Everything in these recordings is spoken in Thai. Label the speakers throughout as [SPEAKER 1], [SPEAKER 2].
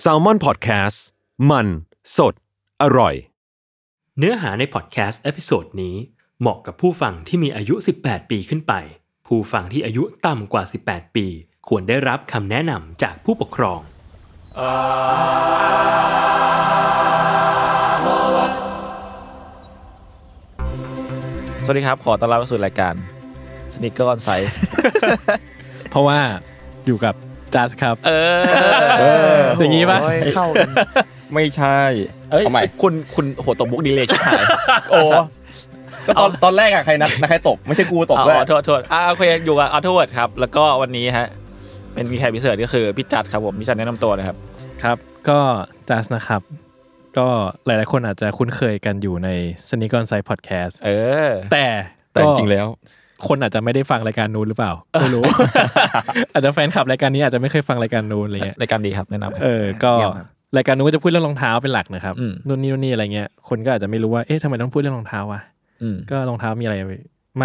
[SPEAKER 1] แซลมอนพอดแคสต์มันสดอร่อย
[SPEAKER 2] เนื้อหาในพอดแคสต์เอพิโซดนี้เหมาะกับผู้ฟังที่มีอายุ 18 ปีขึ้นไป ผู้ฟังที่อายุต่ำกว่า 18 ปี ควรได้รับคำแนะนำจากผู้ปกครอง
[SPEAKER 3] สวัสดีครับ ขอต้อนรับเข้าสู่รายการสนิกเกอร์ออนไซด์
[SPEAKER 4] เพราะว่าอยู่กับจัสครับ
[SPEAKER 3] เออ
[SPEAKER 4] อย่างนี้ปะ
[SPEAKER 5] โอ้ยเข้า ไม่ใช่
[SPEAKER 3] เอ้ย
[SPEAKER 5] เอาใหม่
[SPEAKER 3] คุณคุณโหตกมุกดีเลยชิบหาย
[SPEAKER 5] โอ้ก็ตอนตอนแรกอะใครนัดนะใครตบไม่ใช่กูตบ
[SPEAKER 3] อ๋
[SPEAKER 5] ด้วย
[SPEAKER 3] อโทษโทษอ่าโอเคอยู่กับอัลเทอร์เวิร์ดครับ แล้วก็วันนี้ฮะ เป็นมีแขกพิเศษก็คือพี่จัดครับผมพี่จัดแนะนำตัวนะครับ
[SPEAKER 4] ครับ ก็จัสนะครับ ก็หลายๆคนอาจจะคุ้นเคยกันอยู่ในสนิกอนไซด์พอดแคสต์
[SPEAKER 3] เออ
[SPEAKER 4] แต่
[SPEAKER 5] แต่
[SPEAKER 4] ก็
[SPEAKER 5] จริงๆแล้ว
[SPEAKER 4] คนอาจจะไม่ได้ฟังรายการนู้นหรือเปล่าไม่รู้ อาจจะแฟนคลับรายการนี้อาจจะไม่เคยฟังรายการนู้นอะไรเงี้ย
[SPEAKER 3] รายการดีครับแนะนำครับ
[SPEAKER 4] เออก็
[SPEAKER 5] เยี่ยมครับ
[SPEAKER 4] รายการนู้นก็จะพูดเรื่องรองเท้าเป็นหลักนะครับ
[SPEAKER 3] อืม
[SPEAKER 4] นู่นนี่นู่นนี่อะไรเงี้ยคนก็อาจจะไม่รู้ว่าเอ๊ะทำไมต้องพูดเรื่องรองเท้าวะ
[SPEAKER 3] อืม
[SPEAKER 4] ก็รองเท้ามีอะไร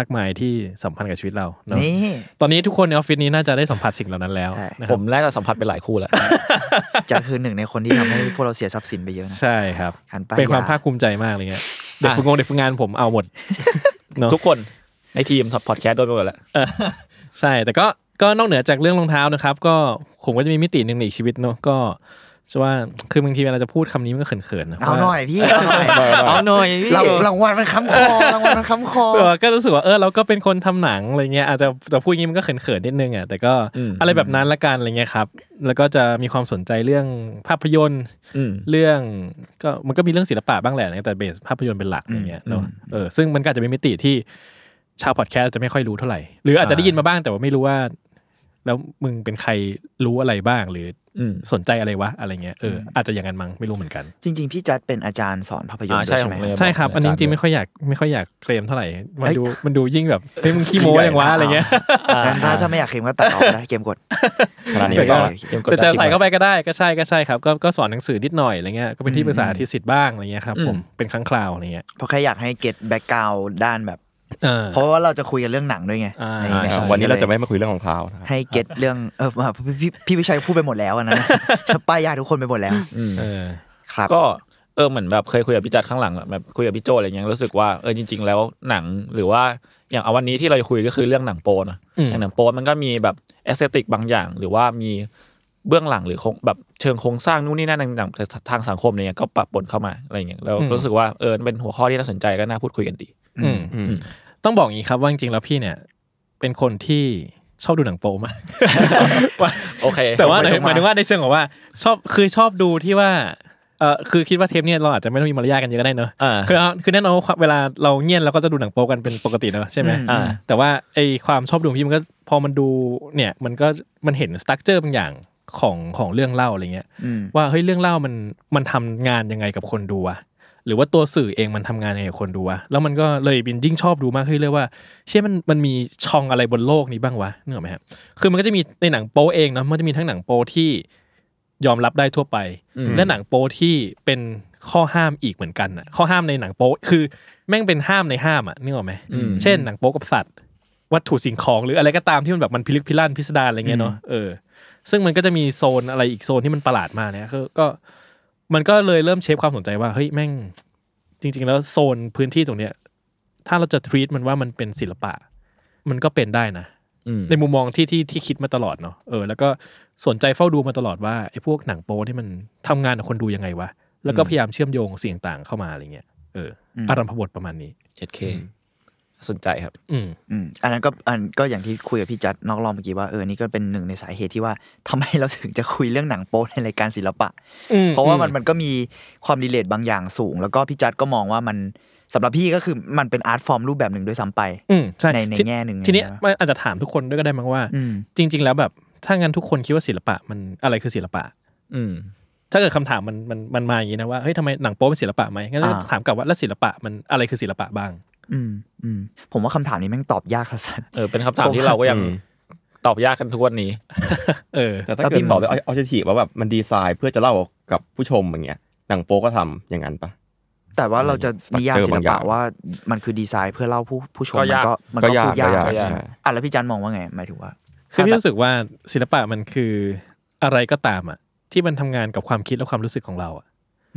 [SPEAKER 4] มากมายที่สัมพันธ์กับชีวิตเราเนอะ
[SPEAKER 5] นี่
[SPEAKER 4] ตอนนี้ทุกคนในออฟฟิศนี้น่าจะได้สัมผัสสิ่งเหล่านั้นแล้ว
[SPEAKER 6] ใช่
[SPEAKER 4] นะค
[SPEAKER 3] ผ
[SPEAKER 4] รับ
[SPEAKER 3] มน่าจะสัมผัสไปหลายคู่แล้ว
[SPEAKER 6] จะคือหนึ่งในคนที่ทำให้พวกเราเสียทรัพย์สินไปเยอะนะ
[SPEAKER 4] ใช่ครับ
[SPEAKER 6] หันไป
[SPEAKER 4] เป็นความ
[SPEAKER 6] อย่
[SPEAKER 4] ภาคภูมิใจมากเลยเงี้ยเด็กฝึกงงเด็กฝึกงานผมเอาหมด เนอะ
[SPEAKER 3] ทุกคนในทีมพอดแคสต์โดนไปหมดแล้ว
[SPEAKER 4] ใช่ แต่ก็ก็นอกเหนือจากเรื่องรองเท้านะครับ ก็ผมก็จะมีมิติหนึ่งในอีกชีวิตเนอะก็จะว่าคือบางทีเวลาจะพูดคำนี้มันก็เขินๆนะ
[SPEAKER 6] เอาหน่อยพี่เอาหน่อย
[SPEAKER 3] เอาหน่อยพี่
[SPEAKER 6] เรารางวัลมันค้ำคอรางวัลมันค้ำคอ
[SPEAKER 4] เออก็รู้สึกว่าเออเราก็เป็นคนทำหนังอะไรเงี้ยอาจจะจะพูดอย่างงี้มันก็เขินๆนิดนึงอ่ะแต่ก็อะไรแบบนั้นละกันอะไรเงี้ยครับ แล้วก็จะมีความสนใจเรื่องภาพยนตร์
[SPEAKER 3] อืม
[SPEAKER 4] เรื่องก็มันก็มีเรื่องศิลปะบ้างแหละนะแต่เบสภาพยนตร์เป็นหลักอย่างเงี้ยเนอะเออซึ่งมันก็อาจจะเป็นมิติที่ชาวพอดแคสต์จะไม่ค่อยรู้เท่าไหร่ หรืออาจจะได้ยินมาบ้างแต่ว่าไม่รู้ว่า แล้วมึงเป็นใครรู้อะไรบ้างหรืออ
[SPEAKER 3] ม
[SPEAKER 4] สนใจอะไรวะอะไรเงี้ยเอออาจจะอย่างนั้นมั้งไม่รู้เหมือนกัน
[SPEAKER 6] จริง ๆ พี่จัดเป็นอาจารย์สอนภาพยนต
[SPEAKER 3] อ่า
[SPEAKER 6] ร์ด้
[SPEAKER 3] ใช่
[SPEAKER 6] วย
[SPEAKER 3] ผม
[SPEAKER 6] ใช่ไหม
[SPEAKER 3] เลย
[SPEAKER 4] ใช่ครับ
[SPEAKER 3] บก
[SPEAKER 4] อันนี้จริ
[SPEAKER 3] ด้ว
[SPEAKER 4] งๆไม่
[SPEAKER 3] ย
[SPEAKER 4] ค่อยอยากไม่ค่อยอยากเคลมเท่าไหร่มัน
[SPEAKER 6] เอ้ย
[SPEAKER 4] ดูมันดูยิ่งแบบเฮ้ยมึงขี้โม้อย่างวะอะไรเงี้ย
[SPEAKER 6] งั้นถ้าถ้าไม่อยากเค็มก็ตัดออกได้เกมกด
[SPEAKER 5] ขนาดนี้
[SPEAKER 6] โอ
[SPEAKER 5] ไม่
[SPEAKER 6] เค
[SPEAKER 5] ต้อง
[SPEAKER 6] โอเค
[SPEAKER 3] เตรียมกด
[SPEAKER 4] แต่แต่
[SPEAKER 3] ทิ้ง
[SPEAKER 4] ใส่เข้า
[SPEAKER 3] ไว้
[SPEAKER 4] ไปก็ได้ก็ใช่ก็ใช่ครับก็ก็สอนหนังสือนิดหน่อยอะไรเงี้ยก็เป็นที่ปรึกษาที่สิทธิ์บ้างอะไรเงี้ยครับ
[SPEAKER 3] อืม
[SPEAKER 4] ผมเป็นครั้งคราวอะไรเงี้ย
[SPEAKER 6] เพราะแค่อยากให้เก็ตแบ็กกราวด้านแบบ
[SPEAKER 4] เออ
[SPEAKER 6] เพราะว่าเราจะคุยกันเรื่องหนังด้วยไง
[SPEAKER 4] อ่า
[SPEAKER 6] ใน
[SPEAKER 5] อ่า
[SPEAKER 6] ใน
[SPEAKER 5] ครับวันนี้เราจะไม่มาคุยเรื่องของเท้านะครับ
[SPEAKER 6] ให้เก็ตเรื่องเออพี่พี่พี่วิชัยพูดไปหมดแล้วอะนะ ป้ายยาทุกคนไปหมดแล้ว
[SPEAKER 4] เออ
[SPEAKER 6] ครับ
[SPEAKER 3] ก็เออเหมือนแบบเคยคุยกับพี่จัดข้างหลังอะแบบคุยกับพี่โจอะไรเงี้ยรู้สึกว่าเออจริง ๆ แล้วหนังหรือว่าอย่างเอาวันนี้ที่เราจะคุยก็คือเรื่องหนังโปนะ
[SPEAKER 4] อืม
[SPEAKER 3] อย่างหนังโปมันก็มีแบบเอสเตติกบางอย่าง หรือว่ามีเบื้องหลังหรือโครงแบบเชิงโครงสร้างนู่นนี่นั่นต่างๆทางสังคมเนี่ยก็ปะปนเข้ามาอะไรเงี้ยแล้วรู้สึกว่าเออเป็นหัวข้อที่น่าสนใจก็น่าพูดคุยกันดี
[SPEAKER 4] อืม ต้องบอกอย่างนี้ครับว่าจริงๆแล้วพี่เนี่ยเป็นคนที่ชอบดูหนังโป๊มาก
[SPEAKER 3] โอเค
[SPEAKER 4] แต่ว่า
[SPEAKER 6] ไม่ต้องมา
[SPEAKER 4] หมายถึงว่าในเชิงของว่าชอบคือชอบดูที่ว่าเออคือคิดว่าเทปเนี่ยเราอาจจะไม่ต้องมีมารยาทกันเยอะก็ได้เนอะ
[SPEAKER 3] อ่า
[SPEAKER 4] คือคือแน่นอนว่าเวลาเราเงียบเราก็จะดูหนังโป๊กันเป็นปกติเนอะใช่ไหม
[SPEAKER 3] อ่า
[SPEAKER 4] แต่ว่าไอความชอบดูของพี่มันก็พอมันดูเนี่ยมันก็มันเห็นสตั๊กเจอร์บางอย่างของของเรื่องเล่าอะไรเงี้ย
[SPEAKER 6] อืม
[SPEAKER 4] ว่าเฮ้ยเรื่องเล่ามันมันทำงานยังไงกับคนดูวะหรือว่าตัวสื่อเองมันทำงานยังไงกับคนดูวะแล้วมันก็เลยบินยิ่งชอบดูมากขึ้นเรื่อยๆว่าเชื่อมันมันมีช่องอะไรบนโลกนี้บ้างวะนึกออกไหมครับคือมันก็จะมีในหนังโป๊เองเนาะมันจะมีทั้งหนังโป๊ที่ยอมรับได้ทั่วไป และหนังโป๊ที่เป็นข้อห้ามอีกเหมือนกันอะข้อห้ามในหนังโป๊คือแม่งเป็นห้ามในห้ามอะนึกออกไหม
[SPEAKER 3] อืม
[SPEAKER 4] เช่นหนังโป๊กับสัตว์ วัตถุสิ่งของหรืออะไรก็ตามที่มันแบบมันพิลึกพิลั่นพิสดารอะไรเงี้ยเนาะเออ ซึ่งมันก็จะมีโซนอะไรอีกโซนที่มันประหลาดมากเนี่ยคือก็มันก็เลยเริ่มเชฟความสนใจว่าเฮ้ยแม่ง จริง ๆ แล้วโซนพื้นที่ตรงเนี้ยถ้าเราจะ treat มันว่ามันเป็นศิลปะ มันก็เป็นได้นะ
[SPEAKER 3] อืม
[SPEAKER 4] ในมุมมองที่ที่ที่คิดมาตลอดเนาะเออแล้วก็สนใจเฝ้าดูมาตลอดว่าไอ้พวกหนังโป๊ที่มันทำงานกับคนดูยังไงวะ แล้วก็พยายามเชื่อมโยงเสียงต่างเข้ามาอะไรเงี้ยเอออ
[SPEAKER 6] ม
[SPEAKER 4] อารัมพบทประมาณนี้
[SPEAKER 3] 7K น่าสนใจครับ
[SPEAKER 4] อืม
[SPEAKER 6] อืมอันนั้นก็อันก็อย่างที่คุยกับพี่จัดนอกรอบเมื่อกี้ว่าเออนี่ก็เป็นหนึ่งในสาเหตุที่ว่าทำไมเราถึงจะคุยเรื่องหนังโป๊ในรายการศิลปะ
[SPEAKER 4] อืม
[SPEAKER 6] เพราะว่ามัน
[SPEAKER 4] อืม
[SPEAKER 6] มันก็มีความรีเลทบางอย่างสูง แล้วก็พี่จัดก็มองว่ามันสำหรับพี่ก็คือมันเป็นอาร์ตฟอร์มรูปแบบหนึ่งด้วยซ้ำไป
[SPEAKER 4] อืมใช่
[SPEAKER 6] ในใน
[SPEAKER 4] ที
[SPEAKER 6] แง่หนึ่ง
[SPEAKER 4] ทีเนี้ย
[SPEAKER 6] นะ
[SPEAKER 4] มันอาจจะถามทุกคนด้วยก็ได้มั้งว่า
[SPEAKER 6] อืม
[SPEAKER 4] จริง ๆ แล้วแบบถ้างั้นทุกคนคิดว่าศิลปะมันอะไรคือศิลปะ
[SPEAKER 3] อืม
[SPEAKER 4] ถ้าเกิดคำถามมันมันมันมาอย่างนี้นะว่าเฮ้ยทำไมหนังโป๊เป็นศิลปะไหมงั้น
[SPEAKER 6] อ่า
[SPEAKER 4] ถามกลับว่าแล้วศิลปะมันอะไรคือศิลปะบ้าง
[SPEAKER 6] อืมอืมผมว่าคำถามนี้แม่งตอบยากสัส
[SPEAKER 3] เออเป็นคำถามที่เราก็ยัง
[SPEAKER 6] อืม
[SPEAKER 3] ตอบยากกันทุกวันนี้
[SPEAKER 4] เออ
[SPEAKER 7] แต่ถ้า
[SPEAKER 6] แล้ว
[SPEAKER 7] เกิ
[SPEAKER 6] พี่
[SPEAKER 7] ดตอบด้วยเอาเฉลี่ว่าแบบมันดีไซน์เพื่อจะเล่ากับผู้ชมอย่างเงี้ยหนังโป๊ก็ทำอย่างนั้นปะ
[SPEAKER 6] ๆแต่ว่าเราจะนิยามศิลปะ
[SPEAKER 7] บางอย่าง
[SPEAKER 6] ว่ามันคือดีไซน์เพื่อเล่าผู้ผู้ชม
[SPEAKER 3] ก็
[SPEAKER 6] มั
[SPEAKER 3] ยาก
[SPEAKER 6] นก็มัน
[SPEAKER 7] ก็
[SPEAKER 6] ก็
[SPEAKER 7] ยาก
[SPEAKER 6] พูดยาก
[SPEAKER 7] ก็ยาก
[SPEAKER 3] ก็ยาก
[SPEAKER 7] ใช่
[SPEAKER 6] อ่ะแล้วพี่จันมองว่าไงหมายถึงว่า
[SPEAKER 4] คือพี่รู้สึกว่าศิลปะมันคืออะไรก็ตามอะที่มันทำงานกับความคิดและความรู้สึกของเราอะ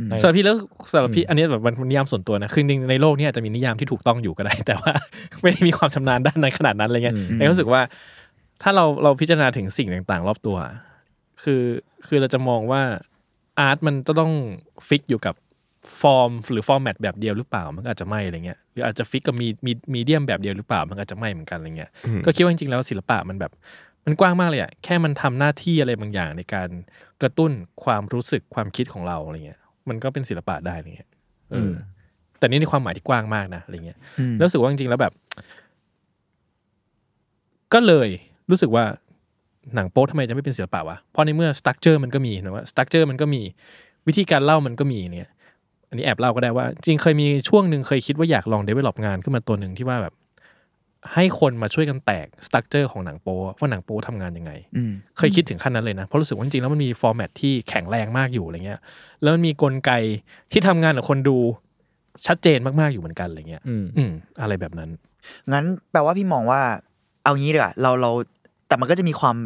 [SPEAKER 6] อืม
[SPEAKER 4] สำหรับพี่แล้วสำหรับพี่อันนี้แบบมันนิยามส่วนตัวนะคือจริงๆในโลกเนี้อาจจะมีนิยามที่ถูกต้องอยู่ก็ได้ แต่ว่า ไม่ได้มีความชำนาญด้านนั้นขนาดนั้นอะไรเงี้ยแต่รู้สึกว่า ถ้าเราเราพิจารณาถึงสิ่งต่างๆ รอบตัวอะคือคือเราจะมองว่าอาร์ตมันจะต้องฟิกอยู่กับฟอร์มหรือฟอร์แมตแบบเดียวหรือเปล่ามันก็อาจจะไม่อะไรเงี้ยหรืออาจจะฟิกกับมีมีมีเดียมแบบเดียวหรือเปล่ามันก็อาจจะไม่เหมือนกันอะไรเงี้ย ก็คิดว่าจริงๆแล้วศิลปะมันแบบ มันกว้างมากเลยอะแค่มันทำหน้าที่อะไรบางอย่างในการกระตุ้นความรู้สึกความคิดของเราอะไรเงี้ย มันก็เป็นศิลปะได้อะไรเงี้ยเอออแต่นี่ในความหมายที่กว้างมากนะอะไรเงี้ย
[SPEAKER 6] อืม
[SPEAKER 4] แล้วรู้สึกว่าจริงๆแล้วแบบ ก็เลยรู้สึกว่าหนังโป๊ทำไมจะไม่เป็นศิลปะวะเพราะในเมื่อสตั๊กเจอร์มันก็มีนะว่าสตั๊กเจอร์มันก็มีวิธีการเล่ามันก็มีเนี่ย อันนี้แอบเล่าก็ได้ว่า จริงเคยมีช่วงหนึ่งเคยคิดว่าอยากลองเดเวล็อปงานขึ้นมาตัวหนึ่งที่ว่าแบบ ให้คนมาช่วยกันแตกสตั๊กเจอร์ของหนังโป๊ว่าหนังโป๊ทำงานยังไง
[SPEAKER 6] อืม
[SPEAKER 4] เคยคิดถึงขั้นนั้นเลยนะ เพราะรู้สึกว่าจริงๆแล้วมันมีฟอร์แมตที่แข็งแรงมากอยู่อะไรเงี้ย แล้วมันมีกลไกที่ทำงานกับคนดูชัดเจนมากๆอยู่เหมือนกันอะไรเงี้ย
[SPEAKER 3] อืม
[SPEAKER 4] อืม อะไรแบบนั้น
[SPEAKER 6] งั้นแปลว่าพี่มองว่าเอางี้ดีกว่าเราเราแต่มันก็จะมีความ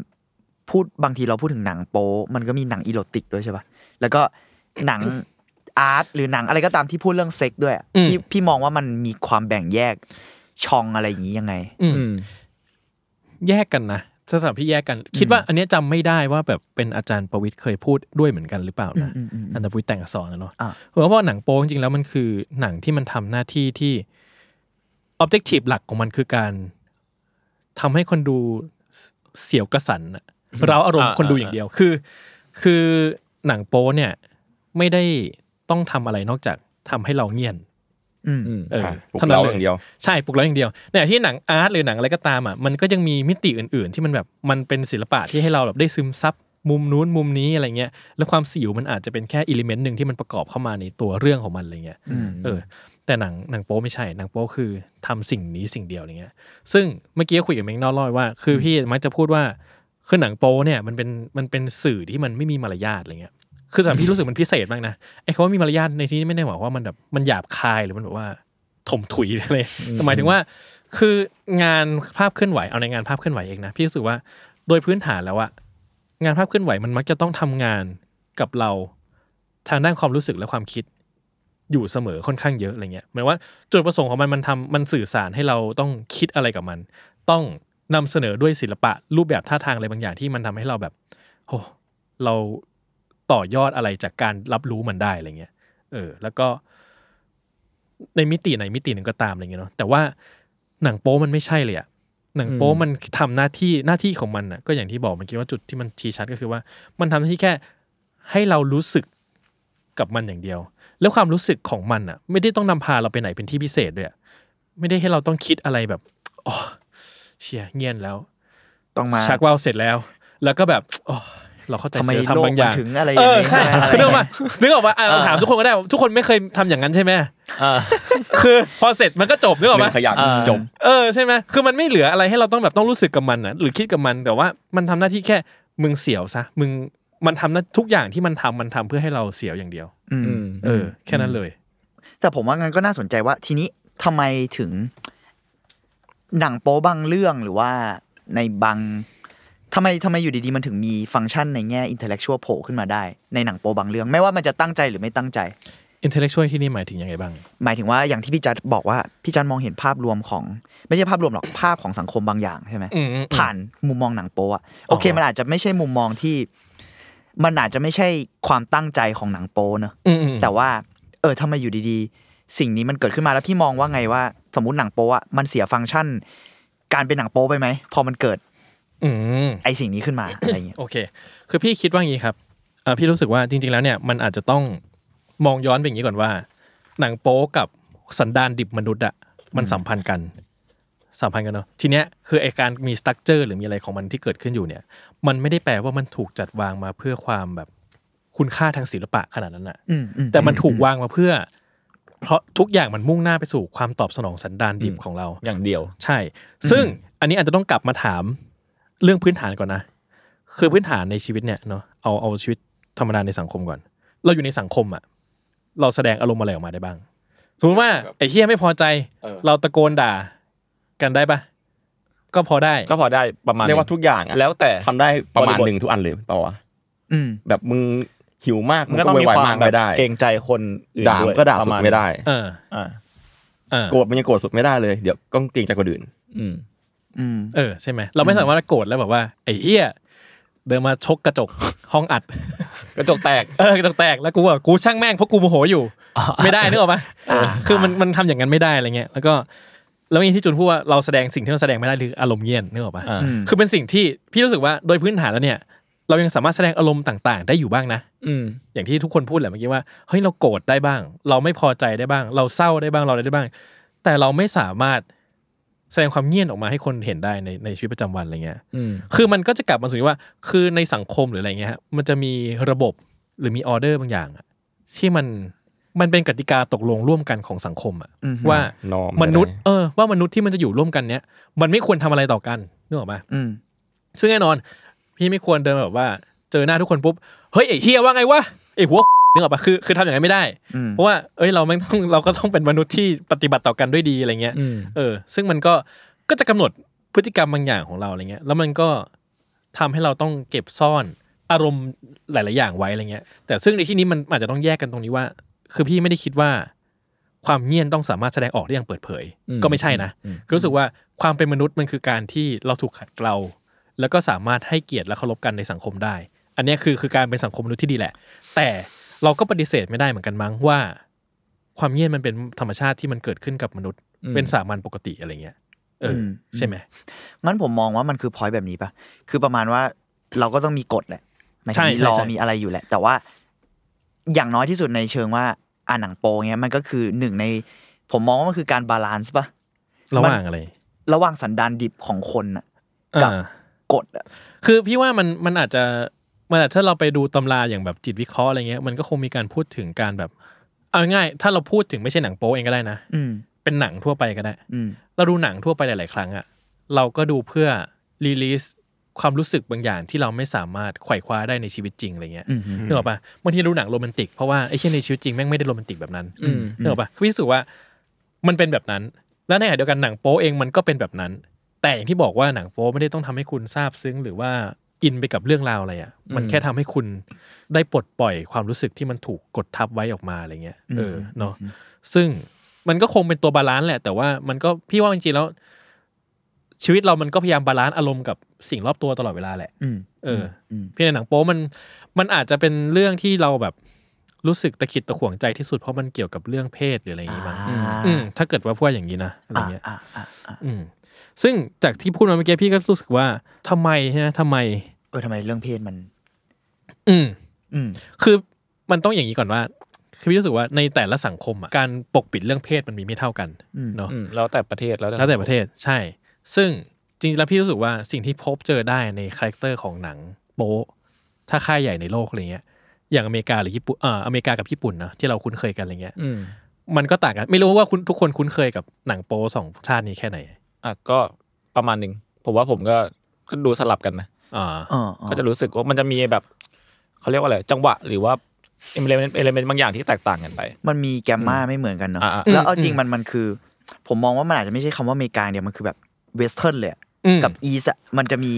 [SPEAKER 6] พูดบางทีเราพูดถึงหนังโป๊มันก็มีหนังอีโรติกด้วยใช่ปะแล้วก็หนัง อาร์ตหรือหนังอะไรก็ตามที่พูดเรื่องเซ็กด้วยอะ
[SPEAKER 4] อืม
[SPEAKER 6] พี่พี่มองว่ามันมีความแบ่งแยกช่องอะไรอย่างนี้ยังไง
[SPEAKER 4] อืม
[SPEAKER 3] อืม
[SPEAKER 4] แยกกันนะสำหรับที่แยกกัน คิดว่าอันเนี้ยจำไม่ได้ว่าแบบเป็นอาจารย์ประวิทย์เคยพูดด้วยเหมือนกันหรือเปล่านะ
[SPEAKER 6] อืมอืมอืม
[SPEAKER 4] อาจารย์ประวิทย์แต่งอักษรนะเนาะ
[SPEAKER 6] อ่ะ
[SPEAKER 4] เพราะว่าหนังโป๊จริงๆแล้วมันคือหนังที่มันทำหน้าที่ที่ออบเจกตีฟหลักของมันคือการทำให้คนดูเสียวกระสันน่ะเราอารมณ์
[SPEAKER 3] อ่า
[SPEAKER 4] คนดูอย่างเดียวคือ คือหนังโป๊เนี่ยไม่ได้ต้องทำอะไรนอกจากทำให้เราเงียน
[SPEAKER 6] อืม
[SPEAKER 3] อืม
[SPEAKER 4] เออ
[SPEAKER 7] อ่ะปลุก
[SPEAKER 4] เท่านั้น
[SPEAKER 7] เราอ
[SPEAKER 4] เล
[SPEAKER 7] ย ย่างเดียว
[SPEAKER 4] ใช่ปลุกเราอย่างเดียวในขณะที่หนังอาร์ตหรือหนังอะไรก็ตามอ่ะมันก็ยังมีมิติอื่น ๆ ที่มันแบบมันเป็นศิลปะที่ให้เราแบบได้ซึมซับมุมนู้นมุมนี้อะไรเงี้ยแล้วความสิวมันอาจจะเป็นแค่อิเลเมนต์หนึ่งที่มันประกอบเข้ามาในตัวเรื่องของมันอะไรเงี้ย
[SPEAKER 6] อืม
[SPEAKER 4] เออ แต่หนังหนังโป๊ไม่ใช่หนังโป๊คือทำสิ่งนี้สิ่งเดียวอะไรเงี้ย ซึ่งเมื่อกี้ก็คุยกับเมงนอกรอยว่า คือพี่มักจะพูดว่าคือหนังโป๊เนี่ยมันเป็นมันเป็นสื่อที่มันไม่มีมารยาทอะไรเงี้ย คือสำหรับพี่รู้สึกมันพิเศษมากนะไอ้คำว่ามีมารยาทในที่นี้ไม่ได้หมายความว่ามันแบบมันหยาบคายหรือมันแบบว่าถมถุยหรืออะไรแต่หมายถึงว่า คืองานภาพเคลื่อนไหวเอาในงานภาพเคลื่อนไหวเองนะพี่รู้สึกว่าโดยพื้นฐานแล้วอะงานภาพเคลื่อนไหวมันมักจะต้องทำงานกับเราทางด้านความรู้สึกและความคิด อยู่เสมอค่อนข้างเยอะอะไรเงี้ยหมายว่าจุดประสงค์ของมันมันทำมันสื่อสารให้เราต้องคิดอะไรกับมัน ต้องนำเสนอด้วยศิลปะรูปแบบท่าทางอะไรบางอย่างที่มันทำให้เราแบบโอ้เราต่อยอดอะไรจากการรับรู้มันได้อะไรเงี้ยเออ แล้วก็ ในมิติไหนมิติหนึ่งก็ตามอะไรเงี้ยเนาะแต่ว่าหนังโป๊มันไม่ใช่เลยอะหนังโป๊
[SPEAKER 3] อืม
[SPEAKER 4] มันทำหน้าที่หน้าที่ของมันอะก็อย่างที่บอกเมื่อกี้ว่าจุดที่มันชี้ชัดก็คือว่า มันทำหน้าที่แค่ให้เรารู้สึกกับมันอย่างเดียว แล้วความรู้สึกของมันอะไม่ได้ต้องนำพาเราไปไหนเป็นที่พิเศษด้วยอะไม่ได้ให้เราต้องคิดอะไรแบบอ๋อเชียเงียนแล้ว
[SPEAKER 6] ต้องมา
[SPEAKER 4] ชักว่าวเสร็จแล้ว แล้วก็แบบโอ้เราเข้าใจ
[SPEAKER 6] ทำไม
[SPEAKER 4] เสือ
[SPEAKER 6] โล
[SPEAKER 4] ทำ
[SPEAKER 6] ก
[SPEAKER 4] บางอ
[SPEAKER 6] มัน
[SPEAKER 4] ย่าง
[SPEAKER 6] ถึงอะไรอ
[SPEAKER 4] เอย่าง อ
[SPEAKER 6] นี้
[SPEAKER 4] ใช่คื
[SPEAKER 6] ใช่ไหม
[SPEAKER 4] อนึกออกมานึกออกมาอ่ะเราถามทุกคนก็ได้ทุกคนไม่เคยทำอย่างนั้นใช่ไหมคือพอเสร็จมันก็จบนึกออก
[SPEAKER 7] ห
[SPEAKER 4] ไหม
[SPEAKER 7] นึ่งขยัก
[SPEAKER 3] อ่า
[SPEAKER 7] จบ
[SPEAKER 4] เออใช่ไหมคือมันไม่เหลืออะไรให้เราต้องแบบต้องรู้สึกกับมันนะหรือคิดกับมันแต่ว่ามันทำหน้าที่แค่มึงเสียวซะมึงมันทำหน้าทุกอย่างที่มันทำมันทำเพื่อให้เราเสียวอย่างเดียว
[SPEAKER 6] อืม
[SPEAKER 3] อืม
[SPEAKER 4] เออ แค่นั้นเลย
[SPEAKER 6] แต่ผมว่างั้นก็น่าสนใจว่าทีนี้ทำไมถึง หนังโป๊บางเรื่องหรือว่าในบางทำไมทำไมอยู่ดีๆ มันถึงมีฟังก์ชันในแง่อินเทลเล็กชวลโผล่ขึ้นมาได้ ในหนังโป๊บางเรื่อง ไม่ว่ามันจะตั้งใจหรือไม่ตั้งใจ
[SPEAKER 4] อินเทลเล็กชวลที่นี่หมายถึงยังไงบ้าง
[SPEAKER 6] หมายถึงว่าอย่างที่พี่จัดบอกว่าพี่จัดมองเห็นภาพรวมของ ไม่ใช่ภาพรวมหรอกภาพของสังคมบางอย่างใช่ไหม
[SPEAKER 4] อืมอืมอืม
[SPEAKER 6] ผ่านมุมมองหนังโป๊อะโอเค มันอาจจะไม่ใช่มุมมองที่ มันอาจจะไม่ใช่ความตั้งใจของหนังโป๊เนอะ
[SPEAKER 4] อืมอืม
[SPEAKER 6] แต่ว่า เออทำไมอยู่ดีๆ สิ่งนี้มันเกิดขึ้นมาแล้วพี่มองว่าไงว่า สมมติหนังโป๊อะมันเสียฟังก์ชัน การเป็นหนังโป๊ไปไหมพอมันเกิด
[SPEAKER 4] อืม
[SPEAKER 6] ไอสิ่งนี้ ขึ้นมา อะไรเงี้ย
[SPEAKER 4] โอเค คือพี่คิดว่างี้ครับเอ่อพี่รู้สึกว่าจริง ๆ แล้วเนี่ยมันอาจจะต้องมองย้อนไปอย่างนี้ก่อนว่า หนังโป๊กับสันดานดิบมนุษย์อะมันสัมพันธ์กัน สัมพันธ์กันเนาะ ทีเนี้ยคือไอการมีสตั๊กเจอร์หรือมีอะไรของมันที่เกิดขึ้นอยู่เนี่ย มันไม่ได้แปลว่ามันถูกจัดวางมาเพื่อความแบบคุณค่าทางศิลปะขนาดนั้นอะ
[SPEAKER 6] อืมอืม
[SPEAKER 4] แต่มันถูกวางมาเพื่อ เพราะทุกอย่างมันมุ่งหน้าไปสู่ความตอบสนองสันดานดิบของเรา
[SPEAKER 3] อย่างเดียว
[SPEAKER 4] ใช่ ซึ่งอันนี้อาจจะต้องกลับมาถามเรื่องพื้นฐานก่อนนะ คือพื้นฐานในชีวิตเนี่ยเนาะ เอาเอาชีวิตธรรมดาในสังคมก่อน เราอยู่ในสังคมอะเราแสดงอารมณ์อะไรออกมาได้บ้าง สมมติว่าไอ้เฮียไม่พอใจ เราตะโกนด่ากันได้ปะ ก็พอได้
[SPEAKER 3] ก็พอได้ประมาณ
[SPEAKER 7] เรียกว่าทุกอย่างอะ
[SPEAKER 3] แล้วแต่
[SPEAKER 7] ทำได้ประมาณ
[SPEAKER 3] บริบท
[SPEAKER 7] หนึ่งทุกอันเลยเปล่าวะ
[SPEAKER 6] อืม
[SPEAKER 7] แบบมึงหิวมาก
[SPEAKER 3] มันก็ต้องมี
[SPEAKER 7] โวยวยว
[SPEAKER 3] คาม
[SPEAKER 7] มาก
[SPEAKER 3] แบบ
[SPEAKER 7] ไม่ได้
[SPEAKER 3] เกรงใจคนอื่น
[SPEAKER 7] ด่า
[SPEAKER 3] ด้วย
[SPEAKER 7] ก็ด่า
[SPEAKER 3] ป
[SPEAKER 7] สุ
[SPEAKER 3] ระ
[SPEAKER 7] ด
[SPEAKER 3] ณ
[SPEAKER 7] ไม่ได้
[SPEAKER 4] เออ
[SPEAKER 3] อ่า
[SPEAKER 4] เออ
[SPEAKER 7] โกรธมันยังโกรธสุดไม่ได้เลยเดี๋ยวก็เกรงใจคนอื่น
[SPEAKER 3] อืม
[SPEAKER 6] อืม
[SPEAKER 4] เออใช่ไหม เราไม่สามารถโกรธแล้วแบบว่าไอ้เฮียเดินมาชกกระจก ห้องอัด
[SPEAKER 3] กระจกแตก
[SPEAKER 4] เออกระจกแตกแล้วกูอ่ะกูช่างแม่งเพราะกูโมโห อยู่ไม่ได้นึกออกปะคือมันมันทำอย่างนั้นไม่ได้อะไรเงี้ยแล้วก็แล้วมีที่จุนพูดว่าเราแสดงสิ่งที่เราแสดงไม่ได้คืออารมณ์เย็นนึกออกปะ
[SPEAKER 3] อ่า
[SPEAKER 6] อืม
[SPEAKER 4] คือเป็นสิ่งที่พี่รู้สึกว่าโดยพื้นฐานแล้วเนี่ย เรายังสามารถแสดงอารมณ์ต่างๆ ได้อยู่บ้างนะ
[SPEAKER 3] อืม
[SPEAKER 4] อย่างที่ทุกคนพูดแหละเมื่อกี้ว่าเฮ้ยเราโกรธได้บ้าง เราไม่พอใจได้บ้าง เราเศร้าได้บ้างเราอะไรได้บ้าง แต่เราไม่สามารถแสดงความเงียนออกมาให้คนเห็นได้ในในชีวิตประจำวันอะไรเงี้ย
[SPEAKER 3] อืม
[SPEAKER 4] คือมันก็จะกลับมาสู่ที่ว่า คือในสังคมหรืออะไรเงี้ยฮะมันจะมีระบบหรือมีออเดอร์บางอย่างอะที่มันมันเป็นกติกาตกลงร่วมกันของสังคมอะ
[SPEAKER 6] อือฮึ
[SPEAKER 4] ว่า
[SPEAKER 7] norm
[SPEAKER 4] มนุษย์
[SPEAKER 7] อะไร
[SPEAKER 4] เออว่ามนุษย์ที่มันจะอยู่ร่วมกันเนี้ยมันไม่ควรทำอะไรต่อกันนึกออกปะ
[SPEAKER 6] อืม
[SPEAKER 4] ซึ่งแน่นอน พี่ไม่ควรเดินแบบว่า เจอหน้าทุกคนปุ๊บเฮ้ยไอ้เฮียว่าไงวะไอ้หัว นึกออกปะคือคือทำอย่างนั้นไม่ได้
[SPEAKER 6] อืม
[SPEAKER 4] เพราะว่าเอ้ยเราไม่งต้องเราก็ต้องเป็นมนุษย์ที่ปฏิบัติต่อกันด้วยดีอะไรเงี้ย
[SPEAKER 3] อืม
[SPEAKER 4] เออ ซึ่งมันก็ ก็จะกำหนดพฤติกรรมบางอย่างของเราอะไรเงี้ย แล้วมันก็ทำให้เราต้องเก็บซ่อนอารมณ์หลาย ๆ อย่างไว้อะไรเงี้ย แต่ซึ่งในที่นี้มันอาจจะต้องแยกกันตรงนี้ว่า คือพี่ไม่ได้คิดว่า ความเงียนต้องสามารถแสดงออกได้อย่างเปิดเผย
[SPEAKER 3] อืม
[SPEAKER 4] ก็ไม่ใช่นะ
[SPEAKER 3] อืม
[SPEAKER 4] ก็รู้สึกว่าความเป็นมนุษย์มันคือการที่เราถูกขัดเกลา แล้วก็สามารถให้เกียรติและเคารพกันในสังคมได้ อันเนี้ยคือคือการเป็นสังคมมนุษย์ที่ดีแหละ แต่เราก็ปฏิเสธไม่ได้เหมือนกันมั้งว่า ความเงียบมันเป็นธรรมชาติที่มันเกิดขึ้นกับมนุษย์
[SPEAKER 3] อืม
[SPEAKER 4] เป็นสามัญปกติอะไรเงี้ยเอออ
[SPEAKER 6] ม
[SPEAKER 4] ใช่ไหม
[SPEAKER 6] งั้นผมมองว่ามันคือพอยต์แบบนี้ปะคือประมาณว่าเราก็ต้องมีกฎแหละหมายถึ
[SPEAKER 4] ใช่
[SPEAKER 6] งมีรอ
[SPEAKER 4] ใช่ใช่
[SPEAKER 6] มีอะไรอยู่แหละ แต่ว่าอย่างน้อยที่สุดในเชิงว่าอ่านหนังโปเงี้ยมันก็คือหนึ่งใน ผมมองว่ามันคือการบาลานซ์ปะ
[SPEAKER 4] ระหว่างอะไร
[SPEAKER 6] ระหว่างสันดานดิบของคนน่ะ กับ
[SPEAKER 4] อ่าก
[SPEAKER 6] ฎอะ
[SPEAKER 4] คือพี่ว่ามันมันอาจจะมันอาจถ้าเราไปดูตำราอย่างแบบจิตวิเคราะห์อะไรเงี้ยมันก็คงมีการพูดถึงการแบบ เอาง่ายๆถ้าเราพูดถึงไม่ใช่หนังโป๊เองก็ได้นะ
[SPEAKER 6] อืม
[SPEAKER 4] เป็นหนังทั่วไปก็ได้
[SPEAKER 6] อืม
[SPEAKER 4] เราดูหนังทั่วไปหลาย ๆ ครั้งอะเราก็ดูเพื่อรีลีสความรู้สึกบางอย่างที่เราไม่สามารถไขว่คว้าได้ในชีวิตจริงอะไรเงี้ย
[SPEAKER 6] อืม
[SPEAKER 4] นึกออกปะบางทีเราดูหนังโรแมนติกเพราะว่าไอ้เช่นในชีวิตจริงแม่งไม่ได้โรแมนติกแบบนั้น
[SPEAKER 3] อืม
[SPEAKER 4] นึกออกปะคือพี่รู้สึกว่ามันเป็นแบบนั้น แล้วในขณะเดียวกันหนังโป๊เองมันก็เป็นแบบนั้น แต่อย่างที่บอกว่าหนังโป๊ไม่ได้ต้องทำให้คุณซาบซึ้งหรือว่าอินไปกับเรื่องราวอะไรอะมันแค่ทำให้คุณได้ปลดปล่อยความรู้สึกที่มันถูกกดทับไว้ออกมาอะไรเงี้ยเออเนาะ ซึ่งมันก็คงเป็นตัวบาลานซ์แหละ แต่ว่ามันก็พี่ว่าจริงๆแล้ว ชีวิตเรามันก็พยายามบาลานซ์อารมณ์กับสิ่งรอบตัวตลอดเวลาแหละ
[SPEAKER 6] อืม
[SPEAKER 4] เอออ
[SPEAKER 6] ม
[SPEAKER 4] เพียงแต่หนังโป๊มันมันอาจจะเป็นเรื่องที่เราแบบรู้สึกตะขิดตะขวงใจที่สุดเพราะมันเกี่ยวกับเรื่องเพศหรืออะไรอย่างงี้มั้ง
[SPEAKER 6] อ่า
[SPEAKER 4] อืมถ้าเกิดว่าพูดอย่างนี้นะอะไร
[SPEAKER 6] อ่า
[SPEAKER 4] เงี้ย
[SPEAKER 6] อ่าอ่าอ่า
[SPEAKER 4] อืม ซึ่งจากที่พูดมาเมื่อกี้พี่ก็รู้สึกว่าทำไมใช่ไหมทำไม
[SPEAKER 6] เออทำไมเรื่องเพศมัน
[SPEAKER 4] อืม
[SPEAKER 6] อืม
[SPEAKER 4] คือมันต้องอย่างนี้ก่อนว่า คือพี่รู้สึกว่าในแต่ละสังคมอะการปกปิดเรื่องเพศมันมีไม่เท่ากัน
[SPEAKER 6] อืม
[SPEAKER 4] เนาะ
[SPEAKER 3] อืมแล้วแต่ประเทศแล้ว
[SPEAKER 4] แล้วแต่ประเทศใช่ ซึ่งจริงๆแล้วพี่รู้สึกว่าสิ่งที่พบเจอได้ในคาแรคเตอร์ของหนังโป๊ะถ้าค่ายใหญ่ในโลกอะไรเงี้ย อย่างอเมริกาหรือญี่ปุ่นเอ่ออเมริกากับญี่ปุ่นเนอะที่เราคุ้นเคยกันอะไรเงี้ย
[SPEAKER 3] อืม
[SPEAKER 4] มันก็ต่างกันไม่รู้ว่าคุณทุกคนคุ้นเคยกับหนังโป๊สองชาตินี้แค่ไหน
[SPEAKER 3] อ่ะก็ประมาณหนึ่งผมว่าผมก็ก็ดูสลับกันนะ
[SPEAKER 4] อ่า
[SPEAKER 6] เออเออ
[SPEAKER 3] ก็จะรู้สึกว่ามันจะมีแบบเขาเรียกว่าอะไรจังหวะหรือว่าเอเลเมนต์เอเลเมนต์บางอย่างที่แตกต่างกันไป
[SPEAKER 6] มันมีแกมมาไม่เหมือนกันเนอะ
[SPEAKER 3] อ่าอ่า
[SPEAKER 6] แล้วเอาจริงมันมันคือ ผมมองว่ามันอาจจะไม่ใช่คำว่าอเมริกาเดียวมันคือแบบเวสเทิร์นเลยอะ
[SPEAKER 4] กั
[SPEAKER 6] กั
[SPEAKER 4] บบ
[SPEAKER 6] อีสอะมันจะมี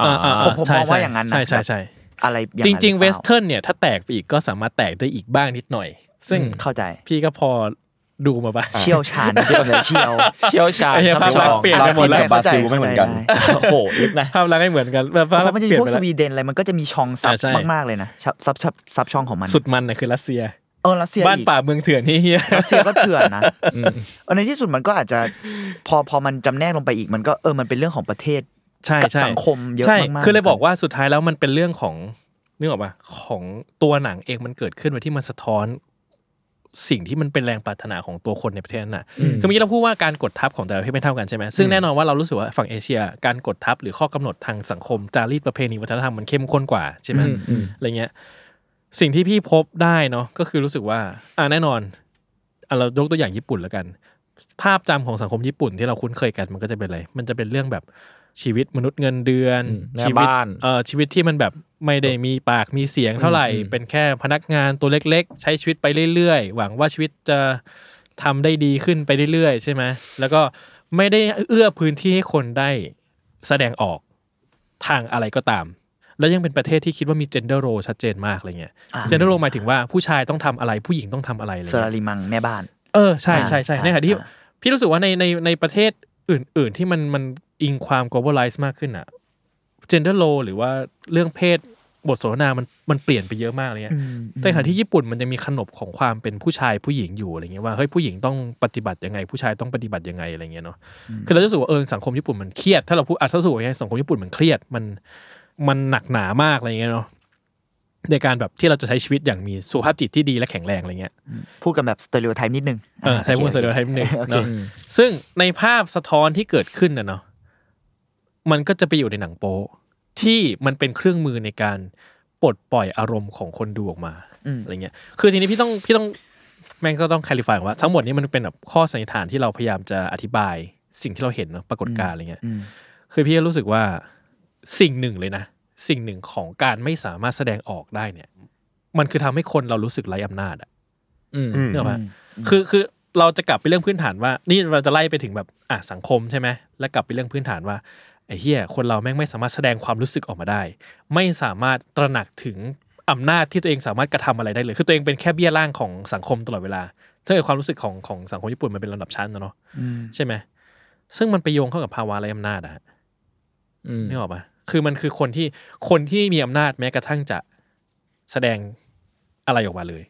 [SPEAKER 4] อ่าอ่า
[SPEAKER 6] ผมผม
[SPEAKER 4] ใช่
[SPEAKER 6] มองว่าอย่างนั้นนะ
[SPEAKER 4] ใช่ใช่ใช่
[SPEAKER 6] อะไรอ
[SPEAKER 4] จ
[SPEAKER 6] ย่านั้น
[SPEAKER 4] ริง ๆ
[SPEAKER 6] ห
[SPEAKER 4] เว
[SPEAKER 6] อปล่า
[SPEAKER 4] สเทิร์นเนี่ยถ้าแตกไปอีกก็สามารถแตกได้อีกบ้างนิดหน่อย ซึ่ง
[SPEAKER 6] เข้าใจ
[SPEAKER 4] พี่ก็พอดูมาปะ
[SPEAKER 6] เชี่ยวช าญเชี่ยวเลยเชี่ยว
[SPEAKER 3] เชี่ยวชาญ
[SPEAKER 4] ไอ้เหี้ย
[SPEAKER 3] ท่านผู้ช
[SPEAKER 4] ภาพ
[SPEAKER 3] ม
[SPEAKER 4] ลักษณ์เปลี่ยน
[SPEAKER 7] บางคนแล้วบราซิลไม่เห
[SPEAKER 6] เข้าใจ
[SPEAKER 7] มือนกัน
[SPEAKER 6] เข้าใจ
[SPEAKER 3] โอ้โหลึกนะ
[SPEAKER 4] ภาพลักษณ์ไม่เหมือนกันแบบ
[SPEAKER 6] เพ
[SPEAKER 4] ว่า
[SPEAKER 6] ราะมันจะ
[SPEAKER 4] เป
[SPEAKER 6] มี
[SPEAKER 4] ลี่ยน
[SPEAKER 6] พวก
[SPEAKER 4] ไป
[SPEAKER 6] ส
[SPEAKER 4] แล้ว
[SPEAKER 6] วีเดนอะไรมันก็จะมีช่องซับ
[SPEAKER 4] อ่าใช่
[SPEAKER 6] มากๆเลยนะซับซับซับซับช่องของมัน
[SPEAKER 4] สุดมันน่ะคือรัสเซีย
[SPEAKER 6] เออรัสเซีย
[SPEAKER 4] บ้าน
[SPEAKER 6] อีก
[SPEAKER 4] ป่าเมืองเถื่อนที่เฮีย
[SPEAKER 6] รัสเซียก็เถื่อนนะเออในที่สุดมันก็อาจจะ พอพอมันจำแนกลงไปอีกมันก็เออมันเป็นเรื่องของประเทศ
[SPEAKER 4] ใช่
[SPEAKER 6] กับ
[SPEAKER 4] ใช่
[SPEAKER 6] สังคมเยอะ
[SPEAKER 4] ใช่
[SPEAKER 6] มากๆ
[SPEAKER 4] คือเลยบอกว่าสุดท้ายแล้วมันเป็นเรื่องของนึกออกปะของตัวหนังเองมันเกิดขึ้นโดยที่มันสะท้อน สิ่งที่มันเป็นแรงปรารถนาของตัวคนในประเทศนั้นน่ะ คือเมื่อกี้เราพูดว่าการกดทับของแต่ละประเทศไม่เท่ากันใช่ไหมซึ่งแน่นอนว่าเรารู้สึกว่าฝั่งเอเชีย การกดทับหรือข้อกำหนดทางสังคม จารีตประเพณีวัฒนธรรมมันเข้มข้นกว่าใช่ไหมอะไรเงี้ย สิ่งที่พี่พบได้เนาะก็คือรู้สึกว่า อ่าแน่นอนอ่ะเรายกตัวอย่างญี่ปุ่นแล้วกัน ภาพจำของสังคมญี่ปุ่นที่เราคุ้นเคยกันมันก็จะเป็นอะไร มันจะเป็นเรื่องแบบชีวิตมนุษย์เงินเดือน
[SPEAKER 3] อืมแม่
[SPEAKER 4] ชีวิต
[SPEAKER 3] บ้าน
[SPEAKER 4] เอ่อชีวิตที่มันแบบไม่ได้มีปากมีเสียงเท่าไหร่ เป็นแค่พนักงานตัวเล็กๆ ใช้ชีวิตไปเรื่อยๆ หวังว่าชีวิตจะทำได้ดีขึ้นไปเรื่อยๆ ใช่ไหมแล้วก็ไม่ได้เอื้อพื้นที่ให้คนได้แสดงออกทางอะไรก็ตาม แล้วยังเป็นประเทศที่คิดว่ามี gender role ชัดเจนมากอะไรเงี้ย
[SPEAKER 6] อ่า
[SPEAKER 4] gender role หมายถึงว่าผู้ชายต้องทำอะไรผู้หญิงต้องทำอะไรอะไร
[SPEAKER 6] เซอ
[SPEAKER 4] เงี้ย
[SPEAKER 6] ร์ริมังแม่บ้าน
[SPEAKER 4] เออใช่ใช่ใช่
[SPEAKER 6] อ่า
[SPEAKER 4] ในขณะที่
[SPEAKER 6] อ่า
[SPEAKER 4] พี่รู้สึกว่าในในในประเทศอื่น ๆ ที่มันมันอิงความ globalize มากขึ้นอะ gender role หรือว่าเรื่องเพศบทสนทนามันมันเปลี่ยนไปเยอะมากเลยอะแต่ขณะที่ญี่ปุ่นมันจะมีขนบของความเป็นผู้ชายผู้หญิงอยู่อะไรเงี้ยว่าเฮ้ยผู้หญิงต้องปฏิบัติยังไง ผู้ชายต้องปฏิบัติยังไงอะไรเงี้ยเนาะคือเราจะรู้สึกว่าเออสังคมญี่ปุ่นมันเครียดถ้าเราพูดอ่ะถ้าสูอย่างเงี้ยสังคมญี่ปุ่นมันเครียดมันมันหนักหนามากอะไรเงี้ยเนาะในการแบบที่เราจะใช้ชีวิตอย่างมีสุขภาพจิตที่ดีและแข็งแรงอะไรเงี้ย
[SPEAKER 6] พูดกันแบบสเตอริโอไทป์นิดนึง
[SPEAKER 4] เออใช้พูดสเตอริโอไทป์หนึ่ง
[SPEAKER 6] โอเค
[SPEAKER 4] เนาะซึ่งในภาพสะท้อนที่เกิดขึ้นนะเนาะมันก็จะไปอยู่ในหนังโป๊ที่มันเป็นเครื่องมือในการปลดปล่อยอารมณ์ของคนดูออกมาอะไรเงี้ยคือทีนี้พี่ต้องพี่ต้องแม่งก็ต้องแคลิฟายว่าทั้งหมดนี้มันเป็นแบบข้อสันนิษฐานที่เราพยายามจะอธิบายสิ่งที่เราเห็นเนาะปรากฏการณ์อะไรเงี้ย
[SPEAKER 6] อืม
[SPEAKER 4] คือพี่ก็รู้สึกว่าสิ่งหนึ่งเลยนะ สิ่งหนึ่งของการไม่สามารถแสดงออกได้เนี่ย มันคือทำให้คนเรารู้สึกไร้อำนาจอะ
[SPEAKER 7] อืม
[SPEAKER 4] เนกออกปะคือคือเราจะกลับไปเรื่องพื้นฐานว่า นี่เราจะไล่ไปถึงแบบอ่ะสังคมใช่ไหมแล้วกลับไปเรื่องพื้นฐานว่าไอ้เหี้ยคนเราแม่งไม่สามารถแสดงความรู้สึกออกมาได้ ไม่สามารถตระหนักถึงอำนาจที่ตัวเองสามารถกระทำอะไรได้เลย คือตัวเองเป็นแค่เบี้ยล่างของสังคมตลอดเวลาถ้าเกิดความรู้สึกของของสังคมญี่ปุ่นมันเป็นลำดับชั้นนะเนาะ
[SPEAKER 6] อืม
[SPEAKER 4] ใช่ไหมซึ่งมันไปโยงเข้ากับภาวะไร้อำนาจอะฮะนึกออกปะคือมันคือคนที่คนที่มีอำนาจแม้กระทั่งจะแสดงอะไรออกมาเลย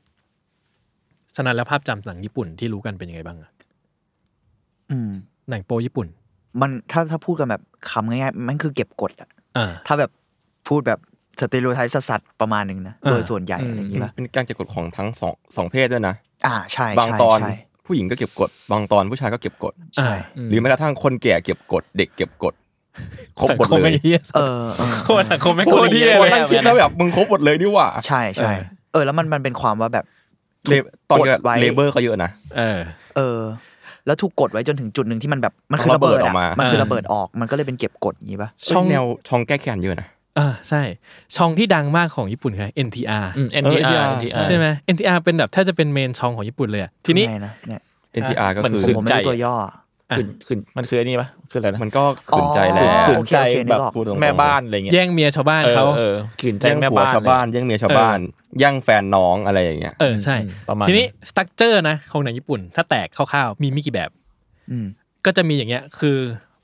[SPEAKER 4] ฉะนั้นแล้วภาพจำหนังญี่ปุ่นที่รู้กันเป็นยังไงบ้างอะ
[SPEAKER 6] อืม
[SPEAKER 4] หนังโปญี่ปุ่น
[SPEAKER 6] มันถ้าถ้าพูดกันแบบคำง่ายๆ มันคือเก็บกดอะ
[SPEAKER 4] อ่า
[SPEAKER 6] ถ้าแบบพูดแบบสเตอริโอไทป์สัสๆประมาณหนึ่งนะ
[SPEAKER 4] อ่า
[SPEAKER 6] โดยส่วนใหญ่อะไรอย่างงี้ป่ะ
[SPEAKER 7] เป็นการเก็บกดของทั้งสองสองเพศด้วยนะ
[SPEAKER 6] อ่าใช่
[SPEAKER 7] บาง
[SPEAKER 6] ใช่
[SPEAKER 7] ตอน
[SPEAKER 6] ใช่
[SPEAKER 7] ผู้หญิงก็เก็บกด บางตอนผู้ชายก็เก็บกด
[SPEAKER 6] ใช่
[SPEAKER 7] หรือแม้กระทั่งคนแก่เก็บกด เด็กเก็บกดครบ
[SPEAKER 4] สัง
[SPEAKER 7] หมด
[SPEAKER 4] คม
[SPEAKER 7] เล
[SPEAKER 4] ไอ้
[SPEAKER 7] ย
[SPEAKER 4] เหี้ย
[SPEAKER 6] เออเออ
[SPEAKER 4] โคตรสังคมไม่ง
[SPEAKER 7] ค
[SPEAKER 4] โคต
[SPEAKER 7] น
[SPEAKER 4] ร
[SPEAKER 7] ที่
[SPEAKER 4] เหี้ย
[SPEAKER 7] ค
[SPEAKER 4] เล
[SPEAKER 7] น
[SPEAKER 4] ย
[SPEAKER 7] นั่งคิดแล้วแบบมึงครบหมดเลยนี่หว่า
[SPEAKER 6] ใช่ใช่เออ แล้วมันมันเป็นความว่าแบบ
[SPEAKER 7] เลตอนเนี้ย
[SPEAKER 6] กดไว้
[SPEAKER 7] เลเบอร์เขาเยอะนะ
[SPEAKER 4] เออ
[SPEAKER 6] เออ แล้วถูกกดไว้จนถึงจุดหนึ่งที่มันแบบมันคือระเบิด
[SPEAKER 7] ระเบิดออ
[SPEAKER 6] อะ
[SPEAKER 7] กมามั
[SPEAKER 6] มันคือ
[SPEAKER 4] เออ
[SPEAKER 6] ระเบิดออกมันก็เลยเป็นเก็บกดอย่างงี้ป่ะ
[SPEAKER 7] ช่องแนวช่องแก้แค้นเยอะนะ
[SPEAKER 4] อ่าใช่ ช่องที่ดังมากของญี่ปุ่นคือ NTR
[SPEAKER 3] เอ็นทีอา
[SPEAKER 7] NTR
[SPEAKER 3] ร์
[SPEAKER 4] ใช่ไหม NTR เป็นแบบแทบจะเป็นเมนช่องของญี่ปุ่นเลยอะทีนี้
[SPEAKER 6] ไงนะเนี่ย
[SPEAKER 7] NTR ก็
[SPEAKER 3] มัน
[SPEAKER 7] คือ
[SPEAKER 3] ขึ้น
[SPEAKER 6] ผมไม่รู้ตัวย่อ
[SPEAKER 4] อ่ะ
[SPEAKER 3] ขึ้นขึ้นมันคืออันนี้ปะคืออะไรนะ
[SPEAKER 7] มันก็ขืนใจแล้
[SPEAKER 6] อ๋อ
[SPEAKER 7] ว
[SPEAKER 3] ขืนใจ
[SPEAKER 6] โอเคโอเคนึ
[SPEAKER 3] แบบ
[SPEAKER 6] กออก
[SPEAKER 7] พูดตรงๆ
[SPEAKER 3] แม่บ้านอะไรเงี้ย
[SPEAKER 4] แย่งเมียชาวบ้าน
[SPEAKER 3] ออ
[SPEAKER 4] เขา
[SPEAKER 3] เออขืนใจ
[SPEAKER 7] แย่ง
[SPEAKER 3] แม่
[SPEAKER 7] ผัว
[SPEAKER 3] บ้าน
[SPEAKER 7] ชาวบ้านแย่งเมียชาวบ้านแย่งแฟนน้องอะไรอย่างเงี้ย
[SPEAKER 4] เออใช่
[SPEAKER 3] ประมาณ
[SPEAKER 4] ทีนี้สตั๊กเจอร์นะของหนังญี่ปุ่น ถ้าแตกคร่าวๆมีไม่กี่แบบ
[SPEAKER 6] อืม
[SPEAKER 4] ก็จะมีอย่างเงี้ยคือ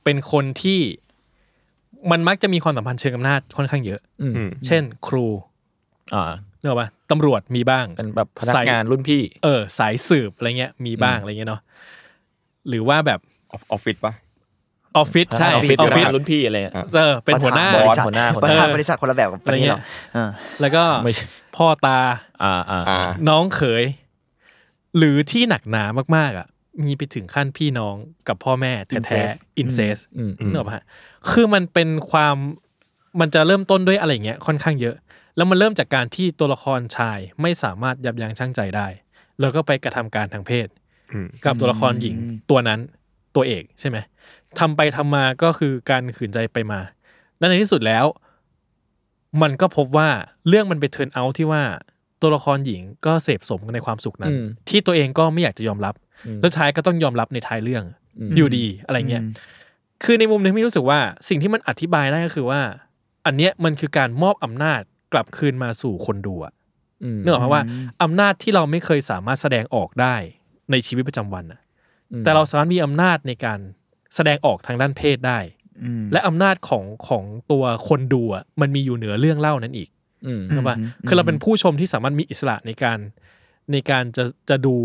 [SPEAKER 4] เป็นคนที่มันมักจะมีความสัมพันธ์เชิงอำนาจค่อนข้างเยอะ
[SPEAKER 3] อืม
[SPEAKER 7] อืม
[SPEAKER 4] เช่น ครู
[SPEAKER 3] อ่า
[SPEAKER 4] เนกออกปะตำรวจมีบ้าง
[SPEAKER 3] เป็นแบบพนักงานรุ่นพี่
[SPEAKER 4] เออสายสืบอะไรเงี้ยมีบ้างอะไรเงี้ยเนาะหรือว่าแบบ
[SPEAKER 7] ออฟออฟฟิศปะ
[SPEAKER 4] ออฟฟิศใช่
[SPEAKER 3] ออฟฟิศ
[SPEAKER 4] ออฟฟิศ
[SPEAKER 3] รุ่นพี่อะไรเงี้ย
[SPEAKER 7] อ่ะ
[SPEAKER 4] เออเป็นหัวหน้า
[SPEAKER 6] ประธบริษัท
[SPEAKER 3] หัวหน้าหัวหน้า
[SPEAKER 6] ประธาน
[SPEAKER 4] เออบ
[SPEAKER 6] ริษัทคนละแบบกับป
[SPEAKER 4] อะ
[SPEAKER 6] ระเทศ
[SPEAKER 4] ไรเงี้
[SPEAKER 6] เรา
[SPEAKER 4] ย
[SPEAKER 6] เออ
[SPEAKER 4] แล้วก็
[SPEAKER 3] ไม่ใช่
[SPEAKER 4] พ่อตา
[SPEAKER 3] อ่าอ่า
[SPEAKER 7] อ่า
[SPEAKER 4] น้องเขย หรือที่หนักหนามากๆอ่ะ มีไปถึงขั้นพี่น้องกับพ่อแม่แท้
[SPEAKER 6] Incest
[SPEAKER 4] ๆอินเซส
[SPEAKER 3] อืม
[SPEAKER 4] นึกออกปะฮะคือมันเป็นความมันจะเริ่มต้นด้วยอะไรเงี้ยค่อนข้างเยอะ แล้วมันเริ่มจากการที่ตัวละครชายไม่สามารถยับยั้งชั่งใจได้ แล้วก็ไปกระทำการทางเพศ
[SPEAKER 7] อืม
[SPEAKER 4] กับตัวละครหญิงตัวนั้นตัวเอกใช่ไหมทำไปทำมาก็คือการขืนใจไปมา และในที่สุดแล้ว มันก็พบว่าเรื่องมันไปเทิร์นเอาท์ที่ว่าตัวละครหญิงก็เสพสมกันในความสุขนั้น
[SPEAKER 3] อืม
[SPEAKER 4] ที่ตัวเองก็ไม่อยากจะยอมรับ แล้วท้ายก็ต้องยอมรับในท้ายเรื่องอยู่ดีอะไรเงี้ย คือในมุมหนึงพี่รู้สึกว่าสิ่งที่มันอธิบายได้ก็คือว่า อันเนี้ยมันคือการมอบอำนาจกลับคืนมาสู่คนดูอะ
[SPEAKER 3] อืม
[SPEAKER 4] นึกออกไหมว่าอำนาจที่เราไม่เคยสามารถแสดงออกได้ในชีวิตประจำวันน่ะ แต่เราสามารถมีอำนาจในการแสดงออกทางด้านเพศได้
[SPEAKER 6] อืม
[SPEAKER 4] และอำนาจของของตัวคนดูอะมันมีอยู่เหนือเรื่องเล่านั้นอีก
[SPEAKER 3] อืม
[SPEAKER 4] ใช่ปะคือเราเป็นผู้ชมที่สามารถมีอิสระในการในการจะจะดู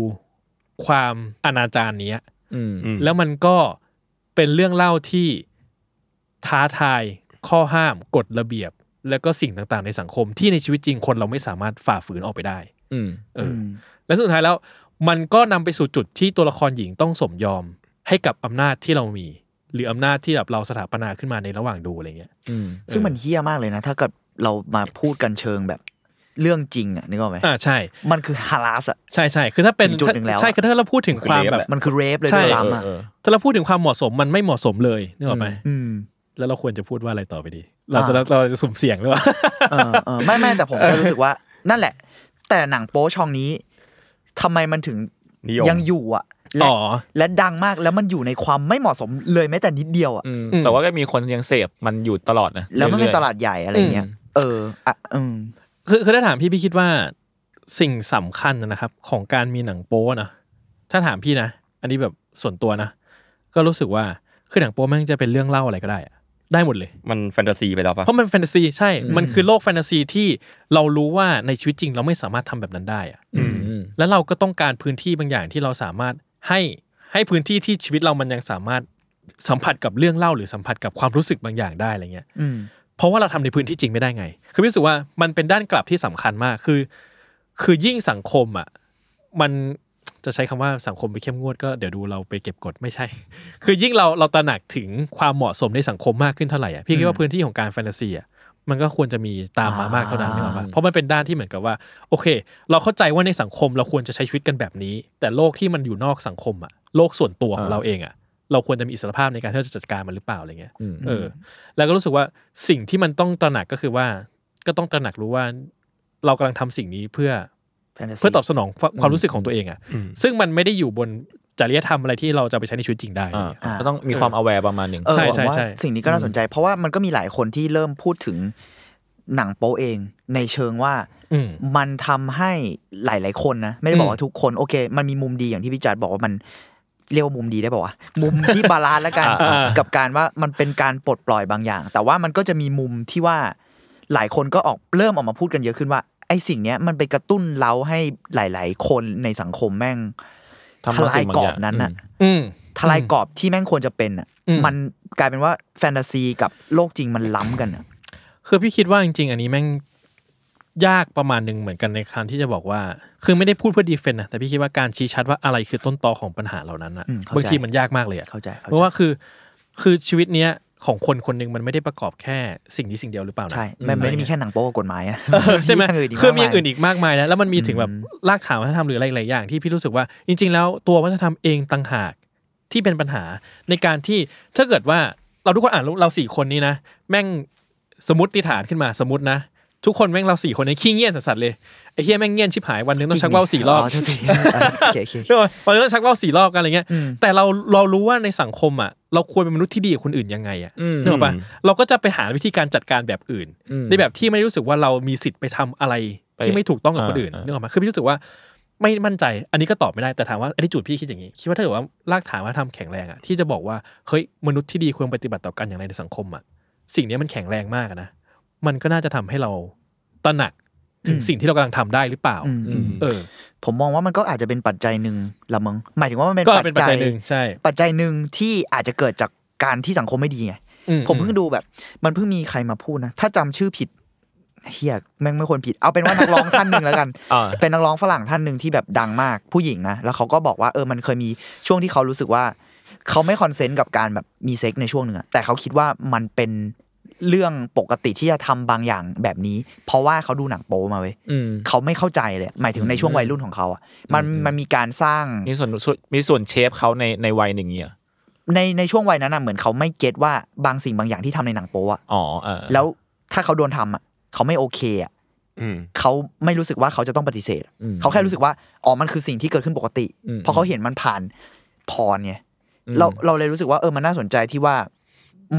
[SPEAKER 4] ความอนาจารเนี้ย
[SPEAKER 3] อืม
[SPEAKER 7] อืม
[SPEAKER 4] แล้วมันก็เป็นเรื่องเล่าที่ท้าทายข้อห้ามกฎระเบียบ แล้วก็สิ่งต่างๆในสังคมที่ในชีวิตจริงคนเราไม่สามารถฝ่าฝืนออกไปได้
[SPEAKER 3] อืม
[SPEAKER 4] เอออ
[SPEAKER 6] ม
[SPEAKER 4] และสุดท้ายแล้วมันก็นำไปสู่จุดที่ตัวละครหญิงต้องสมยอมให้กับอำนาจที่เรามี หรืออำนาจที่แบบเราสถาปนาขึ้นมาในระหว่างดูอะไรเงี้ย
[SPEAKER 3] อืม
[SPEAKER 6] ซึ่งมันเฮี้ยมากเลยนะ ถ้าเกิดเรามาพูดกันเชิงแบบเรื่องจริงอ่ะนึกออกไหม
[SPEAKER 4] อ่าใช่
[SPEAKER 6] มันคือฮาราสอ่ะ
[SPEAKER 4] ใช่ใช่คือถ้าเป็น
[SPEAKER 6] ถึงจุดหนึ่งแล้วอะ
[SPEAKER 4] ใช่คือถ้าเราพูดถึงความแบบ
[SPEAKER 6] มันคือเรฟเลย
[SPEAKER 4] ใช่
[SPEAKER 6] ด้วยซ้ำอ่ะ
[SPEAKER 3] เออ
[SPEAKER 4] ถ้าเราพูดถึงความเหมาะสมมันไม่เหมาะสมเลยนึกออกไหม
[SPEAKER 6] อืม
[SPEAKER 4] แล้วเราควรจะพูดว่าอะไรต่อไปดี เราจะ
[SPEAKER 6] อ่า
[SPEAKER 4] เราจะสุ่มเสี่ยงหรือเปล่า
[SPEAKER 6] เออเออไม่ไม่แต่ผมก็รู้สึกว่า นั่นแหละ แต่หนังโป๊ช่องนี้ทำไมมันถึง
[SPEAKER 7] นิยม
[SPEAKER 6] ยังอยู่อ่ะและ
[SPEAKER 4] อ๋อ
[SPEAKER 6] และดังมากแล้วมันอยู่ในความไม่เหมาะสมเลยแม้แต่นิดเดียวอ่ะ
[SPEAKER 3] อืม แต่ว่าก็มีคนยังเสพมันอยู่ตลอดนะ
[SPEAKER 6] แล้วมันเป็น
[SPEAKER 3] รื่อยๆ
[SPEAKER 6] ตลาดใหญ่อะไรเงี้ยเอออ่ะอืม
[SPEAKER 4] คือคือถ้าถามพี่พี่คิดว่าสิ่งสำคัญนะครับ ของการมีหนังโป๊นะถ้าถามพี่นะ อันนี้แบบส่วนตัวนะ ก็รู้สึกว่าคือหนังโป๊แม่งจะเป็นเรื่องเล่าอะไรก็ได้อะได้หมดเลย
[SPEAKER 7] มันแฟนตาซีไปแล้วปะ
[SPEAKER 4] เพราะมันแฟนตาซีใช่ มันคือโลกแฟนตาซีที่เรารู้ว่าในชีวิตจริงเราไม่สามารถทำแบบนั้นได้อะ
[SPEAKER 3] อืมอืม
[SPEAKER 4] แล้วเราก็ต้องการพื้นที่บางอย่างที่เราสามารถให้ให้พื้นที่ที่ชีวิตเรามันยังสามารถสัมผัสกับเรื่องเล่าหรือสัมผัสกับความรู้สึกบางอย่างได้อะไรเงี้ย
[SPEAKER 6] อืม
[SPEAKER 4] เพราะว่าเราทำในพื้นที่จริงไม่ได้ไง คือพี่รู้สึกว่ามันเป็นด้านกลับที่สำคัญมากคือ คือยิ่งสังคมอ่ะมันจะใช้คำว่าสังคมไปเข้มงวดก็เดี๋ยวดูเราไปเก็บกดไม่ใช่ คือยิ่งเราเราตระหนักถึงความเหมาะสมในสังคมมากขึ้นเท่าไหร่อ่ะพี่คิดว่าพื้นที่ของการแฟนตาซีอ่ะมันก็ควรจะมีตามมา
[SPEAKER 6] อ่าม
[SPEAKER 4] มากเท่านั้นนึกออกปะเพราะมันเป็นด้านที่เหมือนกับว่า โอเค เราเข้าใจว่าในสังคมเราควรจะใช้ชีวิตกันแบบนี้ แต่โลกที่มันอยู่นอกสังคมอ่ะโลกส่วนตัวของเราเองอ่ะเราควรจะมีอิสรภาพในการที่เราจะจัดการมันหรือเปล่าอะไรเงี้ย
[SPEAKER 3] อืม
[SPEAKER 4] เออ แล้วก็รู้สึกว่าสิ่งที่มันต้องตระหนักก็คือว่า ก็ต้องตระหนักรู้ว่า เรากำลังทำสิ่งนี้เพื่อ
[SPEAKER 6] Fantasy
[SPEAKER 4] เพื่อตอบสนองความความรู้สึกของตัวเองอ่ะ ซึ่งมันไม่ได้อยู่บนจริยธรรมอะไรที่เราจะไปใช้ในชีวิตจริงได้อะไร
[SPEAKER 3] อ่า
[SPEAKER 4] เงี้ย
[SPEAKER 6] อ่า
[SPEAKER 3] ก็ต้องมีความ aware ประมาณหนึ่ง
[SPEAKER 6] เออ
[SPEAKER 4] ใช่
[SPEAKER 6] หวังว่า
[SPEAKER 4] ใช่ใช่
[SPEAKER 6] สิ่งนี้ก็น่าสนใจ เพราะว่ามันก็มีหลายคนที่เริ่มพูดถึงหนังโป๊เอง ในเชิงว่า
[SPEAKER 4] อืม
[SPEAKER 6] มันทำให้หลาย ๆ คนนะ ไม่ได้บอ
[SPEAKER 4] อื
[SPEAKER 6] ก
[SPEAKER 4] ม
[SPEAKER 6] ว่าทุกคน โอเค มันมีมุมดีอย่างที่พี่จัดบอกว่ามันเรียกว่ามุมดีได้ป่าวะมุมที่ บาลานซ์แล้วกัน
[SPEAKER 3] อ่าอ่า
[SPEAKER 6] กับการว่ามันเป็นการปลดปล่อยบางอย่าง แต่ว่ามันก็จะมีมุมที่ว่าหลายคนก็ออกเริ่มออกมาพูดกันเยอะขึ้นว่าไอ้สิ่งเนี้ยมันไปกระตุ้นเราให้หลาย ๆ คนในสังคมแม่ง
[SPEAKER 3] ทำ
[SPEAKER 6] ท
[SPEAKER 3] บาง
[SPEAKER 6] ลา
[SPEAKER 3] สิ่
[SPEAKER 6] ย
[SPEAKER 3] งบาง
[SPEAKER 6] กรอย่
[SPEAKER 3] อา
[SPEAKER 6] บ
[SPEAKER 3] ง
[SPEAKER 6] นั้น
[SPEAKER 3] อื
[SPEAKER 6] อะ
[SPEAKER 3] ม
[SPEAKER 4] อืม
[SPEAKER 6] ทลายกรอบที่แม่งควรจะเป็นอ่ะ
[SPEAKER 4] อืม
[SPEAKER 6] มันกลายเป็นว่าแฟนตาซีกับโลกจริงมันล้ำกันอ่ะ
[SPEAKER 4] คือพี่คิดว่าจริง ๆ อันนี้แม่งยากประมาณหนึ่งเหมือนกันในการที่จะบอกว่า คือไม่ได้พูดเพื่อดีเฟนต์นะแต่พี่คิดว่าการชี้ชัดว่าอะไรคือต้นตอของปัญหาเหล่านั้นอะ
[SPEAKER 6] อืมเข้าใจ
[SPEAKER 4] บางทีมันยากมากเลยอะ
[SPEAKER 6] เข้าใจเข้า
[SPEAKER 4] เพราะ
[SPEAKER 6] ใจ
[SPEAKER 4] ว่าคือคือชีวิตเนี้ยของคนคนหนึ่งมันไม่ได้ประกอบแค่สิ่งนี้สิ่งเดียวหรือเปล่านะ
[SPEAKER 6] ใช่ ไม่ไม่ได้มีแค่หนังโป๊กับกฎหมายอ่ะ
[SPEAKER 4] เออใช่ไหม
[SPEAKER 6] ทางก
[SPEAKER 4] คือมีอย่าก
[SPEAKER 6] าง ย
[SPEAKER 4] อื่นอีกมากมายนะแล้วมันมีถึงแบบ
[SPEAKER 6] อืม
[SPEAKER 4] รากฐานวัฒนธรรมหรืออะไรหลายอย่างที่พี่รู้สึกว่า จริง ๆ แล้วตัววัฒนธรรมเองต่างหากที่เป็นปัญหาในการที่ถ้าเกิดว่าเราทุกคนอ่านเราสี่คนนี้นะแม่งสมมติฐานขึ้นมาสมมตินะ ทุกคนแม่งเราสี่คนในยขี้เงียนสัสๆเลยไอ้เฮียแม่งเงียนชิบหายวันหนึงต้องชักว่าวสี่รอบ
[SPEAKER 6] โทษที โอเคโอเค
[SPEAKER 4] เรื่อง ตอนนี้ชักเล่าสี่รอบกันอะไรเงี้ย
[SPEAKER 6] อืม
[SPEAKER 4] แต่เราเรารู้ว่าในสังคมอ่ะ เราควรเป็นมนุษย์ที่ดีกับคนอื่นยังไงอ่ะ
[SPEAKER 3] อืม
[SPEAKER 4] นึกออกปะเราก็จะไปหาวิธีการจัดการแบบอื่น
[SPEAKER 3] อืม
[SPEAKER 4] ในแบบที่ไม่ได้รู้สึกว่าเรามีสิทธิ์ไปทำอะไรที่ไม่ถูกต้องกับคนอื่น
[SPEAKER 3] อ่าอ่า
[SPEAKER 4] นึกออกปะคือพี่รู้สึกว่าไม่มั่นใจ อันนี้ก็ตอบไม่ได้ แต่ถามว่าไอ้ที่จูดพี่คิดอย่างนี้ คิดว่าถ้าเกิดว่ารากฐานว่าทำแข็งแรงอ่ะ ที่จะบอกว่า เฮ้ย มนุษย์ที่ดีควรปฏิบัติต่อกันอย่างไรในสังคมอ่ะ สิ่งเนี้ยมันแข็งแรงมากอะนะ มันก็น่าจะทำให้เราตระหนักถึงสิ่งที่เรากำลังทำได้หรือเปล่า
[SPEAKER 6] อืมอืม
[SPEAKER 4] เออ
[SPEAKER 6] ผมมองว่ามันก็อาจจะเป็นปัจจัยหนึ่งละมั้งหมายถึงว่ามันเป็น
[SPEAKER 4] ก็เป็นปัจจัยหนึ่งใช่
[SPEAKER 6] ปัจจัยหนึ่งที่อาจจะเกิดจากการที่สังคมไม่ดีไง
[SPEAKER 4] อื
[SPEAKER 6] ผมเพิ่งดูแบบ มันเพิ่งมีใครมาพูดนะ ถ้าจำชื่อผิดเฮียแม่งไม่ควรผิด เอาเป็นว่านักร้อง ท่านหนึ่งแล้วกัน
[SPEAKER 3] อ่า
[SPEAKER 6] เป็นนักร้องฝรั่งท่านหนึ่งที่แบบดังมากผู้หญิงนะ แล้วเขาก็บอกว่าเออมันเคยมีช่วงที่เขารู้สึกว่า เขาไม่คอนเซนต์กับการแบบมีเซ็กในช่วงหนึ่งอะแต่เขาคิดว่ามันเป็นเรื่องปกติที่จะทำบางอย่างแบบนี้ เพราะว่าเขาดูหนังโป๊มาเว้ย
[SPEAKER 3] อืม
[SPEAKER 6] เขาไม่เข้าใจเลย หมายถึงในช่วงวัยรุ่นของเขาอะมัน
[SPEAKER 3] อืม
[SPEAKER 6] มันมีการสร้าง
[SPEAKER 3] มีส่วนส่วนมีส่วนเชฟเขาในในวัยหนึ่งเนี่ย
[SPEAKER 6] ในในช่วงวัยนั้นอะเหมือนเขาไม่เก็ตว่าบางสิ่งบางอย่างที่ทำในหนังโป๊อะ
[SPEAKER 3] อ๋อเออ
[SPEAKER 6] แล้วถ้าเขาโดนทำอ่ะเขาไม่โอเคอ่ะ
[SPEAKER 7] อืม
[SPEAKER 6] เขาไม่รู้สึกว่าเขาจะต้องปฏิเสธอะ
[SPEAKER 3] อืม
[SPEAKER 6] เขาแค่รู้สึกว่าอ๋อมันคือสิ่งที่เกิดขึ้นปกติ
[SPEAKER 3] อืม
[SPEAKER 6] เพราะเขาเห็นมันผ่านพรไงเราเราเลยรู้สึกว่าเออมันน่าสนใจที่ว่า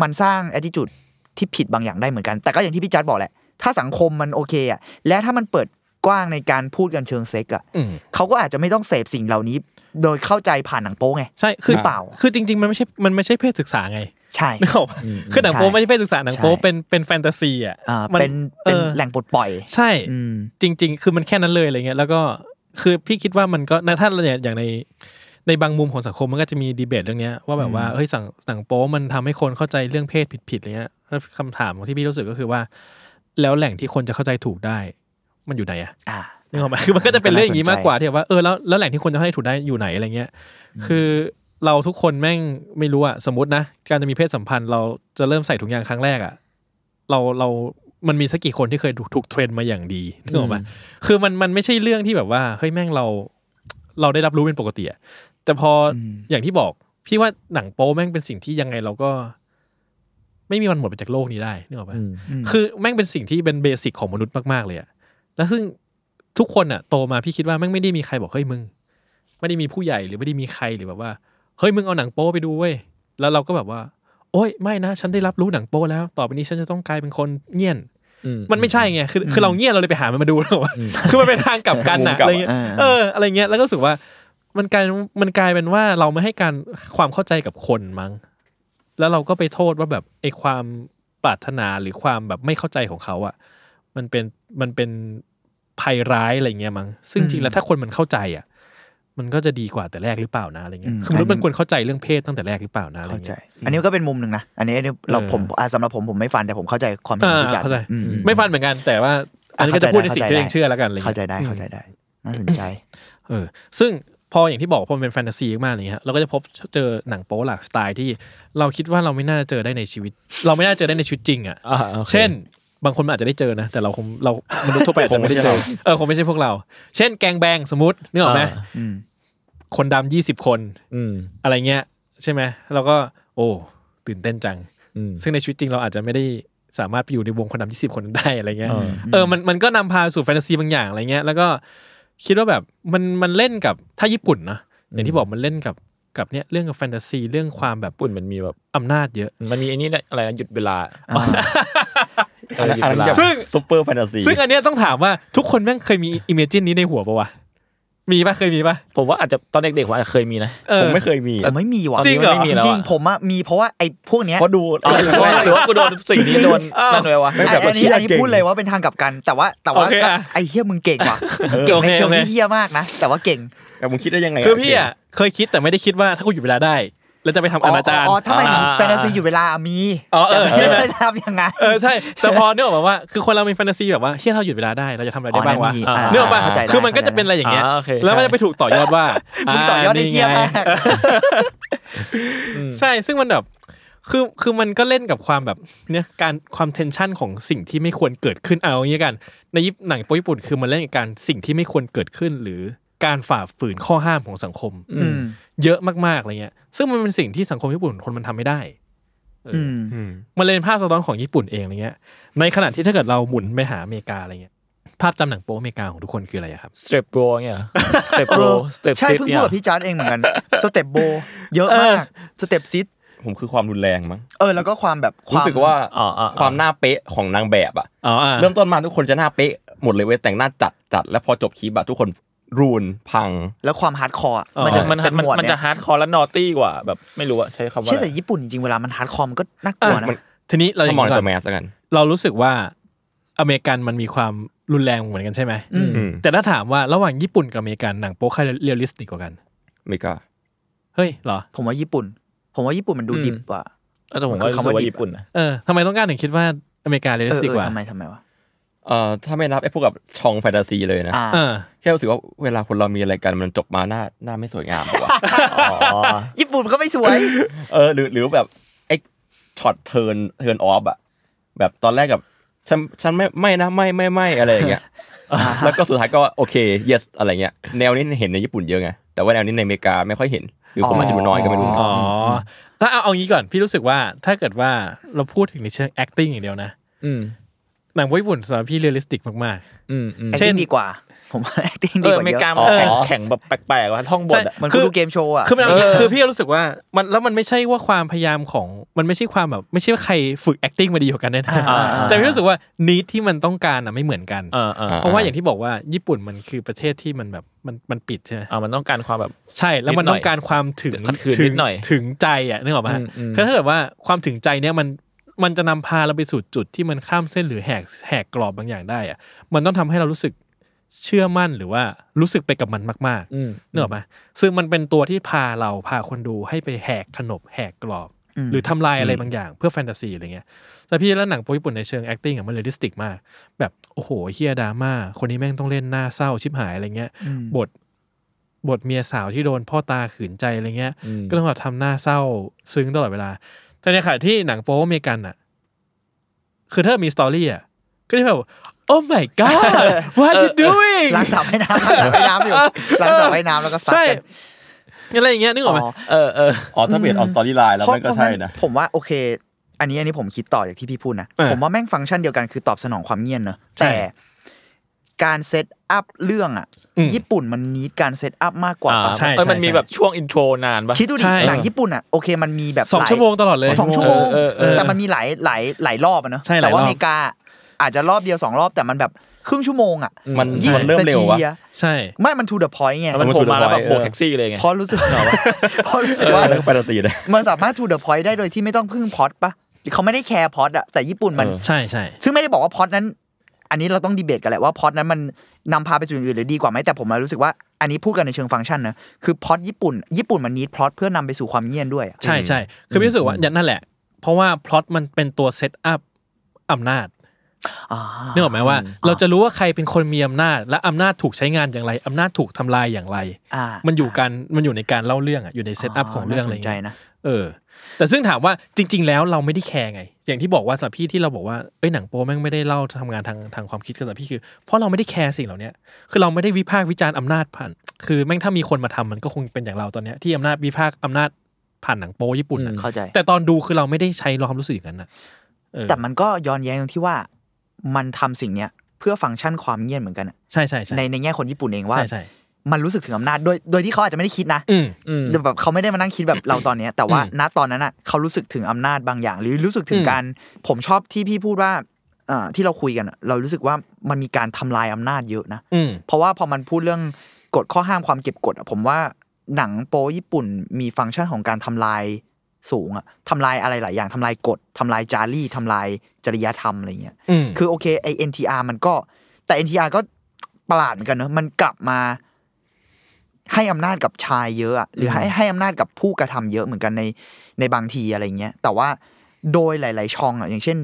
[SPEAKER 6] มันสร้าง a t t i t u d e ที่ผิดบางอย่างได้เหมือนกัน แต่ก็อย่างที่พี่จัดบอกแหละ ถ้าสังคมมันโอเคอ่ะและถ้ามันเปิด กว้างในการพูดกันเชิงเซ็กอะ
[SPEAKER 4] อืม
[SPEAKER 6] เขาก็อาจจะไม่ต้องเสพสิ่งเหล่านี้ โดยเข้าใจผ่านหนังโป๊ไง
[SPEAKER 4] ใช่คือ
[SPEAKER 6] หรือเปล่า
[SPEAKER 4] คือจริง ๆ มันไม่ใช่มันไม่ใช่เพศศึกษาไง
[SPEAKER 6] ใช่
[SPEAKER 4] นึกออกปะ
[SPEAKER 6] อืม
[SPEAKER 4] คือหนังโป๊
[SPEAKER 6] ใช่
[SPEAKER 4] ไม่ใช่เพศศึกษาหนังโป๊
[SPEAKER 6] ใช่
[SPEAKER 4] เป็นเป็นแฟนตาซีอ่ะ
[SPEAKER 6] อ่า
[SPEAKER 4] มัน
[SPEAKER 6] เป็นเป็น
[SPEAKER 4] ออ
[SPEAKER 6] แหล่งปลดปล่อย
[SPEAKER 4] ใช่
[SPEAKER 6] อืม
[SPEAKER 4] จริง ๆ คือมันแค่นั้นเลยอะไรเงี้ยแล้วก็คือพี่คิดว่ามันก็นะถ้าเนี่ยอย่างในในบางมุมของสังคมมันก็จะมีดีเบตเรื่องเนี้ยว่าแบบว่าเฮ้ยสังสังโป๊มันทำให้คนเข้าใจเรื่องเพศผิดๆอะไรเงี้ยแล้วคำถามที่พี่รู้สึกก็คือว่า แล้วแหล่งที่คนจะเข้าใจถูกได้ มันอยู่ไหนอะ
[SPEAKER 6] อ่า
[SPEAKER 4] นึกออกไหมคือมันก็จะเป็นเรื่องอย่างนี้
[SPEAKER 6] น่าส
[SPEAKER 4] มาน ก
[SPEAKER 6] ใจ
[SPEAKER 4] กว่าที่แบบว่าเออแล้วแล้วแหล่งที่คนจะให้ถูกได้อยู่ไหนอะไรเงี้ย คือเราทุกคนแม่งไม่รู้อะสมมตินะ การจะมีเพศสัมพันธ์เราจะเริ่มใส่ถุงยางครั้งแรกอะเราเรามันมีสักกี่คนที่เคยถูกถูกเทรนมาอย่างดีนึกออกไหมคือมันมันไม่ใช่เรื่องที่แบบว่าเฮ้ยแม่งเราเราได้รับรู้เป็นปกติอะแต่พออ
[SPEAKER 6] ม
[SPEAKER 4] อย่างที่บอก พี่ว่าหนังโป๊แม่งเป็นสิ่งที่ยังไงเราก็ ไม่มีวันหมดไปจากโลกนี้ได้นึกออกไหม
[SPEAKER 6] ม
[SPEAKER 4] คือแม่งเป็นสิ่งที่เป็นเบสิกของมนุษย์มาก ๆ เลยอะแล้วซึ่งทุกคนอะโตมาพี่คิดว่าแม่งไม่ได้มีใครบอกเฮ้ยมึง ไม่ได้มีผู้ใหญ่หรือไม่ได้มีใครหรือแบบว่าเฮ้ยมึงเอาหนังโป๊ไปดูเว้ย แล้วเราก็แบบว่า โอ๊ยไม่นะ ฉันได้รับรู้หนังโป๊แล้ว ต่อไปนี้ฉันจะต้องกลายเป็นคนเงียน
[SPEAKER 3] อื
[SPEAKER 4] มันไม่ใช่ไง คือคือเราเงียนเราเลยไปหามันมาดู หรอวะคือมันเป็นทางกลับกันนะ
[SPEAKER 7] มุมกลับ
[SPEAKER 4] อะไรเงี้ย
[SPEAKER 6] อ่า
[SPEAKER 4] เอออะไรเงี้ย แล้วก็รู้สึกว่ามันกลายมันกลายเป็นว่าเราไม่ให้การความเข้าใจกับคนมั้ง แล้วเราก็ไปโทษว่าแบบไอ้ความปรารถนาหรือความแบบไม่เข้าใจของเขาอะมันเป็นมันเป็นภัยร้ายอะไรเงี้ยมั้ง ซึ่งจริงแล้วถ้าคนมันเข้าใจอะมันก็จะดีกว่าแต่แรกหรือเปล่านะอะไรเงี้ย
[SPEAKER 6] อืม
[SPEAKER 4] คือมนุษย์มันควรเข้าใจเรื่องเพศตั้งแต่แรกหรือเปล่านะอะไร
[SPEAKER 6] เข้าใจ
[SPEAKER 4] เงี้ย
[SPEAKER 6] อันนี้ก็เป็นมุมหนึ่งนะ อันนี้อันนี้เรา
[SPEAKER 4] เออ
[SPEAKER 6] ผมอ่าสำหรับผมผมไม่ฟันแต่ผมเข้าใจความเห็น
[SPEAKER 4] อ่า
[SPEAKER 6] ที่จัด
[SPEAKER 4] เข้าใจ
[SPEAKER 6] อือื
[SPEAKER 4] ไม่ฟันเหมือนกัน แต่ว่า อันนี้ก็จะพูดในสิ่งที่ตัวเองเชื่อแล้วกันอะไรเงี้ย
[SPEAKER 6] เข้าใจได้เข้าใจได้ น่าสนใจ
[SPEAKER 4] เออซึ่งพออย่างที่บอกพอมันเป็นแฟนตาซีมากๆอะไรเงี้ยเราก็จะพบเจอหนังโป๊หลากสไตล์ที่เราคิดว่าเราไม่น่าเจอได้ในชีวิต เราไม่น่าเจอได้ในชีวิตจริงอ่ะ
[SPEAKER 3] อ่าโอค
[SPEAKER 4] เช่น บางคนมันอาจจะได้เจอนะ แต่เราคงเรามนุษย์ทั่วไปคงไม่ได้เจอเออคงไม่ใช่พวกเรา เช่น แกงแบงสมมตินึกออกไหม
[SPEAKER 3] อ่า
[SPEAKER 6] อืม
[SPEAKER 4] คนดำยี่สิบคน
[SPEAKER 3] อืม
[SPEAKER 4] อะไรเงี้ยใช่ไหมเราก็โอ้ตื่นเต้นจัง
[SPEAKER 3] อืม
[SPEAKER 4] ซึ่งในชีวิตจริงเราอาจจะไม่ได้สามารถไปอยู่ในวงคนดำที่สิบคนนั้นได้อะไรเงี้ย
[SPEAKER 3] เออ
[SPEAKER 4] เออ มันมันก็นำพาสู่แฟนตาซีบางอย่างอะไรเงี้ย แล้วก็คิดว่าแบบมันมันเล่นกับถ้าญี่ปุ่นนะอย่างที่บอกมันเล่นกับกับเนี้ยเรื่องกับแฟนตาซีเรื่องความแบบ
[SPEAKER 3] ญี่ปุ่นมันมีแบบ
[SPEAKER 4] อำนาจเยอะ
[SPEAKER 3] มันมีไอ้นี่ด้วยอะไรนะหยุดเวลา
[SPEAKER 6] อ่า
[SPEAKER 3] เออหยุด
[SPEAKER 7] อัน
[SPEAKER 3] เว
[SPEAKER 7] นั้น
[SPEAKER 3] ลา
[SPEAKER 7] แบบ
[SPEAKER 4] ซึ่ง
[SPEAKER 7] ซูเปอร์แฟนตาซี
[SPEAKER 4] ซึ่งอันเนี้ยต้องถามว่าทุกคนแม่งเคยมีอิมเมจินนี้ในหัวปะวะ มีปะเคยมีปะ
[SPEAKER 3] ผมว่าอาจจะตอนเด็กๆผมอาจจะเคยมีนะ
[SPEAKER 4] ออ
[SPEAKER 7] ผมไม่เคยมี
[SPEAKER 6] แต่ไม่มีว่ะ
[SPEAKER 3] จริงเหรอ
[SPEAKER 6] ไม่มีแล้วะจริงๆผมอะมีเพราะว่าไอ้พวกเนี้ย
[SPEAKER 7] เพราะดู
[SPEAKER 3] หรือว่าหรือว่ากูโดนสิ่งนี้โดนนั่นไว้วะ
[SPEAKER 7] ไม่
[SPEAKER 6] อัน
[SPEAKER 7] แบบ
[SPEAKER 6] อันนี้
[SPEAKER 7] เชื่อ
[SPEAKER 6] อันนี้
[SPEAKER 7] เก่ง
[SPEAKER 6] พูดเลยว่าเป็นทางกลับกัน แต่ว่าแต่ว่า
[SPEAKER 4] โอเค
[SPEAKER 6] ก็
[SPEAKER 4] อะ
[SPEAKER 6] ไอ้เฮี้ยมึงเก่งว่ะเก่งใน
[SPEAKER 4] โอเค
[SPEAKER 6] เชิง
[SPEAKER 4] โอเค
[SPEAKER 6] ที่เฮี้ยมากนะ แต่ว่าเก่ง
[SPEAKER 7] แต่มึงคิดได้ยังไงะ
[SPEAKER 4] คือพี่อ่ะเคยคิดแต่ไม่ได้คิดว่าถ้ากูหยุดเวลาได้ แล้วจะไปทำอนาจาร
[SPEAKER 6] อ๋อถ้าไม่
[SPEAKER 4] อ่
[SPEAKER 6] แฟนตาซีอยู่เวลามี
[SPEAKER 4] อ๋อเออ
[SPEAKER 6] แต่ไม่ได้ทำยังไง
[SPEAKER 4] เออใช่ แต่พอเนื้อออกมาว่าคือคนเรามีแฟนตาซีแบบว่าเฮียเราหยุดเวลาได้เราจะทำอะไรได้บ้างวะ
[SPEAKER 6] อ๋อนั่นมีอ่า
[SPEAKER 4] เนื้อออกมา
[SPEAKER 6] เข้าใจได้
[SPEAKER 4] คือมันก็จะเป็นอะไรอย่างเงี้ย
[SPEAKER 3] อ่าโอเคใช่
[SPEAKER 4] แล้วมันจะไปถูกต่อยอดว่า
[SPEAKER 6] มึงต่อยอดได้เหี้ยมาก
[SPEAKER 4] อ่นี่ไง ใช่ซึ่งมันแบบคือคือมันก็เล่นกับความแบบเนี่ยการความเทนชันของสิ่งที่ไม่ควรเกิดขึ้นเอาอย่างนี้กัน ในญี่ปุ่นหนังโป๊ญี่ปุ่นคือมันเล่นกับการสิ่งที่ไม่ควรเกิดขึ้น หรือการฝ่าฝืนข้อห้ามของสังคม
[SPEAKER 6] อืม
[SPEAKER 4] เยอะมากๆอะไรเงี้ย ซึ่งมันเป็นสิ่งที่สังคมญี่ปุ่นคนมันทำไม่ได้
[SPEAKER 6] อืม
[SPEAKER 7] อืม
[SPEAKER 4] มันเลยเป็นภาพสะท้อนของญี่ปุ่นเองอะไรเงี้ย ในขณะที่ถ้าเกิดเราหมุนไปหาอเมริกาอะไรเงี้ย ภาพจำหนังโป๊อเมริกาของทุกคนคืออะไรอะครับ
[SPEAKER 3] สเตปโบรเนี่ยสเตปโบรสเตป
[SPEAKER 6] ใช่
[SPEAKER 3] ซิต
[SPEAKER 6] เพิ่ง
[SPEAKER 3] เนี่
[SPEAKER 6] พู
[SPEAKER 3] ย
[SPEAKER 6] ดกับพี่จาร์ดเองเหมือนกันสเต็ปโบเยอะมากสเต็ปซิด
[SPEAKER 7] ผมคือความรุนแรงมั้ง
[SPEAKER 6] เออแล้วก็ความแบบค
[SPEAKER 7] รู้
[SPEAKER 6] วาม
[SPEAKER 7] สึกว่า
[SPEAKER 3] อ๋ออ๋อ
[SPEAKER 7] ค
[SPEAKER 3] อ๋อ
[SPEAKER 7] วามหน้าเป๊ะของนางแบบอ่ะ
[SPEAKER 4] อ๋ออ่า
[SPEAKER 7] เริ่มต้นมาทุกคนจะหน้าเป๊ะหมดเลยเว้ยแต่งหน้าจัดจัดแล้วพอจบคลิปอะทุกคนรูนพัง
[SPEAKER 6] แล้วความฮาร์ดคอร์อะมันจะ
[SPEAKER 3] มัน
[SPEAKER 6] เป็น
[SPEAKER 3] มั
[SPEAKER 6] ห
[SPEAKER 3] น
[SPEAKER 6] มวด
[SPEAKER 3] มัน
[SPEAKER 6] เนี่
[SPEAKER 3] จะ
[SPEAKER 6] ย
[SPEAKER 3] ฮาร์ดคอร์และนอตตี้กว่า แบบไม่รู้อะใช้คำว่า
[SPEAKER 6] เชื่อ
[SPEAKER 3] อะไร
[SPEAKER 6] แต่ญี่ปุ่นจริงๆเวลามันฮาร์ดคอร์มันก็น่ากลัวนะ
[SPEAKER 4] ทีนี้เราอ
[SPEAKER 7] ถ้า
[SPEAKER 4] ย่าง
[SPEAKER 7] มอง
[SPEAKER 4] นี้
[SPEAKER 7] ใน
[SPEAKER 4] ก่อ
[SPEAKER 7] ตัวน แมสแล้วกัน
[SPEAKER 4] เรารู้สึกว่าอเมริกันมันมีความรุนแรงเหมือนกันใช่ไหม
[SPEAKER 6] อืม
[SPEAKER 7] อืม
[SPEAKER 4] แต่ถ้าถามว่าระหว่างญี่ปุ่นกับอเมริกันหนังโป๊ใครเรียลลิสติกกว่ากัน
[SPEAKER 7] อเมริกา
[SPEAKER 4] เฮ้ยเหรอ
[SPEAKER 6] ผมว่าญี่ปุ่น ผมว่าญี่ปุ่นมันดู
[SPEAKER 3] อืม
[SPEAKER 6] ดิบกว่า
[SPEAKER 3] แล้วแต่ผมก็
[SPEAKER 6] คือ
[SPEAKER 3] รู้
[SPEAKER 6] คำ
[SPEAKER 3] สึ
[SPEAKER 6] ว่าก
[SPEAKER 3] ว่า
[SPEAKER 6] ดิบ
[SPEAKER 3] ญี่ปุ่นนะ
[SPEAKER 4] เออทำไมต้องการถึงคิดว่าอเมริกาเรียล
[SPEAKER 6] เอ
[SPEAKER 4] ลิ
[SPEAKER 6] อ
[SPEAKER 4] สติก
[SPEAKER 6] เอก อ
[SPEAKER 4] ว่า
[SPEAKER 6] ทำไมทำไมวะ
[SPEAKER 7] เอ่อถ้าไม่นับไอ้พวกกับชองแฟนตาซีเลยนะ
[SPEAKER 6] อ่า
[SPEAKER 4] เออ
[SPEAKER 7] แค่รู้สึกว่าเวลาคนเรามีอะไรกันมันจบมาหน้าหน้าไม่สวยงามกว่า
[SPEAKER 6] ญี่ปุ่นก็ไม่สวย
[SPEAKER 7] เออหรือหรือแบบไอ้ช็อตเทิร์นเทิร์นออฟอะแบบตอนแรกกับฉันฉันไม่ไม่นะไม่ไม่ไม่อะไรอย่างเงี้ยแล้วก็สุดท้ายก็โอเค yes อะไรเงี้ยแนวนี้เห็นในญี่ปุ่นเยอะไงแต่ว่าแนวนี้ในอเมริกาไม่ค่อยเห็น หรือผมอาจจะดูน้อยก็ไม่รู้
[SPEAKER 4] อ๋ออแล้วเอาเอางี้ก่อนพี่รู้สึกว่าถ้าเกิดว่าเราพูดถึงในเชิง acting อย่างเดียวนะ
[SPEAKER 3] อืม
[SPEAKER 4] หนังโป๊ญี่ปุ่นสำหรับพี่เรียลลิสติกมากๆ
[SPEAKER 3] อืมอืม
[SPEAKER 6] เช่นดีกว่า ผมว่า acting
[SPEAKER 3] เอ
[SPEAKER 6] ดี
[SPEAKER 3] อก อ
[SPEAKER 6] ว่า
[SPEAKER 3] เม
[SPEAKER 6] เย
[SPEAKER 3] ริ
[SPEAKER 6] อะ
[SPEAKER 3] กามันแข็งแข็งแบบแปลกๆว่ะท่องบทอะ
[SPEAKER 6] มันคือดูเกมโชว์อ่ะ
[SPEAKER 4] คือมัน
[SPEAKER 3] เออ
[SPEAKER 4] คือพี่รู้สึกว่ามันแล้วมันไม่ใช่ว่าความพยายามของมันไม่ใช่ความแบบ ไม่ใช่ว่าใครฝึก acting มาดีกว่ากันแน่
[SPEAKER 3] อ่า
[SPEAKER 4] ๆแต่พี่รู้สึกว่านิดที่มันต้องการอ่ะไม่เหมือนกัน
[SPEAKER 3] เออเออ
[SPEAKER 7] อ่า
[SPEAKER 4] เพราะว่าอย่างที่บอกว่าญี่ปุ่นมันคือประเทศที่มันแบบมันมันปิดใช่ไหม
[SPEAKER 3] อ่ามันต้องการความแบบ
[SPEAKER 4] ใช่แล้วมันต้องการความถึง
[SPEAKER 3] ขัดขืน
[SPEAKER 4] ถึ
[SPEAKER 3] นิ
[SPEAKER 4] ง
[SPEAKER 3] ดหน่อย
[SPEAKER 4] ถึงใจอ่ะนึกออกปะ
[SPEAKER 3] อืมอืม
[SPEAKER 4] คือถ้าเกิดว่าความถึงใจเนี่ยมันมันจะนำพาเราไปสู่จุดที่มันข้ามเส้นหรือแหกแหกกรอบบางอย่างได้อ่ะมันต้องทำให้เรารู้สึกเชื่อมั่นหรือว่ารู้สึกไปกับมันมากๆ
[SPEAKER 3] อืม
[SPEAKER 4] เนกอะปะซึ่งมันเป็นตัวที่พาเราพาคนดูให้ไปแหกขนบแหกกรอบ หรือทำลายอะไรบางอย่างเพื่อแฟนตาซีอะไรเงี้ย แต่พี่แล้วหนังโปญี่ปุ่นในเชิง acting อะมันเรียลลิสติกมาก แบบโอ้โหเฮียดราม่า คนนี้แม่งต้องเล่นหน้าเศร้าชิบหายอะไรเงี้ย บทบทเมียสาวที่โดนพ่อตาขืนใจอะไรเงี้ย
[SPEAKER 3] อืม
[SPEAKER 4] ก็ต้องแบบทำหน้าเศร้าซึ้งตลอดเวลา แต่ในขณะที่หนังโป๊อเมริกันอ่ะ คือถ้ามีสตอรี่อ่ะ ก็จะแบบ oh my god what you doing
[SPEAKER 6] ล้างสระว่ายน้ำล้างสระว่ายน้ำอยู่ล้างสระว่ายน้ำแล้วก็ซัด
[SPEAKER 4] ใช่
[SPEAKER 6] กัน
[SPEAKER 4] อะไรอย่างเงี้ยนึกออกไหม
[SPEAKER 6] อ๋อ
[SPEAKER 3] เออเออ
[SPEAKER 7] อ๋อถ้าเปลี่ยนออสตอรี่ไลน์แล้ว
[SPEAKER 6] เพราะ
[SPEAKER 7] มันก็ใช่นะ
[SPEAKER 6] เพรางั้ผมว่าโอเค อันนี้อันนี้ผมคิดต่อจากที่พี่พูดนะ
[SPEAKER 4] เออ
[SPEAKER 6] ผมว่าแม่งฟังก์ชันเดียวกันคือตอบสนองความเงียบเนอะ
[SPEAKER 4] ใช่
[SPEAKER 6] แต่การเซตอัพเรื่องอ่ะ
[SPEAKER 4] อืม
[SPEAKER 6] ญี่ปุ่นมันนีดการเซตอัพมากกว่า
[SPEAKER 3] อ่า
[SPEAKER 6] ปะ
[SPEAKER 4] ใช่
[SPEAKER 3] เออมันมีแบบช่วงอินโทรนานปะ
[SPEAKER 6] คิดดูดิ
[SPEAKER 4] ใช่
[SPEAKER 6] หนังญี่ปุ่นอ่ะโอเคมันมีแบบ
[SPEAKER 4] สอง
[SPEAKER 6] หลาย
[SPEAKER 4] ชั่วโมงตลอดเลย
[SPEAKER 6] สองชั่วโมง
[SPEAKER 3] เออเออเออ
[SPEAKER 6] แต่มันมีหลายหลายหลายรอบอะเนอะ
[SPEAKER 4] ใช่หลายรอบ
[SPEAKER 6] แต่ว่าอเมริกาอาจจะรอบเดียวสองรอบแต่มันแบบครึ่งชั่วโมงอ่ะ
[SPEAKER 7] มัน
[SPEAKER 6] ยี่
[SPEAKER 7] มั
[SPEAKER 6] สิ
[SPEAKER 7] น
[SPEAKER 6] บ
[SPEAKER 7] เริ่ม
[SPEAKER 6] นา
[SPEAKER 7] เร็ว
[SPEAKER 6] ที
[SPEAKER 7] วะ
[SPEAKER 6] อะ
[SPEAKER 4] ใช่
[SPEAKER 6] ไม่มันทูเดอะพอยต์ไง
[SPEAKER 3] แล้วมันโผล่มาแล้วแบบโบกแท็กซี่เลยไง
[SPEAKER 6] เพราะรู้ สึกเพราะรู้สึกว่า
[SPEAKER 7] เรื่องแฟนตาซีนะ
[SPEAKER 6] มันสามารถทูเดอะพอยต์ได้โดยที่ไม่ต้องพึ่งพล็อดปะเขาไม่ได้แคร์พล็อดอะแต่ญี่ปุ่นมัน
[SPEAKER 4] ใช่ใช่
[SPEAKER 6] ซึ่งไม่ได้บอกว่าพล็อดนั้น อันนี้เราต้องดีเบตกันแหละว่าพล็อดนั้นมันนำพาไปสู่อย่างอื่นหรือดีกว่าไหมแต่ผมมารู้สึกว่าอันนี้พูดกันในเชิงฟังก์ชันนะคือพล็อดญี่ปุ่น ญี่ปุ่นมันนิดพล็อดเพื่อนำไปสู่ความเงียนด้วยอะ
[SPEAKER 4] ใช่ใช่คือพี่รู้สึกว่าอย่างนั่นแหละ เพราะว่าพล็อตมันเป็นตัวเซตอัพอำนาจ
[SPEAKER 6] อ่า
[SPEAKER 4] นึกออกไหมว่า เราจะรู้ว่าใครเป็นคนมีอำนาจ และอำนาจถูกใช้งานอย่างไรอำนาจถูกทำลายอย่างไร
[SPEAKER 6] อ่า
[SPEAKER 4] มันอยู่การมันอยู่ในการเล่าเรื่องอะอยู่ในเซตอัพของเรื่องอะไร
[SPEAKER 6] น่าสนใจ
[SPEAKER 4] เงี้ย
[SPEAKER 6] นะ
[SPEAKER 4] เออ แต่ซึ่งถามว่าจริง ๆ แล้วเราไม่ได้แคร์ไง อย่างที่บอกว่าสำหรับพี่ที่เราบอกว่าเอ้ยหนังโป๊แม่งไม่ได้เล่าทำงานทางทางความคิดกับสำหรับพี่คือเพราะเราไม่ได้แคร์สิ่งเหล่าเนี้ย คือเราไม่ได้วิพากษ์วิจารณ์อำนาจผ่าน คือแม่งถ้ามีคนมาทำมันก็คงเป็นอย่างเราตอนเนี้ยที่อำนาจวิพากษ์อำนาจผ่านหนังโป๊ญี่ปุ่นน่ะ
[SPEAKER 6] เข้าใจ
[SPEAKER 4] แต่ตอนดูคือเราไม่ได้ใช้ความรู้สึกอย่างนั้นน่ะเออ
[SPEAKER 6] แต่มันก็ย้อนแย้งตรงที่ว่ามันทำสิ่งเนี้ยเพื่อฟังก์ชันความเงียนเหมือนกันอะ
[SPEAKER 4] ใช่ใช่ใช่
[SPEAKER 6] ในในแง่คนญี่ปุ่นเองว่า
[SPEAKER 4] ใช่ใช่
[SPEAKER 6] มันรู้สึกถึงอำนาจโดยโดยที่เขาอาจจะไม่ได้คิดนะ
[SPEAKER 4] อืม
[SPEAKER 3] อืม
[SPEAKER 6] แบบเขาไม่ได้มานั่งคิดแบบเราตอนเนี้ยแต่ว่า
[SPEAKER 4] อืม
[SPEAKER 6] ณตอนนั้นอ่ะเขารู้สึกถึงอำนาจบางอย่าง หรือรู้สึกถึง
[SPEAKER 4] อืม
[SPEAKER 6] การผมชอบที่พี่พูดว่าเอ่อที่เราคุยกันอะเรารู้สึกว่ามันมีการทำลายอำนาจเยอะนะ
[SPEAKER 4] อืม
[SPEAKER 6] เพราะว่าพอมันพูดเรื่องกฎข้อห้ามความเก็บกฎอะผมว่าหนังโป๊ญี่ปุ่นมีฟังก์ชันของการทำลายสูงอะทำลายอะไรหลายอย่างทำลายกฎทำลายจารีตทำลายจริยธรรมอะไรเงี้ย
[SPEAKER 4] อืม
[SPEAKER 6] คือโอเคไอ NTR มันก็แต่ NTR ก็ประหลาดเหมือนกันเนอะมันกลับมา ให้อำนาจกับชายเยอะอะหรือให้ให้อำนาจกับผู้กระทำเยอะเหมือนกันในในบางทีอะไรเงี้ยแต่ว่าโดยหลาย ๆ ช่องอะอย่างเช่น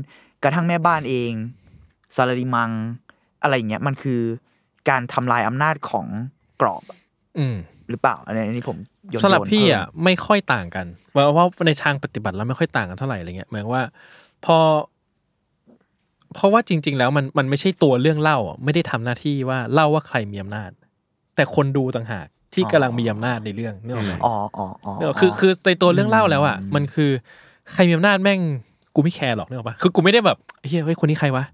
[SPEAKER 6] กระทั่งแม่บ้านเองซาลาริมัง อะไรเงี้ยมันคือการทำลายอำนาจของกรอบ
[SPEAKER 4] อืม
[SPEAKER 6] หรือเปล่าอันนี้อันนี้ผมโยน
[SPEAKER 4] สำหรับ
[SPEAKER 6] โยน
[SPEAKER 4] พี่
[SPEAKER 6] เพิ่ม
[SPEAKER 4] อ่ะไม่ค่อยต่างกันเพราะว่าในทางปฏิบัติแล้วไม่ค่อยต่างกันเท่าไหร่อะไรเงี้ยหมายความว่าพอ เพราะว่าจริง ๆ แล้วมันมันไม่ใช่ตัวเรื่องเล่าอ่ะไม่ได้ทำหน้าที่ว่าเล่าว่าใครมีอำนาจ แต่คนดูต่างหากที่
[SPEAKER 6] อ๋อ
[SPEAKER 4] กำลังมีอำนาจในเรื่องนี่หรอกไหม
[SPEAKER 6] อ๋ออ๋ออ๋อ
[SPEAKER 4] นึกออกคือคือในตัวเรื่องเล่าแล้วอ่ะมันคือใครมีอำนาจแม่งกูไม่แคร์หรอกนึกออกปะคือกูไม่ได้แบบเฮ้ยเฮ้ยคนนี้ใครวะ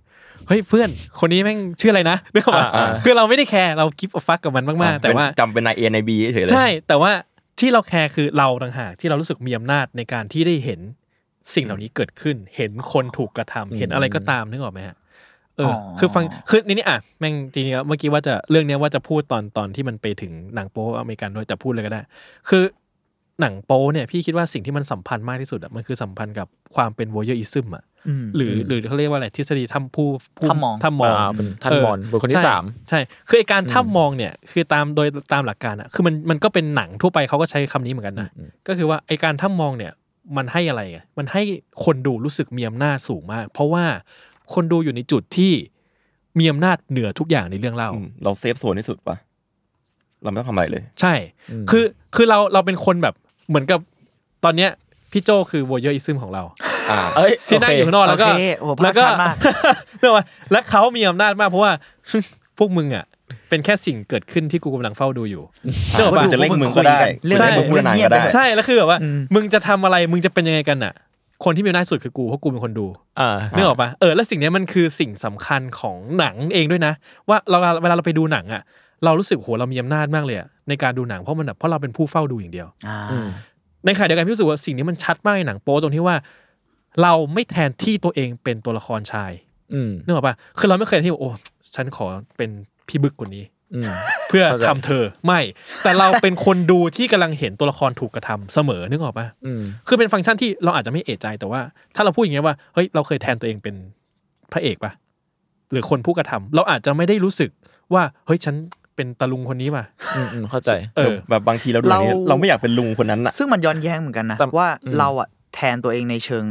[SPEAKER 4] เฮ้ยเพื่อนคนนี้แม่งชื่ออะไรนะนึกออกปะ
[SPEAKER 3] อ่าอ่า
[SPEAKER 4] คือเราไม่ได้แคร์เรากิฟต์ฟักกับมันมากๆ แต่ว่า
[SPEAKER 7] เป็นจำเป็นนายเอนายบีเฉยๆเลย
[SPEAKER 4] ใช่แต่ว่าที่เราแคร์คือเราต่างหากที่เรารู้สึกมีอำนาจในการที่ได้เห็นสิ่งเหล่านี้เกิดขึ้น เห็นคนถูกกระทำเห็นอะไรก็ตามนึกออกไหมฮะเอออคือฟังคือนี่นี่อ่ะแม่งจริงๆแล้วเมื่อกี้ว่าจะเรื่องเนี้ยว่าจะพูดตอนตอนที่มันไปถึงหนังโป๊อเมริกันด้วยแต่พูดเลยก็ได้ คือหนังโป๊เนี่ยพี่คิดว่าสิ่งที่มันสัมพันธ์มากที่สุดอ่ะมันคือสัมพันธ์กับความเป็นวอเยอร์อิซึมอ่ะ
[SPEAKER 6] ม
[SPEAKER 4] หรือหรือเขาเรียกว่าอะไรทฤษฎีถ้ำผู้ผู้
[SPEAKER 6] ถ้ำมอง
[SPEAKER 4] ถ้ำมอง
[SPEAKER 3] อ่าเป็นท่าน
[SPEAKER 4] เ
[SPEAKER 3] มอนบุคคลที่
[SPEAKER 4] ใช่
[SPEAKER 3] สาม
[SPEAKER 4] ใช่คือไอการถ้ามองเนี่ยคือตามโดยตามหลักการอะคือมันมันก็เป็นหนังทั่วไปเขาก็ใช้คำนี้เหมือนกันนะก็คือว่าไอการถ้ามองเนี่ยมันให้อะไรไงมันให้คนดูรู้สึกมีอำนาจสูงมาก เพราะว่าคนดูอยู่ในจุดที่มีอำนาจเหนือทุกอย่างในเรื่องเล่า
[SPEAKER 7] อืมเราเซฟโซนที่สุดปะเราไม่ต้องทำอะไรเลย
[SPEAKER 4] ใช่ คือ คือเรา เราเป็นคนแบบ เหมือนกับ ตอนเนี้ย พี่โจคือวอเยอร์อิซึม ของเรา
[SPEAKER 3] เอ้ย
[SPEAKER 4] ที่นั่ง
[SPEAKER 3] โอเค
[SPEAKER 4] อยู่ข้างนอกแล้วก็
[SPEAKER 6] โอเคโอ้โหภาพ
[SPEAKER 4] แล้วก็
[SPEAKER 6] ชัดมาก
[SPEAKER 4] เรียกว่าและเขามีอำนาจมากเพราะ ว่า พวกมึงอ่ะ เป็นแค่สิ่งเกิดขึ้นที่กูกำลังเฝ้าดูอยู่เชื่อป่ะ
[SPEAKER 7] จะเล่นมึงก็ได้
[SPEAKER 6] เรื่อง
[SPEAKER 4] ใช่
[SPEAKER 7] จะเล่นมึงบูรณาก็ได้
[SPEAKER 4] ใช่ แล้วคือแบบว่า
[SPEAKER 6] อืม
[SPEAKER 4] มึงจะทำอะไร มึงจะเป็นยังไงกันอ่ะ คนที่มีหน้าที่สุดคือกูเพราะกูเป็นคนดู
[SPEAKER 3] อ่า
[SPEAKER 4] นึกออกปะเออแล้วสิ่งเนี้ยมันคือสิ่งสำคัญของหนังเองด้วยนะ ว่าเราเวลาเราไปดูหนังอ่ะ เรารู้สึกโหเรามีอำนาจมากเลยอะในการดูหนังเพราะมันแบบเพราะเราเป็นผู้เฝ้าดูอย่างเดียว
[SPEAKER 6] อ่า
[SPEAKER 4] ในขณะเดียวกันพี่รู้สึกว่าสิ่งนี้มันชัดมากในหนังโป๊ตรงที่ว่า เราไม่แทนที่ตัวเองเป็นตัวละครชาย
[SPEAKER 3] อืม
[SPEAKER 4] นึกออกปะคือเราไม่เคยที่ว่าโอ้ฉันขอเป็นพี่บึกคนนี้
[SPEAKER 3] อืม
[SPEAKER 4] เพื่อ
[SPEAKER 3] เข้าใจ
[SPEAKER 4] ทำเธอไม่ แต่เราเป็นคนดูที่กำลังเห็นตัวละครถูกกระทำเสมอนึกออกปะ
[SPEAKER 3] อืม
[SPEAKER 4] คือเป็นฟังก์ชันที่เราอาจจะไม่เอะใจแต่ว่า ถ้าเราพูดอย่างเงี้ยว่าเฮ้ยเราเคยแทนตัวเองเป็นพระเอกปะหรือคนผู้กระทำเราอาจจะไม่ได้รู้สึกว่าเฮ้ยฉันเป็นตะลุงคนนี้ปะ
[SPEAKER 3] อืมอืมเข้าใจ
[SPEAKER 4] เออ
[SPEAKER 7] แบบบางทีเราดู
[SPEAKER 6] เรา
[SPEAKER 7] เนี่ยเราไม่อยากเป็นลุงคนนั้นอะ
[SPEAKER 6] ซึ่งมันย้อนแย้งเหมือนกันนะ
[SPEAKER 3] แต่
[SPEAKER 6] ว่า
[SPEAKER 3] อืม
[SPEAKER 6] เราอะแทนตัวเองในเชิง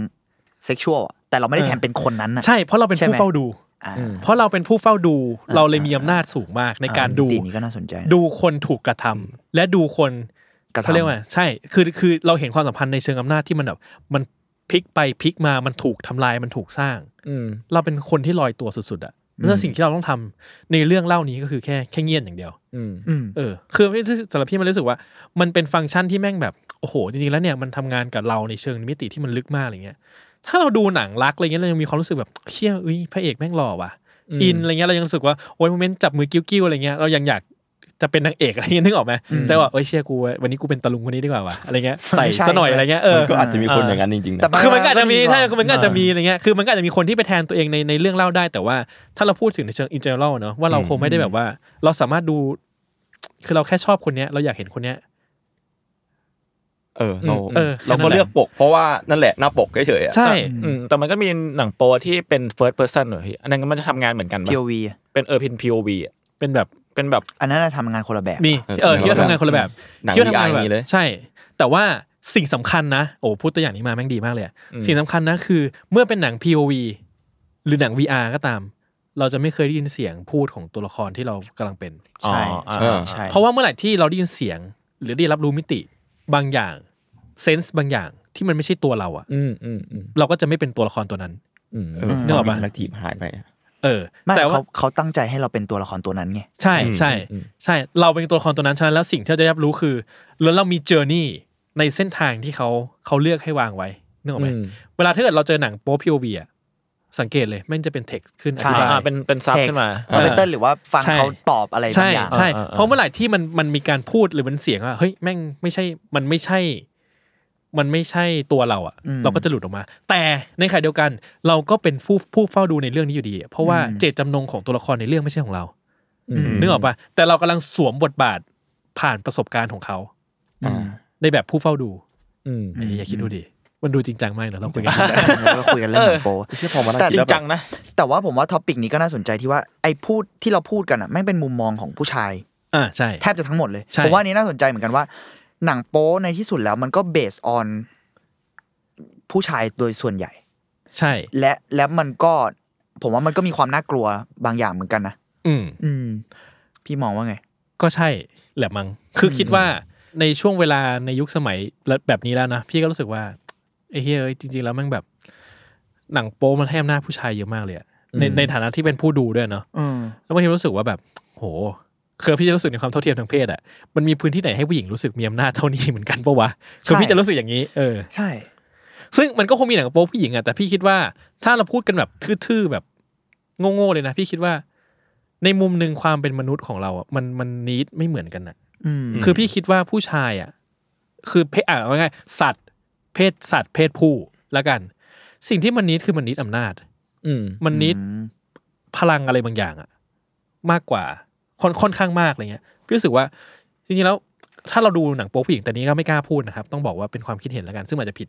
[SPEAKER 6] เซ็กชวลแต่เราไม่ได้
[SPEAKER 4] เออ
[SPEAKER 6] แทนเป็นคนนั้นนะ
[SPEAKER 4] ใช่เพราะเราเป็น
[SPEAKER 6] ใช่ไหม
[SPEAKER 4] ผู้เฝ้าดู
[SPEAKER 6] อ่า
[SPEAKER 3] อืม
[SPEAKER 4] เพราะเราเป็นผู้เฝ้าดูเราเลยมีอำนาจสูงมากในการดู
[SPEAKER 6] มิตินี้ก็น่าสนใจนะ
[SPEAKER 4] ดูคนถูกกระทำและดูคน
[SPEAKER 6] กระทำ
[SPEAKER 4] เขาเรียกว่าใช่คือคือเราเห็นความสัมพันธ์ในเชิงอำนาจที่มันแบบมันพลิกไปพลิกมามันถูกทำลายมันถูกสร้าง
[SPEAKER 3] อืม
[SPEAKER 4] เราเป็นคนที่ลอยตัวสุดๆอะแล้วสิ่งที่เราต้องทำในเรื่องเล่านี้ก็คือแค่แค่เงียบอย่างเดียว
[SPEAKER 3] อืม
[SPEAKER 6] อืม
[SPEAKER 4] เออ คือไม่สำหรับพี่มันรู้สึกว่า มันเป็นฟังก์ชันที่แม่งแบบ โอ้โห จริงๆ แล้วเนี่ยมันทำงานกับเราในเชิงมิติที่มันลึกมากอะไรเงี้ย ถ้าเราดูหนังรักอะไรเงี้ยเรายังมีความรู้สึกแบบเชี่ยเอ้ยพระเอกแม่งหล่อว่ะ
[SPEAKER 3] อืม
[SPEAKER 4] อินอะไรเงี้ยเรายังรู้สึกว่าโอ้ยโมเมนต์จับมือกิ้วๆอะไรเงี้ยเรายังอยากจะเป็นนางเอกอะไรเงี้ยนึกออกไหม
[SPEAKER 6] อืม
[SPEAKER 4] แต่ว่าเอ้ยเชี่ยกูวันนี้กูเป็นตะลุงคนนี้ดีกว่าว่ะอะไรเงี้ยใส่
[SPEAKER 6] ไม่ใช่
[SPEAKER 4] ซะหน่อยอะไรเงี้ยเออ
[SPEAKER 7] มันก็อาจจะมีคนอย่างนั้นจริงๆนะ
[SPEAKER 6] แต่
[SPEAKER 4] คือมันก็อาจจะมี
[SPEAKER 6] ว่
[SPEAKER 4] ใช่คือมันก็อาจจะมีอะไรเงี้ย คือมันก็อาจจะมีคนที่ไปแทนตัวเองในในเรื่องเล่าได้ แต่ว่าถ้าเราพูดถึงในเชิงอินเจอร์เนอะว่าเรา
[SPEAKER 7] อืม
[SPEAKER 4] คงไม่ได้แบบว่า เราสามารถดู คือเราแค่ชอบคนเนี้ย เราอยากเห็นคนเนี้ย
[SPEAKER 7] เออเรา
[SPEAKER 4] เออ
[SPEAKER 7] เราก็เลือกปก เพราะว่านั่นแหละหน้าปกเฉยๆอะ
[SPEAKER 4] ใช่
[SPEAKER 3] อืมแต่มันก็มีหนังโปที่เป็น first person เหรอพี่ อันนั้นก็มันจะทำงานเหมือนกันปะ
[SPEAKER 6] พีโอวีอะ
[SPEAKER 3] เป็นเออเป็น POV อะ
[SPEAKER 4] เป็นแบบ
[SPEAKER 3] เป็นแบบ
[SPEAKER 6] อันนั้นน่ะทำงานคนละแบบ
[SPEAKER 4] มีเออที่เราทำงานคนละแบบ
[SPEAKER 7] หนัง
[SPEAKER 4] ที่เรา
[SPEAKER 7] วี
[SPEAKER 4] ทำ
[SPEAKER 7] อาร์
[SPEAKER 4] งาน
[SPEAKER 7] อย่างนี้เลย
[SPEAKER 4] ใช่ แต่ว่าสิ่งสำคัญนะ โอ้พูดตัวอย่างนี้มาแม่งดีมากเลยอะ
[SPEAKER 3] อืม
[SPEAKER 4] สิ่งสำคัญนะคือ เมื่อเป็นหนัง POV หรือหนัง VR ก็ตาม เราจะไม่เคยได้ยินเสียงพูดของตัวละครที่เรากำลังเป็น
[SPEAKER 3] อ๋อ
[SPEAKER 6] ใช่
[SPEAKER 3] อ่า
[SPEAKER 7] เออ
[SPEAKER 6] ใช่
[SPEAKER 4] เพราะว่าเมื่อไหร่ที่เราได้ยินเสียง หรือได้รับรู้มิติบางอย่างเซนส์บางอย่างที่มันไม่ใช่ตัวเราอะ
[SPEAKER 3] อืมอืมอืม
[SPEAKER 4] เราก็จะไม่เป็นตัวละครตัวนั้น
[SPEAKER 3] อืม
[SPEAKER 7] เออ
[SPEAKER 4] นึกออกปะ
[SPEAKER 7] คลักทีฟหายไป
[SPEAKER 4] เออ
[SPEAKER 6] ไม่
[SPEAKER 4] แต่ว่า
[SPEAKER 6] เขาเขาตั้งใจให้เราเป็นตัวละครตัวนั้นไง
[SPEAKER 4] ใช่ใช่
[SPEAKER 3] อืม
[SPEAKER 4] ใช่ เราเป็นตัวละครตัวนั้นฉะนั้นแล้วสิ่งที่เราจะได้รับรู้คือแล้วเรามีเจอร์นี่ในเส้นทางที่เขาเขาเลือกให้วางไว้นึกออกไหม
[SPEAKER 3] อืม
[SPEAKER 4] เวลาถ้าเกิดเราเจอหนังโป๊พีโอวีอะสังเกตเลยแม่งจะเป็นเท็กซ์ขึ้นอ
[SPEAKER 6] ใช่
[SPEAKER 4] ธิบาย
[SPEAKER 3] อ่าเป็นเป็นซับ
[SPEAKER 6] Text
[SPEAKER 3] ขึ้นมา
[SPEAKER 6] คอมพิวเตอร์หรือว่าฟัง
[SPEAKER 4] ใช่
[SPEAKER 6] เขาตอบอะไรบา
[SPEAKER 4] ใช่
[SPEAKER 6] งอย่าง
[SPEAKER 4] ใช่
[SPEAKER 3] เออเออ
[SPEAKER 4] เพราะเมื่อไหร่ที่มันมันมีการพูดหรือมันเสียงอะเฮ้ยแม่งไม่ใช่มันไม่ใช่ มันไม่ใช่ตัวเราอะ
[SPEAKER 6] อืม
[SPEAKER 4] เราก็จะหลุดออกมา แต่ในขณะเดียวกัน เราก็เป็นผู้ผู้เฝ้าดูในเรื่องนี้อยู่ดี เพราะว่า
[SPEAKER 6] อืม
[SPEAKER 4] เจตจำนงของตัวละครในเรื่องไม่ใช่ของเรา
[SPEAKER 3] อืม
[SPEAKER 4] นึกออกปะแต่เรากำลังสวมบทบาทผ่านประสบการณ์ของเขา
[SPEAKER 6] อืม
[SPEAKER 4] ในแบบผู้เฝ้าดู
[SPEAKER 3] อืม
[SPEAKER 4] ไอ้เหี้ย
[SPEAKER 6] อืม
[SPEAKER 4] อย่าคิดดูดิมันดูจริงจังมากนะเราคุยกัน
[SPEAKER 6] แล้วก็คุยกันเรื่องหนังโป๊
[SPEAKER 7] เชื่อพอมานั่ง
[SPEAKER 6] แต่
[SPEAKER 3] จริ
[SPEAKER 7] คิดแล้
[SPEAKER 3] ง
[SPEAKER 7] วแบ
[SPEAKER 3] จั
[SPEAKER 7] บ
[SPEAKER 3] งนะ
[SPEAKER 6] แต่ว่าผมว่าท็อปิกนี้ก็น่าสนใจที่ว่าไอ้พูดที่เราพูดกันอ่ะไม่งเป็นมุมมองของผู้ชาย
[SPEAKER 4] อ่าใช่
[SPEAKER 6] แทบจะทั้งหมดเลย
[SPEAKER 4] ใช่
[SPEAKER 6] ผมว่าอันนี้น่าสนใจเหมือนกันว่า หนังโป๊ในที่สุดแล้วมันก็เบสออนผู้ชายโดยส่วนใหญ่
[SPEAKER 4] ใช่
[SPEAKER 6] และและมันก็ ผมว่ามันก็มีความน่ากลัวบางอย่างเหมือนกันนะ
[SPEAKER 4] อืม
[SPEAKER 6] อืม พี่มองว่าไง
[SPEAKER 4] ก็ใช่แหละมัง้งคือคิดว่าในช่วงเวลาในยุคสมัยแบบนี้แล้วนะ พี่ก็รู้สึกว่าไอ้เฮ้ยเอ้ยจริง ๆ แล้วแมันแบบ หนังโป๊มันให้อำนาจผู้ชายเยอะมากเลยอะในในฐานะที่เป็นผู้ดูด้วยเนาะ
[SPEAKER 6] อืม
[SPEAKER 4] แล้วบางทีรู้สึกว่าแบบ โหคือพี่จะรู้สึกในความเท่าเทียมทางเพศอ่ะมันมีพื้นที่ไหนให้ผู้หญิงรู้สึกมีอำนาจเท่านี้เหมือนกันปะวะคือพี่
[SPEAKER 6] ใช่
[SPEAKER 4] จะรู้สึกอย่างนี้เออ
[SPEAKER 6] ใช่
[SPEAKER 4] ซึ่งมันก็คงมีหนังโป๊ผู้หญิงอะแต่พี่คิดว่าถ้าเราพูดกันแบบทื่อๆแบบโง่ๆเลยนะ พี่คิดว่า ในมุมหนึ่งความเป็นมนุษย์ของเราอะมันมันนิดไม่เหมือนกันอะ
[SPEAKER 6] อืม
[SPEAKER 4] คือพี่คิดว่าผู้ชายอ่ะ คือเพศอ่ะว่าไงายๆสัตว์ เพศสัตว์เพศผู้ละกัน สิ่งที่มันนิดคือมันนิดอำนาจ
[SPEAKER 3] อืม
[SPEAKER 4] มันนิด
[SPEAKER 6] อืม
[SPEAKER 4] พลังอะไรบางอย่างอะมากกว่าค่อนค่อนข้างมากอะไรเงี้ยพี่รู้สึกว่าจริงๆแล้วถ้าเราดูหนังโป๊ผู้หญิงแต่นี้ก็ไม่กล้าพูดนะครับ ต้องบอกว่าเป็นความคิดเห็นละกัน ซึ่งอาจจะผิด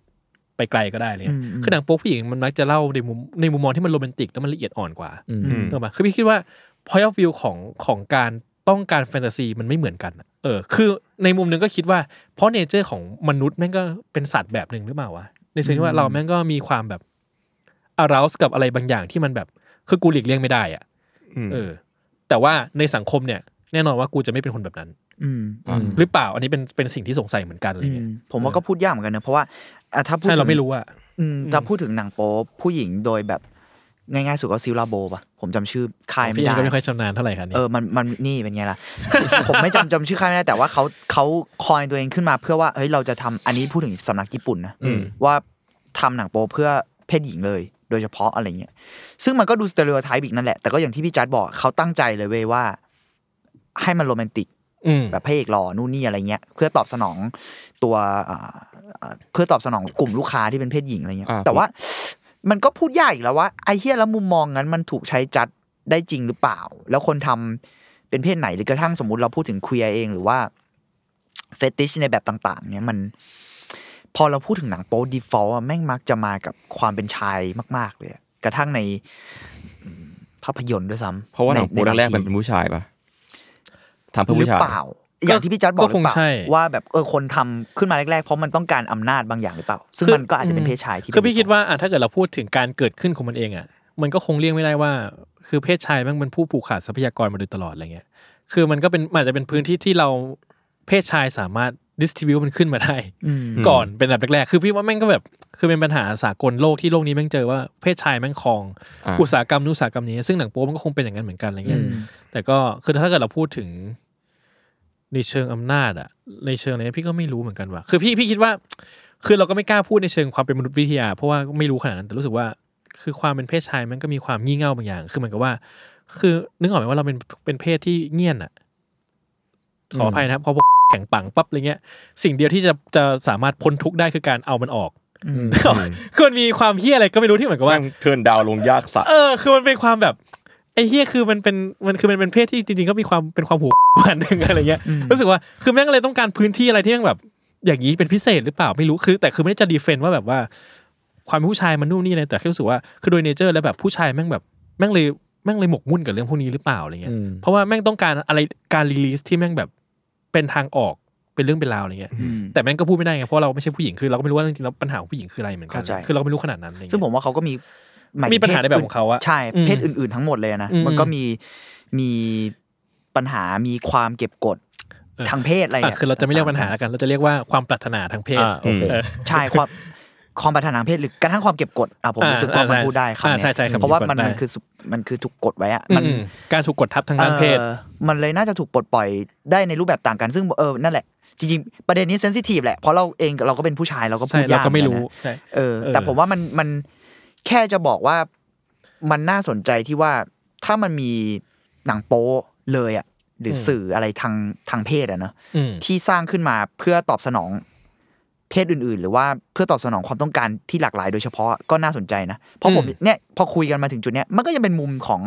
[SPEAKER 4] ไปไกลก็ได้อะไรเลย
[SPEAKER 6] อืมอืม
[SPEAKER 4] คือหนังโป๊ผู้หญิงมันมักจะเล่าในมุมในมุมมองที่มันโรแมนติกแล้วมันละเอียดอ่อนกว่า
[SPEAKER 3] อืม
[SPEAKER 7] อืม
[SPEAKER 4] เออกมาคือพี่คิดว่า point of view ของของการต้องการแฟนตาซีมันไม่เหมือนกันอะเออ คือในมุมหนึงก็คิดว่าเพราะเนเจอร์ของมนุษย์แม่งก็เป็นสัตว์แบบหนึ่งหรือเปล่าวะในเชิงที่ว่าเราแม่งก็มีความแบบ arouse กับอะไรบางอย่างที่มันแบบ คือกูหลีกเลี่ยงไม่ได้อะ
[SPEAKER 7] ม
[SPEAKER 4] เออ แต่ว่าในสังคมเนี่ย แน่นอนว่ากูจะไม่เป็นคนแบบนั้น
[SPEAKER 6] อืม
[SPEAKER 7] อืม
[SPEAKER 4] หรือเปล่า อันนี้เป็นเป็นสิ่งที่สงสัยเหมือนกันอะไร
[SPEAKER 6] อืม
[SPEAKER 4] เงี้ย
[SPEAKER 6] ผมว่าก็พูดยากเหมือนกันนะเพราะว่าอ่ะถ้าพูด
[SPEAKER 4] ใช่เรา
[SPEAKER 6] ถึง
[SPEAKER 4] ไม่รู้อะ
[SPEAKER 6] อืมถ้า
[SPEAKER 4] อืม
[SPEAKER 6] พูดถึงหนังโป๊ผู้หญิงโดยแบบง่ายๆสุดก็ซิลลาโบป่ะ ผมจำชื่อค่ายไม่
[SPEAKER 4] พี่เอง
[SPEAKER 6] ได้
[SPEAKER 4] ก็ไม่ค่อยชำนาญเท่าไหร่ครับเนี่
[SPEAKER 6] เอย อมันมันนี่เป็นไงล่ะ ผมไม่จำจำชื่อค่ายไม่ได้แต่ว่าเขาเขาคอยตัวเองขึ้นมาเพื่อว่าเฮ้ยเราจะทำอันนี้พูดถึงสำนักญี่ปุ่นนะ
[SPEAKER 3] อืม
[SPEAKER 6] ว่า ทำหนังโป๊เพื่อเพศหญิงเลย โดยเฉพาะอะไรเงี้ยซึ่งมันก็ดูสเตอริโอไทป์อีกนั่นแหละ แต่ก็อย่างที่พี่จัดบอกเขาตั้งใจเลยเว้ยว่า ให้มันโรแมนติก
[SPEAKER 4] อืม
[SPEAKER 6] แบบพระเอกหล่อนู่นนี่อะไรเงี้ย เพื่อตอบสนองตัวอ่าอ่าเพื่อตอบสนองกลุ่มลูกค้าที่เป็นเพศหญิงอะไรเงี้ย
[SPEAKER 7] อ่า
[SPEAKER 6] แต่ว่า มันก็พูดยากอีกแล้วว่าไอเฮียแล้วมุมมองนั้นมันถูกใช้จัดได้จริงหรือเปล่า แล้วคนทำเป็นเพศไหนหรือกระทั่งสมมติเราพูดถึงเคลียร์เองหรือว่าเฟติชในแบบต่างๆเนี้ยมัน พอเราพูดถึงหนังโป๊ดีฟอลต์แม่งมักจะมากับความเป็นชายมาก ๆ เลยอะกระทั่งในอืมภาพยนตร์ด้วยซ้ำ
[SPEAKER 7] เพราะว่าหนังโป๊
[SPEAKER 6] ใใบ
[SPEAKER 7] แรกๆ
[SPEAKER 6] ที
[SPEAKER 7] มันเป็นผู้ชายปะทำเพื่อ
[SPEAKER 6] หรือ
[SPEAKER 7] ผู้ชาย
[SPEAKER 6] เปล่า อย่างที่พี่จัดบอกหรือ
[SPEAKER 4] ก็ค
[SPEAKER 6] เปล่าง
[SPEAKER 4] ใช่
[SPEAKER 6] ว่าแบบเออคนทำขึ้นมาแรกๆ เพราะมันต้องการอำนาจบางอย่างหรือเปล่า ซึ่ง
[SPEAKER 4] คือ
[SPEAKER 6] มันก็อาจจะเป็นเพศชายที่
[SPEAKER 4] คือพี่
[SPEAKER 6] เป็น
[SPEAKER 4] คิดว่าอ่ะถ้าเกิดเราพูดถึงการเกิดขึ้นของมันเองอ่ะ มันก็คงเลี่ยงไม่ได้ว่า คือเพศชายมันเป็นผู้ผูกขาดทรัพยากรมาโดยตลอดอะไรเงี้ย คือมันก็เป็นมันอาจจะเป็นพื้นที่ที่เราเพศชายสามารถดิสทิบิวมันขึ้นมาได้
[SPEAKER 6] อืม
[SPEAKER 7] ม
[SPEAKER 4] ก่อนเป็นแบบแรกๆ คือพี่ว่าแม่งก็แบบ คือเป็นปัญหาสากลโลกที่โลกนี้แม่งเจอว่าเพศชายแม่งครอง
[SPEAKER 7] อ่า
[SPEAKER 4] อุตสาหกรรมนู้นอุตสาหกรรมนี้ ซึ่งหนังโป๊มันก็คงเป็นอย่างนั้นเหมือนกันอะไร
[SPEAKER 6] อื
[SPEAKER 4] เงี้ย
[SPEAKER 6] ม
[SPEAKER 4] แต่ก็คือถ้าเกิดเราพูดถึงในเชิงอำนาจอะในเชิงอะไรพี่ก็ไม่รู้เหมือนกันว่ะคือพี่พี่คิดว่า คือเราก็ไม่กล้าพูดในเชิงความเป็นมนุษยวิทยา เพราะว่าไม่รู้ขนาดนั้นแต่รู้สึกว่า คือความเป็นเพศชายมันก็มีความงี่เง่าบางอย่าง คือเหมือนกับว่า คือนึกออกไหมว่าเราเป็นเป็นเพศที่เงี่ยนอะขออภัยนะครับพอแข็งปังปั๊บอะไรเงี้ย สิ่งเดียวที่จะจะสามารถพ้นทุกข์ได้คือการเอามันออก
[SPEAKER 6] อืม
[SPEAKER 4] ก็มันมีความเฮี้ยอะไรก็ไม่รู้ที่เหมือนกับว่า
[SPEAKER 7] แม่งเทิร์นดาวน์ลงยากสัตว์
[SPEAKER 4] เออคือมันเป็นความแบบไอ้เฮียคือมันเป็นมันคือมันเป็นเพศที่จริงๆก็มีความเป็นความหู มันหนึ่งอะไรเงี้ยรู้สึกว่าคือแม่งเลยต้องการพื้นที่อะไรที่แม่งแบบ อย่างนี้เป็นพิเศษหรือเปล่าไม่รู้คือ แต่คือไม่ได้จะดีเฟนต์ว่าแบบว่า ความเป็นผู้ชายมันนู่นนี่อะไรแต่แค่รู้สึกว่าคือโดยเนเจอร์แล้วแบบผู้ชายแม่งแบบแม่งเลยแม่งเลยหมกมุ่นกับเรื่องพวกนี้หรือเปล่าอะไรเงี้ยเพราะว่าแม่งต้องการอะไรการรีลีสที่แม่งแบบเป็นทางออกเป็นเรื่องเป็นราวอะไรเงี้ย
[SPEAKER 6] อืม
[SPEAKER 4] แต่แม่งก็พูดไม่ได้ไงเพราะเราไม่ใช่ผู้หญิงคือเราก็ไม่รู้ว่าจริงๆแล้วปัญหาของผู้หญิงคืออะไรเหมือนกัน
[SPEAKER 6] เข้าใจ
[SPEAKER 4] คือเราก็ไม่รู้ขนาดนั้นอะไรเย
[SPEAKER 6] ซึ่งผมว่าเขาก็มีหยถึ
[SPEAKER 4] มีปัญหาในแบบของเขาอะ
[SPEAKER 6] ใช่
[SPEAKER 4] อืม
[SPEAKER 6] เพศอื่น ๆ ทั้งหมดเลยนะ
[SPEAKER 4] อืม
[SPEAKER 6] มันก็มีมีปัญหามีความเก็บกด
[SPEAKER 4] เออ
[SPEAKER 6] ทางเพศอะไร
[SPEAKER 4] อ่ะ
[SPEAKER 6] อ่ะ
[SPEAKER 4] คือเราจะไม่เรียกปัญหาแล้วกัน เราจะเรียกว่าความปรารถนาทางเพศ
[SPEAKER 3] อ่าโอเค
[SPEAKER 4] เออ
[SPEAKER 6] ใช่ความความปรารถนาทางเพศหรือกระทั่งความเก็บกดอ่ะผม
[SPEAKER 4] อ่า
[SPEAKER 6] รู้สึกว่ามัน
[SPEAKER 4] อ่า
[SPEAKER 6] พูดได้คำ
[SPEAKER 4] อ่า
[SPEAKER 6] เนี้ย
[SPEAKER 4] ใช่ใช่ครับ
[SPEAKER 6] เพราะว่ามั
[SPEAKER 4] ผมกด
[SPEAKER 6] น
[SPEAKER 4] ได้
[SPEAKER 6] มันคือสุมันคือถูกกดไว้อะ
[SPEAKER 4] อื
[SPEAKER 6] มัน
[SPEAKER 4] มการถูกกดทับทางด้านเพศ
[SPEAKER 6] เอ่อมันเลยน่าจะถูกปลดปล่อยได้ในรูปแบบต่างกันซึ่งเออนั่นแหละ จริงๆ ประเด็นนี้เซนซิทีฟแหละ เพราะเราเองเราก็เป็นผู้ชายเราก็พู
[SPEAKER 4] ใช่
[SPEAKER 6] ดยาก
[SPEAKER 4] เราก็ไม่รู้
[SPEAKER 6] เหอนกันนะ
[SPEAKER 4] ใช่
[SPEAKER 6] เออ
[SPEAKER 4] เออ
[SPEAKER 6] แต่ผมว่ามันมันแค่จะบอกว่ามันน่าสนใจที่ว่าถ้ามันมีหนังโป๊เลยอ่ะหรืออสื่ออะไรทางทางเพศอะเนอะ
[SPEAKER 4] อืม
[SPEAKER 6] ที่สร้างขึ้นมาเพื่อตอบสนองเพศอื่น ๆ หรือว่าเพื่อตอบสนองความต้องการที่หลากหลายโดยเฉพาะก็น่าสนใจนะ เพราะผม
[SPEAKER 4] อืม
[SPEAKER 6] เนี่ยพอคุยกันมาถึงจุดเนี้ยมันก็จะเป็นมุมของ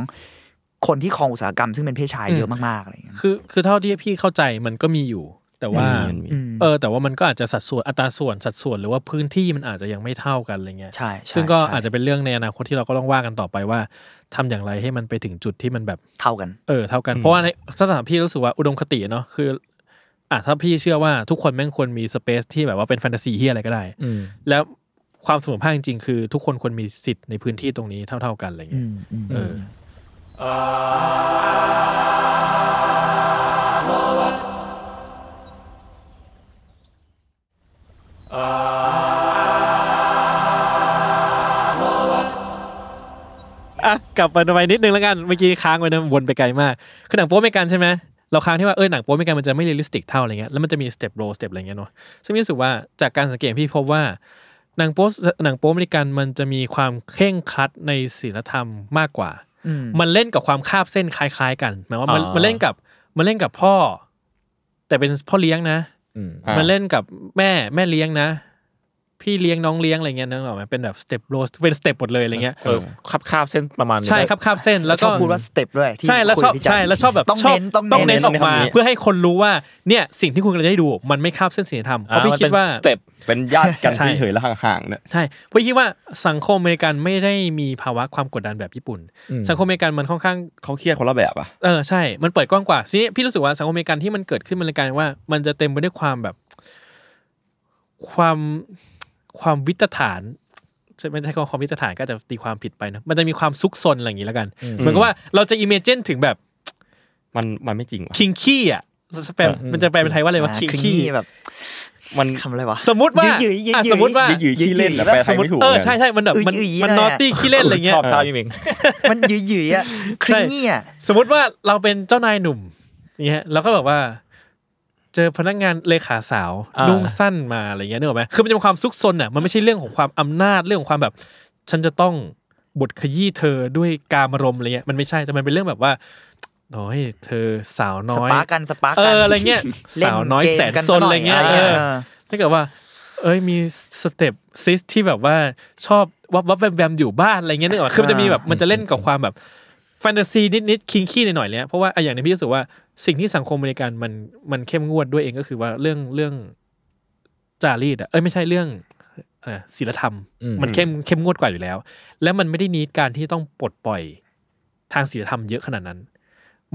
[SPEAKER 6] คนที่ครองอุตสาหกรรมซึ่งเป็นเพศชายเยอะมากๆอะไรอย่างเงี้ย
[SPEAKER 4] คือคือเท่าที่พี่เข้าใจมันก็มีอยู่ แต่ว่า
[SPEAKER 7] มันมี
[SPEAKER 6] อืม
[SPEAKER 4] เออ แต่ว่ามันก็อาจจะสัดส่วนอัตราส่วนสัดส่วนหรือว่าพื้นที่มันอาจจะยังไม่เท่ากันอะไรเงี้ย
[SPEAKER 6] ใช่ใช่
[SPEAKER 4] ซึ่งก็
[SPEAKER 6] ใช่
[SPEAKER 4] อาจจะเป็นเรื่องในอนาคตที่เราก็ต้องว่ากันต่อไปว่าทำอย่างไรให้มันไปถึงจุดที่มันแบบ
[SPEAKER 6] เท่ากัน
[SPEAKER 4] เออเท่ากันเพราะว่าในสถานพี่รู้สึกว่าอุดมคติเนาะคืออ่ะถ้าพี่เชื่อว่าทุกคนแม่งควรมีสเปซที่แบบว่าเป็นแฟนตาซีเฮียอะไรก็ได้แล้วความเสมอภาคจริงๆ คือ ทุกคนควรมีสิทธิ์ในพื้นที่ตรงนี้เท่า ๆกันอะไรเงี้ยเออ อ่ะกลับมาไปนิดนึงแล้วกันเมื่อกี้ค้างไว้นะวนไปไกลมากคือหนังโป๊ไม่กันใช่ไหมเราค้างที่ว่าเออหนังโป๊ไม่กันมันจะไม่เรียลลิสติกเท่าอะไรเงี้ยแล้วมันจะมีสเต็ปโรสเต็ปอะไรเงี้ยเนาะซึ่งพี่รู้สึกว่าจากการสังเกตพี่พบว่าหนังโป๊หนังโป๊อเมริกันมันจะมีความเคร่งครัดในศีลธรรมมากกว่า
[SPEAKER 6] อืม
[SPEAKER 4] มันเล่นกับความคาบเส้นคล้ายๆกันหมายว่ามัน
[SPEAKER 3] อ่ามั
[SPEAKER 4] มันเล่นกับมันเล่นกับพ่อ แต่เป็นพ่อเลี้ยงนะ
[SPEAKER 3] อืม
[SPEAKER 7] อ่ามั
[SPEAKER 4] มันเล่นกับแม่แม่เลี้ยงนะ พี่เลี้ยงน้องเลี้ยงอะไรเงี้ยนึกออกไหมเป็นแบบสเต็ปโรสเป็นสเต็ปหมดเลยอะไรเงี้ย
[SPEAKER 3] เออคับคาบเส้นประมาณนี้
[SPEAKER 4] ใช่
[SPEAKER 3] ได้
[SPEAKER 4] ครับคาบเส้นแล้ว
[SPEAKER 6] ช
[SPEAKER 4] ก็
[SPEAKER 6] อบพูดว่าสเต็ปด้วยที่
[SPEAKER 4] ใช่แล้วชอบ
[SPEAKER 6] คุยพี่จัน
[SPEAKER 4] ใช่แล้วชอบแบบ
[SPEAKER 6] ต้อง
[SPEAKER 4] ชอบ
[SPEAKER 6] เน้นต้อง
[SPEAKER 4] ต้อง
[SPEAKER 6] เน้
[SPEAKER 4] เน้
[SPEAKER 6] น
[SPEAKER 4] นออกมา เพื่อให้คนรู้ว่าเนี่ยสิ่งที่คุณกำลังจะได้ดู มันไม่คาบเส้นสีลธรรมเพ
[SPEAKER 3] อ่า
[SPEAKER 4] ราะพี่คิดว่า
[SPEAKER 3] มันเป็นสเต็ป
[SPEAKER 7] เป็นญาติกัน
[SPEAKER 4] ใช่
[SPEAKER 7] เฉยๆแล้วห่างๆเนี่ย
[SPEAKER 4] ใช่เพราะพี่คิดว่าสังคมอเมริกันไม่ได้มีภาวะความกดดันแบบญี่ปุ่น สังคมอเมริกันมันค่อนข้าง
[SPEAKER 7] เขาเครียดคนละแบบอ่ะ
[SPEAKER 4] เออใช่ มันเปิดกว้างกว่าทีนี้พี่รู้สึกว่าสังคมอเมริกันที่มันเกิดขึ้นมันเลยกลายเป็นว่า มันจะเต็มไปด้วยความแบบ ความความวิตฐานใช่ไม่ใช่คำความวิตฐานก็อาจจะตีความผิดไปนะมันจะมีความซุกซนอะไรอย่างนี้แล้วกันเหมือนกับว่าเราจะอิเมจนถึงแบบ
[SPEAKER 7] มันมันไม่จริงว่ะ
[SPEAKER 4] คิงขี้อ่ะมันจะแปลมันจะแปลเป็นไทยว่าอะไรวะคิงขี้
[SPEAKER 6] แบบ
[SPEAKER 7] มัน
[SPEAKER 6] คำอะไรวะ
[SPEAKER 4] สมมติว่า
[SPEAKER 6] ยืดหยุ่ย
[SPEAKER 4] อ่ะ
[SPEAKER 6] ยืดห
[SPEAKER 4] ส
[SPEAKER 6] ยุ่ย
[SPEAKER 4] มมติว่า
[SPEAKER 7] ยืดหยืดขี้เล่นอะ
[SPEAKER 6] ยืดหยุ่ยแล้ว
[SPEAKER 7] แปลไท
[SPEAKER 4] ส
[SPEAKER 7] ย
[SPEAKER 4] มมติ
[SPEAKER 7] ไม่ถูก
[SPEAKER 4] เอ
[SPEAKER 7] ห
[SPEAKER 4] อ
[SPEAKER 7] มืนกัน
[SPEAKER 4] ใช่ใช่มันแบบมัน
[SPEAKER 6] อึยๆ
[SPEAKER 4] มันนอ
[SPEAKER 6] ได้อะ
[SPEAKER 4] ตตี้ขี้เล่นอะไรเงี้ย
[SPEAKER 3] ชอบท่าพี่เมง
[SPEAKER 6] มันหยืยๆอ่ะคลิงเงี้ย
[SPEAKER 4] สมมติว่าเราเป็นเจ้านายหนุ่มอย่างเงี้ยเราก็แบบว่า เจอพนักงานเลขาสาว
[SPEAKER 8] อ่านุ่
[SPEAKER 4] นุ่งสั้นมาอะไรเงี้ยนึกออกไหมคือมันจะเป็นความซุกซนอ่ะมันไม่ใช่เรื่องของความอำนาจเรื่องของความแบบ ฉันจะต้องบทขยี้เธอด้วยการมารมณ์อะไรเงี้ยมันไม่ใช่แต่มันเป็นเรื่องแบบว่าโอ้ยเธอสาวน้
[SPEAKER 6] ส
[SPEAKER 4] อย
[SPEAKER 6] ปาร์กกันสปาร์ก
[SPEAKER 4] เอ
[SPEAKER 6] กัน
[SPEAKER 4] ออะไรเงี้ย
[SPEAKER 6] ล่
[SPEAKER 4] สาวน้อย
[SPEAKER 6] เกม
[SPEAKER 4] แสน
[SPEAKER 6] กั
[SPEAKER 4] ซน
[SPEAKER 6] ห
[SPEAKER 4] อะไรเงี้ย
[SPEAKER 6] เออ
[SPEAKER 4] เออ ถ้าเกิดว่า เอ้ยมีสเต็ปซิสที่แบบว่าชอบวับวับแวมแวมอยู่บ้านอะไรเงี้ยนึกออกปะคือมันจะมีแบบมันจะเล่นกับความแบบแฟนตาซีนิดๆคิงขี้หน่อยๆเลยเพราะว่าอะอย่างในพี่รู้สึกว่าสิ่งที่สังคมอเมริกันมันมันเข้มงวดด้วยเองก็คือว่าเรื่องเรื่องจารีตอ่ะเอ้ยไม่ใช่เรื่องเอ่อศีลธรรม
[SPEAKER 3] อืม
[SPEAKER 4] มันเข้มเข้มงวดกว่าอยู่แล้ว และมันไม่ได้นิดการที่ต้องปลดปล่อยทางศีลธรรมเยอะขนาดนั้น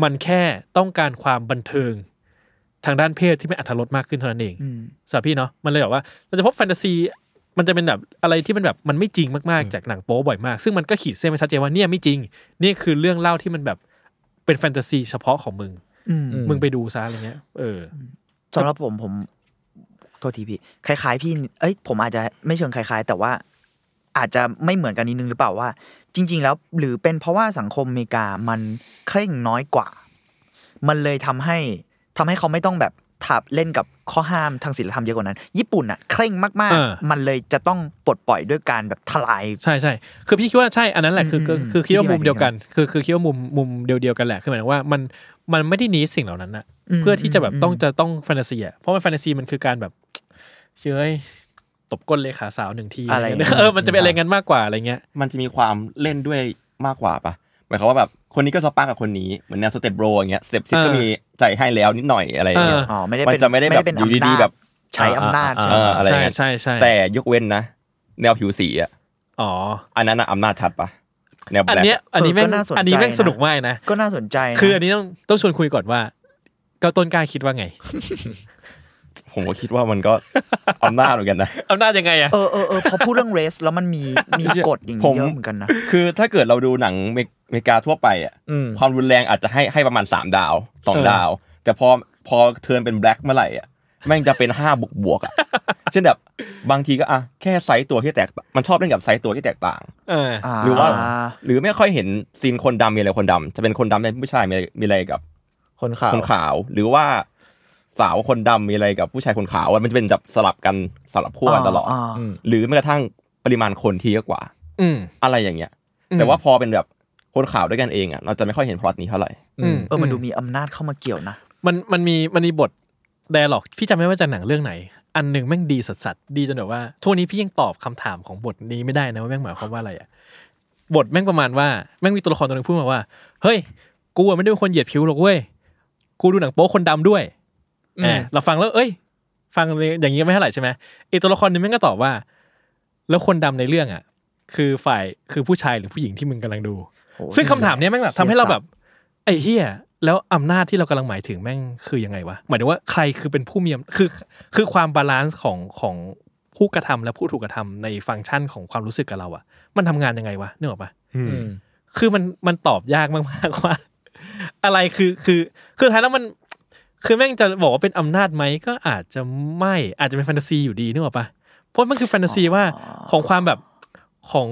[SPEAKER 4] มันแค่ต้องการความบันเทิงทางด้านเพศที่เป็นอัธรสมากขึ้นเท่านั้นเอง
[SPEAKER 6] อืม
[SPEAKER 4] สำหรับพี่เนาะมันเลยแบบว่าเราจะพบแฟนตาซีมันจะเป็นแบบอะไรที่มันแบบมันไม่จริงมากๆจากหนังโป๊บ่อยมาก ซึ่งมันก็ขีดเส้นไปชัดเจนว่าเนี่ยไม่จริง นี่คือเรื่องเล่าที่มันแบบเป็นแฟนตาซีเฉพาะของมึง
[SPEAKER 6] อืม
[SPEAKER 4] มึงไปดูซะอะไรเงี้ยเออ
[SPEAKER 6] สำหรับผมผมโทษทีพี่คล้ายๆพี่เอ้ยผมอาจจะไม่เชิงคล้ายๆ แต่ว่าอาจจะไม่เหมือนกันนิดนึงหรือเปล่าว่า จริง ๆ แล้วหรือเป็นเพราะว่าสังคมอเมริกามันเคร่งน้อยกว่า มันเลยทำให้ทำให้เขาไม่ต้องแบบทับเล่นกับข้อห้ามทางศีลธรรมเยอะกว่านั้น ญี่ปุ่นอ่ะ เคร่งมาก
[SPEAKER 4] เออ
[SPEAKER 6] ๆ มันเลยจะต้องปลดปล่อยด้วยการแบบทลาย
[SPEAKER 4] ใช่ใช่คือพี่คิดว่าใช่อันนั้นแหละคือคือ
[SPEAKER 6] อืม
[SPEAKER 4] คือ
[SPEAKER 6] ที่
[SPEAKER 4] คิดว่า
[SPEAKER 6] พี่หมาย
[SPEAKER 4] มุมเดียวกัน
[SPEAKER 6] ถึง
[SPEAKER 4] คือคือคิดว่ามุมมุมเดียวเดียวๆกันแหละคือหมายถึงว่ามันมันไม่ได้หนีสิ่งเหล่านั้นอะ
[SPEAKER 6] ม
[SPEAKER 4] เพื่อที่จะแบบต้อง
[SPEAKER 6] ม
[SPEAKER 4] จะต้องแฟนตาซีอ่ะเพราะมันแฟนตาซีมันคือการแบบ เชื่อยตบก้นเลขาสาวหนึ่งที
[SPEAKER 6] อะไร
[SPEAKER 4] เงี้ยเออมันจะเป็นอะไรงั้นมากกว่าอะไรเงี้ย
[SPEAKER 7] มันจะมีความเล่นด้วยมากกว่าปะหมายความว่าแบบคนนี้ก็สปาร์กกับคนนี้เหมือนแนวสเต็ปโรอย่างเงี้ยสเต็ปซิก
[SPEAKER 4] เออ
[SPEAKER 7] ก็มีใจายให้แล้วนิดหน่อยอะไรอย่างเงี้ย
[SPEAKER 4] เอ
[SPEAKER 6] อ๋อไม่ได้
[SPEAKER 7] มัน
[SPEAKER 6] เป็น
[SPEAKER 7] จะไม่ได้แบบ
[SPEAKER 6] เป็น
[SPEAKER 7] อยู่ดีๆ
[SPEAKER 6] อำนาจ
[SPEAKER 7] แบบ
[SPEAKER 6] ใช้อำนาจ
[SPEAKER 7] เออ
[SPEAKER 6] ใช่ไหม
[SPEAKER 7] อะไรอ
[SPEAKER 4] ใช่
[SPEAKER 7] ย่างเงี้ย
[SPEAKER 4] ใช่ใช่
[SPEAKER 7] แต่ยกเว้นนะ แนวผิวสีอ่ะ
[SPEAKER 4] อ๋อ
[SPEAKER 7] อันนั้นอะอำนาจชัดปะแนวแบ
[SPEAKER 4] อัน
[SPEAKER 7] ล็ค
[SPEAKER 4] เนี้ยอันนี้แม่ง
[SPEAKER 6] ก็น่าสนใจ
[SPEAKER 4] อันนี้แม่ง
[SPEAKER 6] นะ
[SPEAKER 4] สนุกมากนะ
[SPEAKER 6] ก็น่าสนใจนะ
[SPEAKER 4] คืออันนี้ต้องต้องชวนคุยก่อนว่าเก้าต้นกล้าคิดว่าไง
[SPEAKER 7] ผมก็คิดว่ามันก็ อำนาจเหมือนกันนะ
[SPEAKER 4] อำนาจยังไงอ่ะ
[SPEAKER 6] เออเออเออพอพูดเรื่องเรส แล้วมันมีมีกฎอย่าง
[SPEAKER 7] ผ
[SPEAKER 6] นี้
[SPEAKER 7] ม
[SPEAKER 6] เยอะเหมือนกันนะ
[SPEAKER 7] คือถ้าเกิดเราดูหนังเมกเมกาทั่วไปอ่ะ
[SPEAKER 3] อืม
[SPEAKER 7] ความรุนแรงอาจจะให้ให้ประมาณสามดาวสอง
[SPEAKER 4] เออ
[SPEAKER 7] ดาว แต่พอพอเทิร์นเป็นแบล็คเมื่อไหร่อ่ะแม่งจะเป็น ห้าบวกบวกๆอ่ะ เช่นแบบบางทีก็อ่ะแค่ไซส์ตัวที่แตกต่างมันชอบเล่นกับไซส์ตัวที่แตกต่าง
[SPEAKER 4] เอออ
[SPEAKER 7] หรือว่า หรือไม่ค่อยเห็นซีนคนดำมีอะไรคนดำจะเป็นคนดำในผู้ชายมีอะไรมีอะไรกับ
[SPEAKER 3] คนข่าว
[SPEAKER 7] คนขาวหรือว่าสาวคนดำมีอะไรกับผู้ชายคนขาวอะมันจะเป็นแบบสลับกันสลับคู่กันตลอด
[SPEAKER 6] าา
[SPEAKER 7] หรือแม้กระทั่งปริมาณคนที่เยอะกว่า
[SPEAKER 4] อืม
[SPEAKER 7] อะไรอย่างเงี้ย
[SPEAKER 4] อืม
[SPEAKER 7] แต่ว่าพอเป็นแบบคนขาวด้วยกันเองอ่ะเราจะไม่ค่อยเห็นพล็อตนี้เท่าไหร่
[SPEAKER 4] อืม
[SPEAKER 6] เออ มันดูมีอำนาจเข้ามาเกี่ยวนะ
[SPEAKER 4] มันมันมีมันมีบท d ด a l ล็อกพี่จำไม่ได้ว่าจากหนังเรื่องไหน อันหนึ่งแม่งดีสัสสัสๆดีจนแบบว่าทุกวันนี้พี่ยังตอบคำถามของบทนี้ไม่ได้นะว่าแม่งหมายความว่าอะไรอะบทแม่งประมาณว่าแม่งมีตัวละครตัวหนึงพูดมาว่า เฮ้ย กูอะไม่ได้เป็นคนเหยียดผิวหรอกเว้ยกูดูหนังโป๊คนดำด้วย
[SPEAKER 3] อืม
[SPEAKER 4] อ่าเราฟังแล้ว เอ้ย ฟังเลยอย่างนี้ไม่เท่าไหร่ใช่ไหมไอตัวละครหนึงแม่งก็ตอบว่า แล้วคนดำในเรื่องอ่ะ คือฝ่ายคือผู้ชายหรือผู้หญิงที่มึงกำลังดู
[SPEAKER 6] โอ้
[SPEAKER 4] ซึ่งคำถามเนี้ยแม่งแบบทำให้เรา
[SPEAKER 6] เหี้ยสัส
[SPEAKER 4] แบบ ไอ้เฮียแล้วอำนาจที่เรากำลังหมายถึงแม่งคือยังไงวะ หมายถึงว่าใครคือเป็นผู้มีอำคือคือความบาลานซ์ของของผู้กระทำและผู้ถูกกระทำในฟังก์ชันของความรู้สึกกับเราอะมันทำงานยังไงวะนึกออกปะ
[SPEAKER 3] อืม
[SPEAKER 4] คือมันมันตอบยากมากๆว่า อะไรคือคือคือท้ายแล้วมัน คือแม่งจะบอกว่าเป็นอำนาจไหมก็อาจจะไม่อาจจะเป็นแฟนตาซีอยู่ดีนึกออกปะเพราะมันคือแฟนตาซีว่าของความแบบของ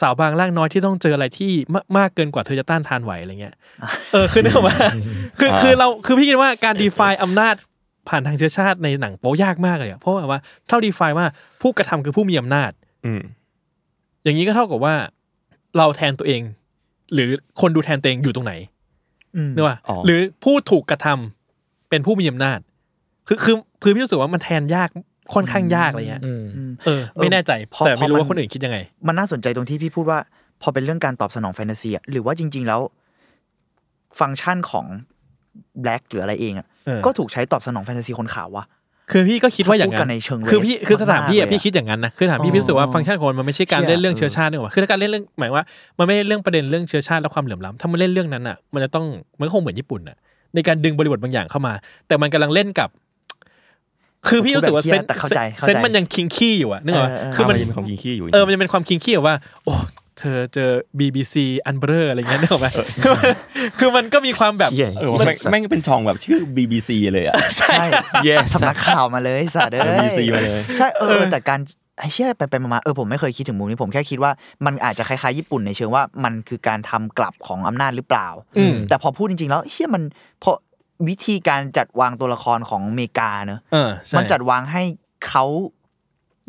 [SPEAKER 4] สาวบางร่างน้อยที่ต้องเจออะไรที่มากมากเกินกว่าเธอจะต้านทานไหวอะไรเงี้ย เออคือนึกออกปะคือ
[SPEAKER 7] อ่า
[SPEAKER 4] คือเราคือพี่คิดว่าการดีฟายอำนาจผ่านทางเชื้อชาติในหนังโป๊ยากมากเลยอะเพราะว่าเท่าดีฟายว่าผู้กระทำคือผู้มีอำนาจ
[SPEAKER 7] อืม
[SPEAKER 4] อย่างนี้ก็เท่ากับว่าเราแทนตัวเอง หรือคนดูแทนตัวเองอยู่ตรงไหน
[SPEAKER 6] อืม
[SPEAKER 4] นึกว่าหรือผู้ถูกกระทำเป็นผู้มีอำนาจ คือคือคือพี่รู้สึกว่ามันแทนยากค่อนข้างยากอะไรเงี้ย
[SPEAKER 3] อืม
[SPEAKER 6] อืม
[SPEAKER 4] เออ ไม่แน่ใจ
[SPEAKER 6] พอ
[SPEAKER 4] แต่ไม่รู้
[SPEAKER 6] พอมัน
[SPEAKER 4] ว่าคนอื่นคิดยังไง
[SPEAKER 6] มันน่าสนใจตรงที่พี่พูดว่า พอเป็นเรื่องการตอบสนองแฟนตาซีอะหรือว่าจริง ๆ แล้ว ฟังก์ชันของแบล็กหรืออะไรเองอะ
[SPEAKER 4] เออ
[SPEAKER 6] ก็ถูกใช้ตอบสนองแฟนตาซีคนขาววะ
[SPEAKER 4] คือพี่ก็คิดว่าอย่าง
[SPEAKER 6] พูดกันในเชิง
[SPEAKER 4] คือพี่
[SPEAKER 6] race
[SPEAKER 4] คือสถานพี่
[SPEAKER 6] มา
[SPEAKER 4] อะ
[SPEAKER 6] กๆเลยอะ
[SPEAKER 4] พี่คิดอย่างนั้นนะคือสถานพี่
[SPEAKER 6] อ๋อ
[SPEAKER 4] พี่รู้สึกว่าฟังก์ชันของมันมันไม่ใช่การ
[SPEAKER 6] เชี่
[SPEAKER 4] เล่
[SPEAKER 6] ย
[SPEAKER 4] นเรื่อง
[SPEAKER 6] เออ
[SPEAKER 4] เชื้อชาตินึกออกปะคือถ้าการเล่นเรื่องหมายว่ามันไม่ได้เรื่องประเด็นเรื่องเชื้อชาติและความเหลื่อมล้ำถ้ามันเล่นเรื่องนั้นอ่ะมันจะต้องมันก็คงเหมือนญี่ปุ่นอ่ะในการดึงบริบทบางอย่างเข้ามา แต่มันกำลังเล่นกับ คือพี่รู้สึกว่า
[SPEAKER 6] พูดแบบ
[SPEAKER 4] เซนส์
[SPEAKER 6] เหี้ยแต่เข้าใจเข้าใจ
[SPEAKER 4] เซนส์มันยังคิงคี้อยู่อะนึกออกปะ
[SPEAKER 6] เออเออ
[SPEAKER 4] คือมัน
[SPEAKER 7] ยังเป็นของกิงขี้อยู่
[SPEAKER 4] เออ มันจะเป็นความคิงเขี้ว่า โอ้ เธอเจอ BBC อันเบอร์อะไรเงี้ยนึกออกไหมคือมันคือมันก็มีความแบบ
[SPEAKER 3] เหี้ย
[SPEAKER 7] เออแม่งแม่งเป็นช่องแบบชื่อ BBC เลยอ่ะ
[SPEAKER 6] ใช่
[SPEAKER 3] Yes
[SPEAKER 6] สำนักข่าวมาเลยสัตว์เอ้ย
[SPEAKER 7] BBC มาเลย
[SPEAKER 6] ใช่เออแต่การไอ้เชี่ยไปไปมาๆเออผมไม่เคยคิดถึงมุมนี้ผมแค่คิดว่ามันอาจจะคล้ายๆญี่ปุ่นในเชิงว่ามันคือการทำกลับของอำนาจหรือเปล่า
[SPEAKER 4] อืม
[SPEAKER 6] แต่พอพูดจริงๆแล้วเชี่ยมันพอ วิธีการจัดวางตัวละครของอเมริกาเนอะ
[SPEAKER 4] เออใช่
[SPEAKER 6] มันจัดวางให้เขา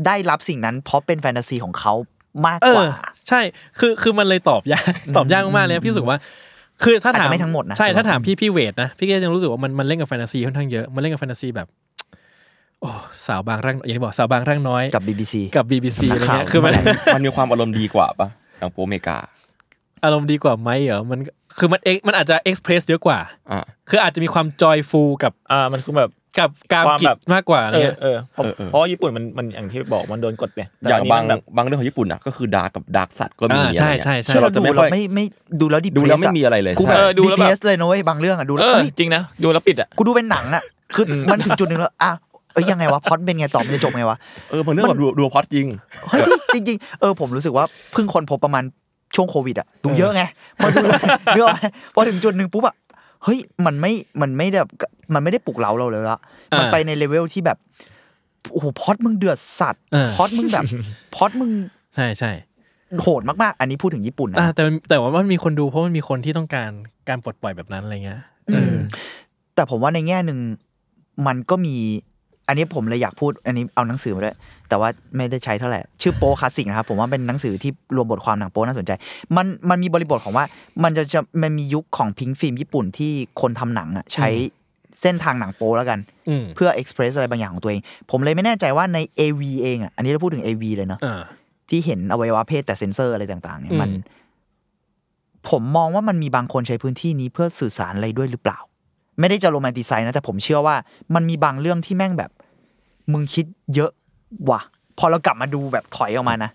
[SPEAKER 6] ได้รับสิ่งนั้น เพราะเป็นแฟนตาซีของเขามาก
[SPEAKER 4] เอก
[SPEAKER 6] ว่า
[SPEAKER 4] อ ใช่ คือคือมันเลยตอบยาก ตอบยากมากๆเลยพี่รู้สึกว่า คือถ้าถาม
[SPEAKER 6] อาจจะไม่ทั้งหมดนะ
[SPEAKER 4] ใช่
[SPEAKER 6] แต่ว่า
[SPEAKER 4] ถ้าถามพี่พี่เวทนะพี่ก็ยังรู้สึกว่ามันมันเล่นกับแฟนตาซีค่อนข้างเยอะมันเล่นกับแฟนตาซีแบบ โอ้สาวบางร่างอย่างที่บอกสาวบางร่างน้อย
[SPEAKER 6] กับ BBC
[SPEAKER 4] กับ BBC อะไรเงี้ย
[SPEAKER 6] นักข่าว
[SPEAKER 4] คือมัน
[SPEAKER 7] มันมีความอารมณ์ดีกว่าปะหนังโปอเมริกา
[SPEAKER 4] อารมณ์ดีกว่าไหมเหรอมันคือมันเอกมันอาจจะเอ็กซ์เพรสเยอะกว่า
[SPEAKER 7] อ่า
[SPEAKER 4] คืออาจจะมีความจอยฟูกับ
[SPEAKER 3] อ่ามันคือแบบ
[SPEAKER 4] กับการ
[SPEAKER 3] ความ
[SPEAKER 4] กิ
[SPEAKER 3] แบบ
[SPEAKER 4] จมากกว่าอะไร
[SPEAKER 3] เออ
[SPEAKER 4] เงี้ย
[SPEAKER 3] เออเพราะ
[SPEAKER 7] เออเออ
[SPEAKER 3] เพราะว่าญี่ปุ่นมันมันอย่างที่บอกมันโดนกดไปแต่
[SPEAKER 7] อย่าง
[SPEAKER 3] นนี้
[SPEAKER 7] บาง
[SPEAKER 3] มันแบบ
[SPEAKER 7] บางเรื่องของญี่ปุ่นอ่ะก็คือดาร์กกับดาร์กสัตว์ก็มี
[SPEAKER 4] อ่า
[SPEAKER 7] อะไร
[SPEAKER 4] ใช่
[SPEAKER 7] เงี้ย
[SPEAKER 4] ใช่ใช่
[SPEAKER 7] แต่
[SPEAKER 6] เรา
[SPEAKER 7] เรา
[SPEAKER 6] ดู
[SPEAKER 7] จะไม่
[SPEAKER 6] เรา
[SPEAKER 7] ค่อย
[SPEAKER 6] ไม่ไม่ดูแล้วดิ
[SPEAKER 7] ดูแล้วไม่มีอะไรเลย
[SPEAKER 6] กูแบ
[SPEAKER 7] ใช่
[SPEAKER 6] บดูแล้วเลยนะเว้ยบางเรื่องอะดูแล้
[SPEAKER 3] เออ
[SPEAKER 6] วเอ้ย
[SPEAKER 3] จริงนะดูแล้วปิดอ่ะ
[SPEAKER 6] กูดูเป็นหนังอะคือมันถึงจุดหนึ่งแล้วอ่ะเอ้ยยังไงวะพล็อดเป็นไงต่อมันจะจบไงวะ
[SPEAKER 7] เออบางเรื่องแบบดูดูพอดจริง
[SPEAKER 6] เฮ้ยจริงๆ เออผมรู้สึกว่าเพิ่งคนพบประมาณช่วงโควิดอะดูเยอะไงพอดูเยอะ พอถึงจุดหนึ่งปุ๊บอะเฮ้ยมันไม่มันไม่แบบมันไม่ได้ปลุกเราเราเลยละมันไปในเลเวลที่แบบโอ้โหพล็อดมึงเดือดสัตว์พล็อดมึงแบบพล็อดมึง
[SPEAKER 4] ใช่ใช่
[SPEAKER 6] โหดมากๆ อันนี้พูดถึงญี่ปุ่นนะ
[SPEAKER 4] อ่าแต่มันแต่ว่ามันมีคนดูเพราะมันมีคนที่ต้องการการปลดปล่อยแบบนั้นอะไรเงี้ย
[SPEAKER 6] อืมแต่ผมว่าในแง่หนึ่งมันก็มี อันนี้ผมเลยอยากพูด อันนี้เอาหนังสือมาด้วยแต่ว่าไม่ได้ใช้เท่าไหร่ชื่อโปคลาสสิกนะครับผมว่าเป็นหนังสือที่รวมบทความหนังโปน่าสนใจ มันมันมีบริบทของว่า มันจะจะมันมียุคของพิงฟิล์มญี่ปุ่นที่คนทำหนังอ่ะใช้เส้นทางหนังโปแล้วกัน
[SPEAKER 4] อืม
[SPEAKER 6] เพื่อเอ็กซ์เพรสอะไรบางอย่างของตัวเอง ผมเลยไม่แน่ใจว่าใน AV เองอ่ะอันนี้เราพูดถึง AV เลยเนาะ
[SPEAKER 4] อ่า
[SPEAKER 6] ที่เห็นอวัยวะเพศแต่เซ็นเซอร์อะไรต่างๆเนี่ยมัน
[SPEAKER 4] อืม
[SPEAKER 6] ผมมองว่ามันมีบางคนใช้พื้นที่นี้เพื่อสื่อสารอะไรด้วยหรือเปล่า ไม่ได้จะโรแมนติไซน์นะแต่ผมเชื่อว่ามันมีบางเรื่องที่แม่งแบบ มึงคิดเยอะว่ะพอเรากลับมาดูแบบถอยออกมานะ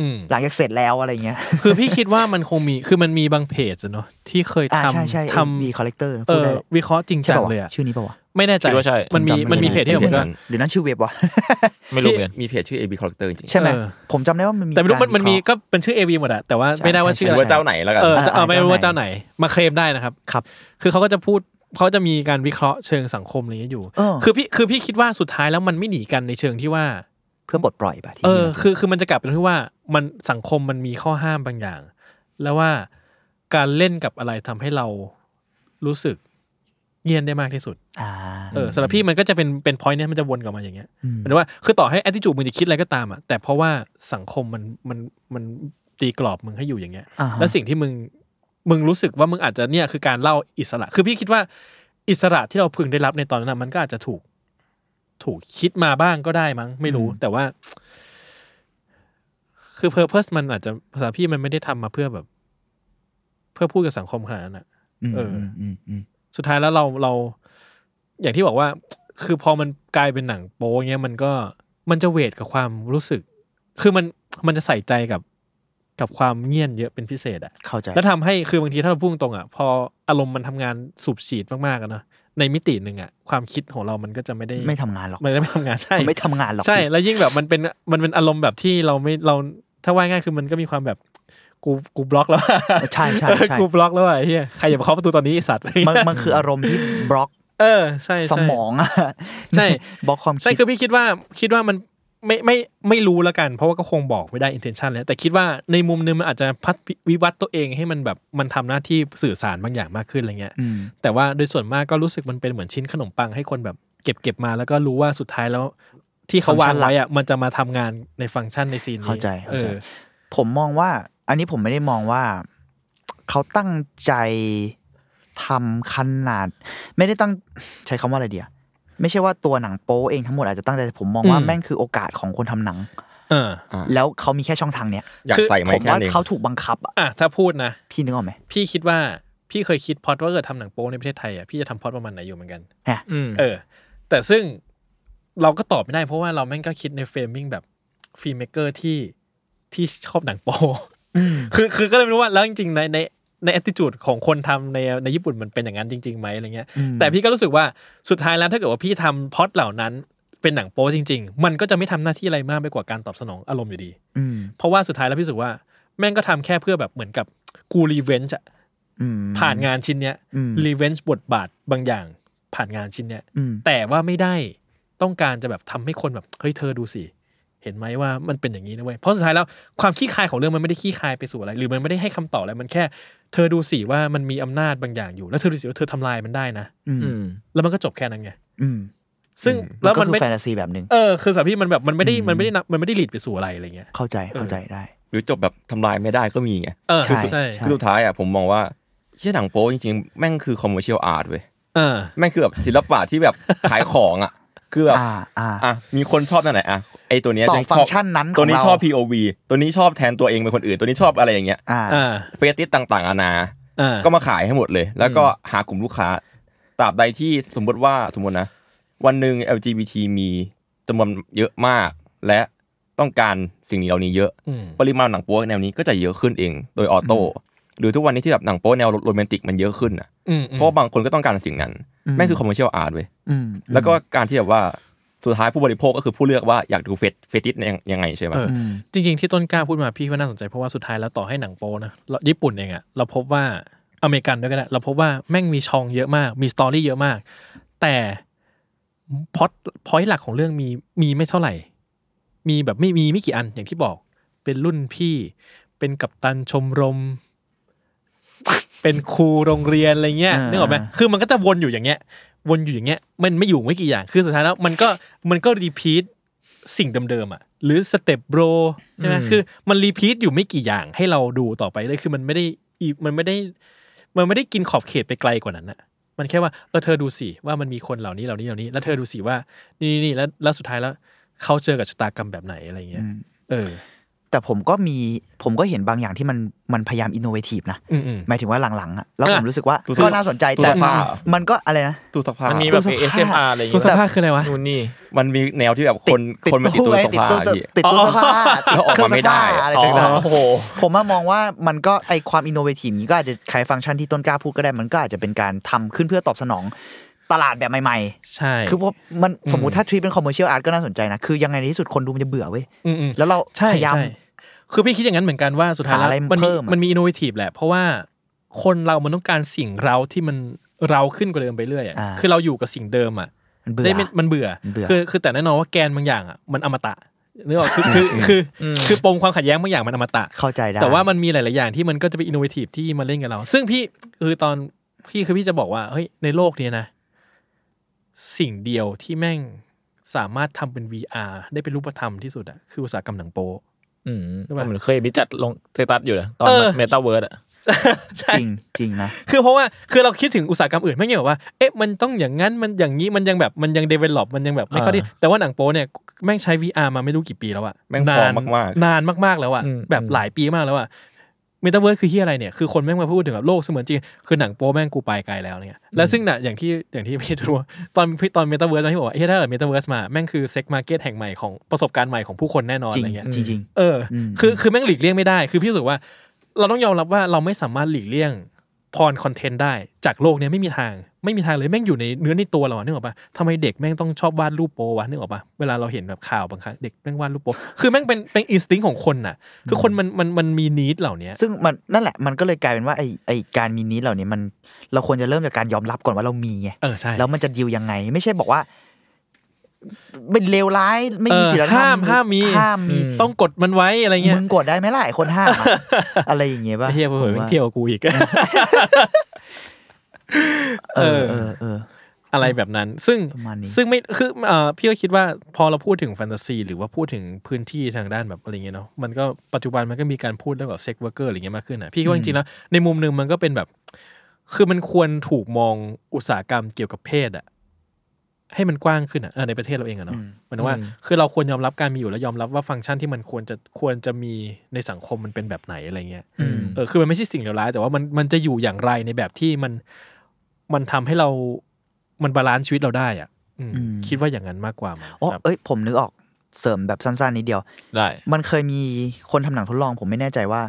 [SPEAKER 4] อืม
[SPEAKER 6] หลังจากเสร็จแล้วอะไรเงี้ย
[SPEAKER 4] คือพี่คิดว่ามันคงมีคือมันมีบางเพจอะเนาะที่เคย
[SPEAKER 6] อ่าใช่ใช่
[SPEAKER 4] ทำท
[SPEAKER 6] มีคอลเลกเตอร์
[SPEAKER 4] ำเออวิเคราะห์จริง
[SPEAKER 6] ใช่
[SPEAKER 4] จัง
[SPEAKER 6] ป่าวะ
[SPEAKER 4] เลยอะ
[SPEAKER 6] ชื่อนี้ป่าวะ
[SPEAKER 4] ไม่แน่ใจ
[SPEAKER 3] คิดว่าใช่
[SPEAKER 4] มันมี
[SPEAKER 6] จำไได้
[SPEAKER 4] มันมีเพจที่แบบ
[SPEAKER 7] จำไม่ได้
[SPEAKER 4] ว่า
[SPEAKER 6] หรือนั่นชื่อเว็บวะ
[SPEAKER 3] ไม่รู้เหมือนกัน
[SPEAKER 7] มีเพจชื่อ AB Collector จริง
[SPEAKER 6] ใช่ไหม
[SPEAKER 4] เออ
[SPEAKER 6] ผมจำได้ว่ามันมี
[SPEAKER 4] แต่ไม่รู้
[SPEAKER 6] กา
[SPEAKER 4] มันมันมี
[SPEAKER 6] วิเคราะห์
[SPEAKER 4] ก็เป็นชื่อ AV หมดอะแต่ว่า
[SPEAKER 6] ใช่
[SPEAKER 4] ไม่ได้ว่าชื่อ
[SPEAKER 6] ใช่
[SPEAKER 7] ๆ
[SPEAKER 4] อะไร
[SPEAKER 7] ว่าเจ้าไหนแล้วกัน
[SPEAKER 4] เออจะ
[SPEAKER 6] อ่า
[SPEAKER 4] เอาไม่รู้ว่า
[SPEAKER 6] เจ้า
[SPEAKER 4] เจ้า
[SPEAKER 6] ไห
[SPEAKER 4] ไห
[SPEAKER 6] น
[SPEAKER 4] นมาเคลมได้นะครับ
[SPEAKER 6] ครับ
[SPEAKER 4] คือเขาก็จะพูดเขาจะมีการวิเคราะห์เชิงสังคมอะไรอย่างเงี้ยอยู่
[SPEAKER 6] เออ
[SPEAKER 4] คือพี่คือพี่คิดว่าสุดท้ายแล้วมันไม่หนีกันในเชิงที่ว่า
[SPEAKER 6] เพื่อบทปล่อยป่ะที่
[SPEAKER 4] เออ
[SPEAKER 6] นี่มัน
[SPEAKER 4] คือคือมันจะกลับเป็นที่ว่ามันสังคมมันมีข้อห้ามบางอย่าง แล้วว่าการเล่นกับอะไรทำให้เรารู้สึกเยียนได้มากที่สุด
[SPEAKER 6] อ่า
[SPEAKER 4] เออสำหรับพี่มันก็จะเป็นเป็นพอยต์เนี้ยมันจะวนกลับมาอย่างเงี้ยหมายถึงว่าคือต่อให้ attitude มึงจะคิดอะไรก็ตามอ่ะแต่เพราะว่าสังคมมันมันมันตีกรอบมึงให้อยู่อย่างเงี้ย
[SPEAKER 6] อ่าฮะ
[SPEAKER 4] แล้วสิ่งที่มึงมึงรู้สึกว่ามึงอาจจะเนี่ยคือการเล่าอิสระ คือพี่คิดว่าอิสระที่เราพึงได้รับในตอนนั้นนะมันก็อาจจะถูก ถูกคิดมาบ้างก็ได้มั้ง ไม่รู้ แต่ว่า คือเพอร์เพสมันอาจจะภาษาพี่มันไม่ได้ทำมาเพื่อแบบ เพื่อพูดกับสังคมขนาดนั้นอะ
[SPEAKER 6] ม
[SPEAKER 4] เอออื
[SPEAKER 6] มอืมอืม
[SPEAKER 4] สุดท้ายแล้วเราเรา อย่างที่บอกว่า คือพอมันกลายเป็นหนังโป๊เงี้ยมันก็มันจะเวทกับความรู้สึก คือมันมันจะใส่ใจกับกับความเงียนเยอะเป็นพิเศษอะ
[SPEAKER 6] เข้าใจ
[SPEAKER 4] แล้วทำให้คือบางทีถ้าเราพุ่งตรงอ่ะพออารมณ์มันทำงานสูบฉีดมากๆอะเนอะในมิติหนึ่งอ่ะความคิดของเรามันก็จะไม่ได้
[SPEAKER 6] ไม่ทำงานหรอก
[SPEAKER 4] มันจะไม่ทำงานใช่
[SPEAKER 6] ไม่ทำงานหรอก
[SPEAKER 4] ใช่ แล้วยิ่งแบบมันเป็นมันเป็นอารมณ์แบบที่เราไม่เราถ้าว่าง่ายคือมันก็มีความแบบกูกูบล็อกแล้วอะ
[SPEAKER 6] ใช่ใช่
[SPEAKER 4] เออ
[SPEAKER 6] ใช่
[SPEAKER 4] กูบล็อกแล้วอะไอ้เฮียใครอย่ามาเคาะประตูตอนนี้ไอ้สัตว์
[SPEAKER 6] มันมันคืออารมณ์ที่บล็อก
[SPEAKER 4] เออใช่ใช่
[SPEAKER 6] สมองอะ
[SPEAKER 4] ใช่
[SPEAKER 6] บล็อกความคิ
[SPEAKER 4] ใช่
[SPEAKER 6] ด
[SPEAKER 4] คือพี่คิดว่าคิดว่ามันไม่ไม่ไม่รู้แล้วกัน เพราะว่าก็คงบอกไม่ได้ intention แล้วแต่คิดว่าในมุมนึงมันอาจจะพัฒวิวัฒน์ตัวเองให้มันแบบมันทำหน้าที่สื่อสารบางอย่างมากขึ้นอะไรเงี้ย
[SPEAKER 6] อืม
[SPEAKER 4] แต่ว่าโดยส่วนมากก็รู้สึกมันเป็นเหมือนชิ้นขนมปังให้คนแบบเก็บเก็บมาแล้วก็รู้ว่าสุดท้ายแล้ว ที่เขาวางไว้อะมันจะมาทำงานในฟังก์ชันในซีนนี้
[SPEAKER 6] เข้าใจ
[SPEAKER 4] เอ
[SPEAKER 6] เข้าใจ
[SPEAKER 4] อ
[SPEAKER 6] ผมมองว่า อันนี้ผมไม่ได้มองว่า เขาตั้งใจทำขนาด ไม่ได้ตั้งใช้คำว่าอะไรเดียไม่ใช่ว่าตัวหนังโป๊เองทั้งหมดอาจจะตั้งใจแต่ผมมองว่า
[SPEAKER 4] อืม
[SPEAKER 6] แม่งคือโอกาสของคนทำหนัง
[SPEAKER 4] เออ
[SPEAKER 6] แล้วเขามีแค่ช่องทางเนี้ย
[SPEAKER 7] อยากใส่ไหม
[SPEAKER 6] ผม
[SPEAKER 7] แค่
[SPEAKER 6] ว่า
[SPEAKER 7] นั้นเอง
[SPEAKER 6] เขาถูกบังคับอะ
[SPEAKER 4] อ่ะถ้าพูดนะ
[SPEAKER 6] พี่นึกออกไหม
[SPEAKER 4] พี่คิดว่าพี่เคยคิดพล็อดว่าเกิดทำหนังโป๊ในประเทศไทยอ่ะพี่จะทำพล็อดประมาณไหนอยู่เหมือนกัน
[SPEAKER 6] อ่ะ
[SPEAKER 4] อืมเออ แต่ซึ่งเราก็ตอบไม่ได้เพราะว่าเราแม่งก็คิดในเฟรมมิ่งแบบฟิล์มเมกเกอร์ที่ที่ชอบหนังโป๊คือคือก็เลยไม่รู้ว่าแล้วจริงๆในในใน attitude ของคนทำในในญี่ปุ่นมันเป็นอย่างนั้นจริงๆไหมอะไรเงี้ย
[SPEAKER 6] อืม
[SPEAKER 4] แต่พี่ก็รู้สึกว่าสุดท้ายแล้วถ้าเกิดว่าพี่ทำพล็อดเหล่านั้นเป็นหนังโป๊จริง ๆ มันก็จะไม่ทำหน้าที่อะไรมากไปกว่าการตอบสนองอารมณ์อยู่ดี
[SPEAKER 6] อืม
[SPEAKER 4] เพราะว่าสุดท้ายแล้วพี่รู้สึกว่าแม่งก็ทำแค่เพื่อแบบเหมือนกับกูรีเวนจ์
[SPEAKER 6] อืม
[SPEAKER 4] ผ่านงานชิ้นเนี้ย
[SPEAKER 6] อืม
[SPEAKER 4] รีเวนจ์บทบาทบางอย่างผ่านงานชิ้นเนี้ย
[SPEAKER 6] อืม
[SPEAKER 4] แต่ว่าไม่ได้ต้องการจะแบบทำให้คนแบบเฮ้ยเธอดูสิ เห็นไหมว่ามันเป็นอย่างนี้นะเว้ยเพราะสุดท้ายแล้วความขี้คายของเรื่องมันไม่ได้ขี้คายไปสู่อะไร หรือมันไม่ได้ให้คำตอบอะไรมันแค่ เธอดูสิว่ามันมีอำนาจบางอย่างอยู่ แล้วเธอดูสิว่าเธอทำลายมันได้นะ
[SPEAKER 6] อืม
[SPEAKER 3] อืม
[SPEAKER 4] แล้วมันก็จบแค่นั้นไง
[SPEAKER 6] อืม
[SPEAKER 4] ซึ่ง
[SPEAKER 6] แล้
[SPEAKER 4] แล้ว ว
[SPEAKER 6] มั
[SPEAKER 4] มัน น
[SPEAKER 6] ก็คื
[SPEAKER 4] ไม่
[SPEAKER 6] อแฟนตาซีแบบหนึ่ง
[SPEAKER 4] เออคือสำหรับพี่มันแบบมันไม่ได้
[SPEAKER 6] อืม
[SPEAKER 4] มันไม่ได้นำมันไม่ได้หลีดไปสู่อะไรอะไรเงี้ย
[SPEAKER 6] เข้าใจเข้าใจได้
[SPEAKER 7] หรือจบแบบทำลายไม่ได้ก็มีไง
[SPEAKER 4] เออ
[SPEAKER 6] ใช่
[SPEAKER 4] ใช่
[SPEAKER 6] ใช่
[SPEAKER 7] คือสุดท้ายอ่ะผมมองว่าเชี่ยหนังโป๊จริงๆ แม่งคือคอมเมอร์เชียลอาร์ตเว้ย
[SPEAKER 4] เออ
[SPEAKER 7] แม่งคือแบบศิลปะที่แบบ ขายของอ่ะ คือแบบ
[SPEAKER 6] อ่าอ่า
[SPEAKER 7] อ่ะมีคนชอบนั่นไหนอ่ะไอตัวเนี้ย
[SPEAKER 6] ตอบ
[SPEAKER 7] ฉั
[SPEAKER 6] ฟั
[SPEAKER 7] ช
[SPEAKER 6] ง
[SPEAKER 7] อ
[SPEAKER 6] ก์ชันนั้นของ
[SPEAKER 7] ตัวนี้
[SPEAKER 6] เรา
[SPEAKER 7] ชอบ POV ตัวนี้ชอบแทนตัวเองเป็นคนอื่น ตัวนี้ชอบอะไรอย่างเงี้ย
[SPEAKER 6] อ่า
[SPEAKER 4] อ่า
[SPEAKER 7] เฟติสต่างๆอานา
[SPEAKER 4] อ่า
[SPEAKER 7] ก็มาขายให้หมดเลย แล้วก็หากลุ่มลูกค้าตราบใดที่สมมติว่าสมมตินะ วันหนึ่ง LGBT มีจำนวนเยอะมาก และต้องการสิ่งเหล่านี้เยอะ
[SPEAKER 4] อืม
[SPEAKER 7] ปริมาณหนังโป๊แนวนี้ก็จะเยอะขึ้นเองโดยออโต้หรือทุกวันนี้ที่แบบหนังโป๊แนวโรแมนติกมันเยอะขึ้นอ่ะ
[SPEAKER 4] อืม
[SPEAKER 7] เพราะว่าบางคนก็ต้องการสิ่งนั้น
[SPEAKER 6] อืม
[SPEAKER 7] แม่งคือคอมเมอร์เชียลอาร์ตเว้ย
[SPEAKER 6] อืม
[SPEAKER 7] แล้วก็การที่แบบว่าสุดท้ายผู้บริโภคก็คือผู้เลือกว่าอยากดูเฟตเฟติสยังยังไงใช่ไหม
[SPEAKER 4] เออ
[SPEAKER 6] อืม
[SPEAKER 4] จริงๆ ที่ต้นกล้าพูดมาพี่ว่าน่าสนใจเพราะว่าสุดท้ายแล้วต่อให้หนังโป๊นะเราญี่ปุ่นเองอะเราพบว่าอเมริกันด้วยก็ได้เราพบว่าแม่งมีช่องเยอะมาก มีสตอรี่เยอะมาก แต่พอดพอยหลักของเรื่องมีมีไม่เท่าไหร่ มีแบบไม่มีไม่กี่อันอย่างที่บอก เป็นรุ่นพี่เป็นกัปตันชมรม เป็นครูโรงเรียนอะไรเงี้ย
[SPEAKER 6] อ่านึ
[SPEAKER 4] นึกออกไหมคือมันก็จะวนอยู่อย่างเงี้ย วนอยู่อย่างเงี้ยมันไม่อยู่ไม่กี่อย่างคือสุดท้ายแล้วมันก็มันก็รีพีทสิ่งเดิมๆอ่ะหรือสเต็ปโบรใช่ไหม
[SPEAKER 3] อืม
[SPEAKER 4] คือมันรีพีทอยู่ไม่กี่อย่างให้เราดูต่อไปเลยคือมันไม่ได้อีมันไม่ได้มันไม่ได้กินขอบเขตไปไกลกว่านั้นอ่ะมันแค่ว่าเออเธอดูสิว่ามันมีคนเหล่านี้เหล่านี้เหล่านี้ แล้วเธอดูสิว่านี่นี่นี่แล้วแล้วสุดท้ายแล้วเขาเจอกับชะตากรรมแบบไหนอะไรเงี้ย
[SPEAKER 6] อืม
[SPEAKER 4] เออ
[SPEAKER 6] แต่ผมก็มีผมก็เห็นบางอย่างที่มันมันพยายามอินโนเวทีฟนะ
[SPEAKER 4] อืมอืม
[SPEAKER 6] หมายถึงว่าหลังๆอะแล้วผม
[SPEAKER 4] อ่ะ
[SPEAKER 6] รู้สึกว่า
[SPEAKER 7] ตู้ซั
[SPEAKER 6] ก็น่าสนใจ
[SPEAKER 7] ตู้
[SPEAKER 6] แต่
[SPEAKER 7] ซักผ้า
[SPEAKER 6] มันก็อะไรนะ
[SPEAKER 7] ตู้ซักผ้า
[SPEAKER 3] มั
[SPEAKER 7] มัน น
[SPEAKER 3] มี
[SPEAKER 7] มี
[SPEAKER 3] แบบ
[SPEAKER 6] ตู้เสื้อผ้า
[SPEAKER 3] เอ ASMR อะไรอย่าง
[SPEAKER 4] ู
[SPEAKER 3] เงี้ย
[SPEAKER 4] สภาพคืออะไรวะ
[SPEAKER 3] นู่นนี่
[SPEAKER 7] มันมีแนวที่แบบคน
[SPEAKER 6] ติด
[SPEAKER 7] คนมาติด
[SPEAKER 6] ตู้
[SPEAKER 7] ตู้
[SPEAKER 6] ไว้
[SPEAKER 7] ซัก
[SPEAKER 6] ติด
[SPEAKER 7] ผ้า
[SPEAKER 6] ตู้
[SPEAKER 7] พี่
[SPEAKER 6] เสื้อติดตู้เสื้อผ้า
[SPEAKER 7] แล้วออกมาไม่ได้
[SPEAKER 6] เครื่องซักผ้าอะไรต่าง
[SPEAKER 3] อ๋อโอ้โห
[SPEAKER 6] ๆผมว่ามองว่ามันก็ไอความอินโนเวทีฟนี้ก็อาจจะขายฟังก์ชันที่ต้นกล้าพูดก็ได้มันก็อาจจะเป็นการทำขึ้นเพื่อตอบสนองตลาดแบบใหม่
[SPEAKER 4] ใช่
[SPEAKER 6] ๆ คือว่ามันสมมุติถ้าทรีเป็นคอมเมอร์เชียลอาร์ตก็น่าสนใจนะ คือยังไงในที่สุดคนดูมันจะเบื่อเว้ย
[SPEAKER 4] อืมอืม
[SPEAKER 6] แล้วเรา
[SPEAKER 4] ใช่
[SPEAKER 6] พยายาม
[SPEAKER 4] ใช่คือพี่คิดอย่างนั้นเหมือนกันว่าสุดท้ายแล้ว
[SPEAKER 6] หาอะไร
[SPEAKER 4] มัน
[SPEAKER 6] เพิ่
[SPEAKER 4] มี
[SPEAKER 6] มอะ
[SPEAKER 4] มันมีอินโนเวทีฟแหละ เพราะว่าคนเรามันต้องการสิ่งเราที่มันเราขึ้นกว่าเดิมไปเรื่อยอะ
[SPEAKER 6] อ่า
[SPEAKER 4] คือเราอยู่กับสิ่งเดิมอ่ะ
[SPEAKER 6] มันเบื่อ
[SPEAKER 4] ได้ไม่มันเบื่อ
[SPEAKER 6] เบื่อ
[SPEAKER 4] คือคือแต่แน่นอนว่าแกนบางอย่างอ่ะมันอมตะนึกออกคือคือคือคือคือปมความขัดแย้งบางอย่างมันอมตะ
[SPEAKER 6] เข้าใจได้
[SPEAKER 4] แต่ว่ามันมีหลาย ๆ อย่างที่มันก็จะเป็นอินโนเวทีฟที่มันเล่นกับเรา ซึ่งพี่คือตอนพี่คือพี่จะบอกว่าเฮ้ยในโลกเนี้ยนะ สิ่งเดียวที่แม่งสามารถทำเป็น VR ได้เป็นรูปธรรมที่สุดอะคืออุตสาหกรรมหนังโป
[SPEAKER 3] อืม
[SPEAKER 4] ใช่ปะ
[SPEAKER 3] มันเคยมีจัดลงสเตตัสอยู่นะตอน
[SPEAKER 4] เออ
[SPEAKER 3] เมตาเวิร์ดอะ
[SPEAKER 4] ใช่
[SPEAKER 6] จริงจริงนะ
[SPEAKER 4] คือเพราะว่าคือเราคิดถึงอุตสาหกรรมอื่นไม่เงี้ยแบบว่าเอ๊ะมันต้องอย่างนั้นมันอย่างนี้มันยังแบบมันยังเดเวล็อปมันยังแบบไม่เข้าที่
[SPEAKER 3] อ่า
[SPEAKER 4] แต่ว่าหนังโป๊เนี่ยแม่งใช้ VR มาไม่รู้กี่ปีแล้วอะ
[SPEAKER 7] แม่งพอมากๆ
[SPEAKER 4] นานมากๆแล้วอะ
[SPEAKER 3] อืม
[SPEAKER 4] แบบหลายปีมากแล้วอะเมตาเวิร์คือที่อะไรเนี่ยคือคนแม่งมาพูดถึงแบบโลกเสมือนจริงคือหนังโป๊แม่งกูไปไกลแล้วเนี่ยและซึ่งน่ะอย่างที่อย่างที่พี่ตัวตอนตอนเมตาเวิร์ตอนที่บอกว่าเฮ้ยถ้าเกิดเมตาเวิร์มาแม่งคือเซ็กมาร์เก็ตแห่งใหม่ของประสบการณ์ใหม่ของผู้คนแน่นอน
[SPEAKER 6] จริ
[SPEAKER 4] อะไร
[SPEAKER 6] ง
[SPEAKER 4] เงี้ย
[SPEAKER 6] จริง
[SPEAKER 4] เอออ
[SPEAKER 6] ม
[SPEAKER 4] คือคือแม่งหลีกเลี่ยงไม่ได้ คือพี่รู้สึกว่า เราต้องยอมรับว่าเราไม่สามารถหลีกเลี่ยงพรคอนเทนต์ได้ จากโลกเนี้ยไม่มีทาง ไม่มีทางเลยแม่งอยู่ในเนื้อในตัวเราอะนึกออกปะทำไมเด็กแม่งต้องชอบวาดรูปโปวะนึกออกปะเวลาเราเห็นแบบข่าวบางครั้งเด็กแม่งวาดรูปโปคือแม่งเป็นเป็นอินสติ้งของคนน่ะ คือคนมันมันมันมีนีดเหล่าเนี้ย
[SPEAKER 6] ๆซึ่งมันนั่นแหละมันก็เลยกลายเป็นว่าไอไอการมีนี้เหล่านี้มันเราควรจะเริ่มจากการยอมรับก่อนว่าเรามีไง
[SPEAKER 4] เออใช่
[SPEAKER 6] แล้วมันจะดีลยังไง ไม่ใช่บอกว่าเป็นเลวร้ายไม่มีศีลธรรม
[SPEAKER 4] เออห้ามห้ามมี
[SPEAKER 6] ห้ามมี
[SPEAKER 4] ต้องกดมันไว้อะไรเงี้
[SPEAKER 6] มึ
[SPEAKER 4] ย
[SPEAKER 6] งกดได้ไหมล่ะไอ้คนห้าม อะอะไรอย่างเงี้ยป่ะ
[SPEAKER 4] ไอ้เฮียเผย
[SPEAKER 6] ผ
[SPEAKER 4] มัน
[SPEAKER 6] มา
[SPEAKER 4] เที่ยวกูอีก
[SPEAKER 6] เออเออเออ
[SPEAKER 4] อะไรแบบนั้น ซึ่ง
[SPEAKER 6] ประมาณนี้
[SPEAKER 4] ซึ่งไม่คือเอ่อพี่ก็คิดว่าพอเราพูดถึงแฟนตาซีหรือว่าพูดถึงพื้นที่ทางด้านแบบอะไรเงี้ยเนาะมันก็ปัจจุบันมันก็มีการพูดเรื่องแบบเซ็กเวอร์เกอร์อะไรเงี้ยมากขึ้นอ่ะพี่คิดว่าจริงๆแล้วในมุมหนึ่งมันก็เป็นแบบ คือมันควรถูกมองอุตสาหกรรมเกี่ยวกับเพศอะให้มันกว้างขึ้นอะเออในประเทศเราเองอะเนาะหมายถึงว่า คือเราควรยอมรับการมีอยู่และยอมรับว่าฟังก์ชันที่มันควรจะควรจะมีในสังคมมันเป็นแบบไหนอะไรเงี้ย
[SPEAKER 6] อืม
[SPEAKER 4] เออคือมันไม่ใช่สิ่งเลวร้ายแต่ว่ามันมันจะอยู่อย่างไรในแบบที่มันมันทำให้เรา มันบาลานซ์ชีวิตเราได้อ่ะอืม
[SPEAKER 6] อืม
[SPEAKER 4] คิดว่าอย่างนั้นมากกว่ามั้ง
[SPEAKER 6] อ๋อ
[SPEAKER 4] ครับ
[SPEAKER 6] เอ้ยผมนึกออกเสริมแบบสั้นๆนิดเดียว
[SPEAKER 3] ได้
[SPEAKER 6] มันเคยมีคนทำหนังทดลอง ผมไม่แน่ใจว่า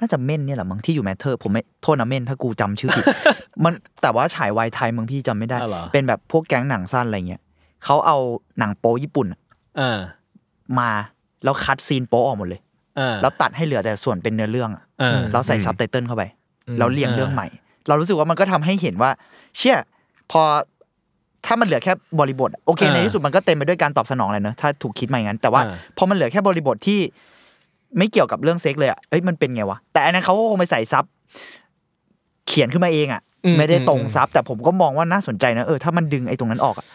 [SPEAKER 6] น่าจะเม่นเนี่ยแหละมั้งที่อยู่แมทเทอร์ ผมไม่โทษนะเม่นถ้ากูจำชื่อผิด มันแต่ว่าฉายวายไทยมึงพี่จำไม่ได้
[SPEAKER 4] าวเหรอ
[SPEAKER 6] เป็นแบบพวกแก๊งหนังสั้นอะไรเงี้ยเขาเอาหนังโป๊ญี่ปุ่น
[SPEAKER 4] อ่า
[SPEAKER 6] มาแล้วคัดซีนโป๊ออกหมดเลย
[SPEAKER 4] อ่า
[SPEAKER 6] แล้วตัดให้เหลือแต่ส่วนเป็นเนื้อเรื่องอะ
[SPEAKER 4] อ่า
[SPEAKER 6] แล้วใส่
[SPEAKER 7] อืม
[SPEAKER 6] ซับไตเติลเข้าไป
[SPEAKER 3] อืม
[SPEAKER 6] แล้วเรียงเรื่องใหม่ เรารู้สึกว่ามันก็ทำให้เห็นว่า เชี่ยพอถ้ามันเหลือแค่บริบทอะโอเค
[SPEAKER 4] อ่า
[SPEAKER 6] ในที่สุดมันก็เต็มไปด้วยการตอบสนองเลยเนอะถ้าถูกคิดมาอย่างนั้น แต่ว่า
[SPEAKER 4] อ่า
[SPEAKER 6] พอมันเหลือแค่บริบทที่ไม่เกี่ยวกับเรื่องเซ็กเลยอะเอ้ยมันเป็นไงวะแต่อันนั้นเขาก็คงไปใส่ซับ เขียนขึ้นมาเองอ่ะ
[SPEAKER 4] อืม
[SPEAKER 6] ไม่ได้ตรง
[SPEAKER 4] อืม
[SPEAKER 6] ซับแต่ผมก็มองว่าน่าสนใจนะเออถ้ามันดึงไอ้ตรงนั้นออกอะ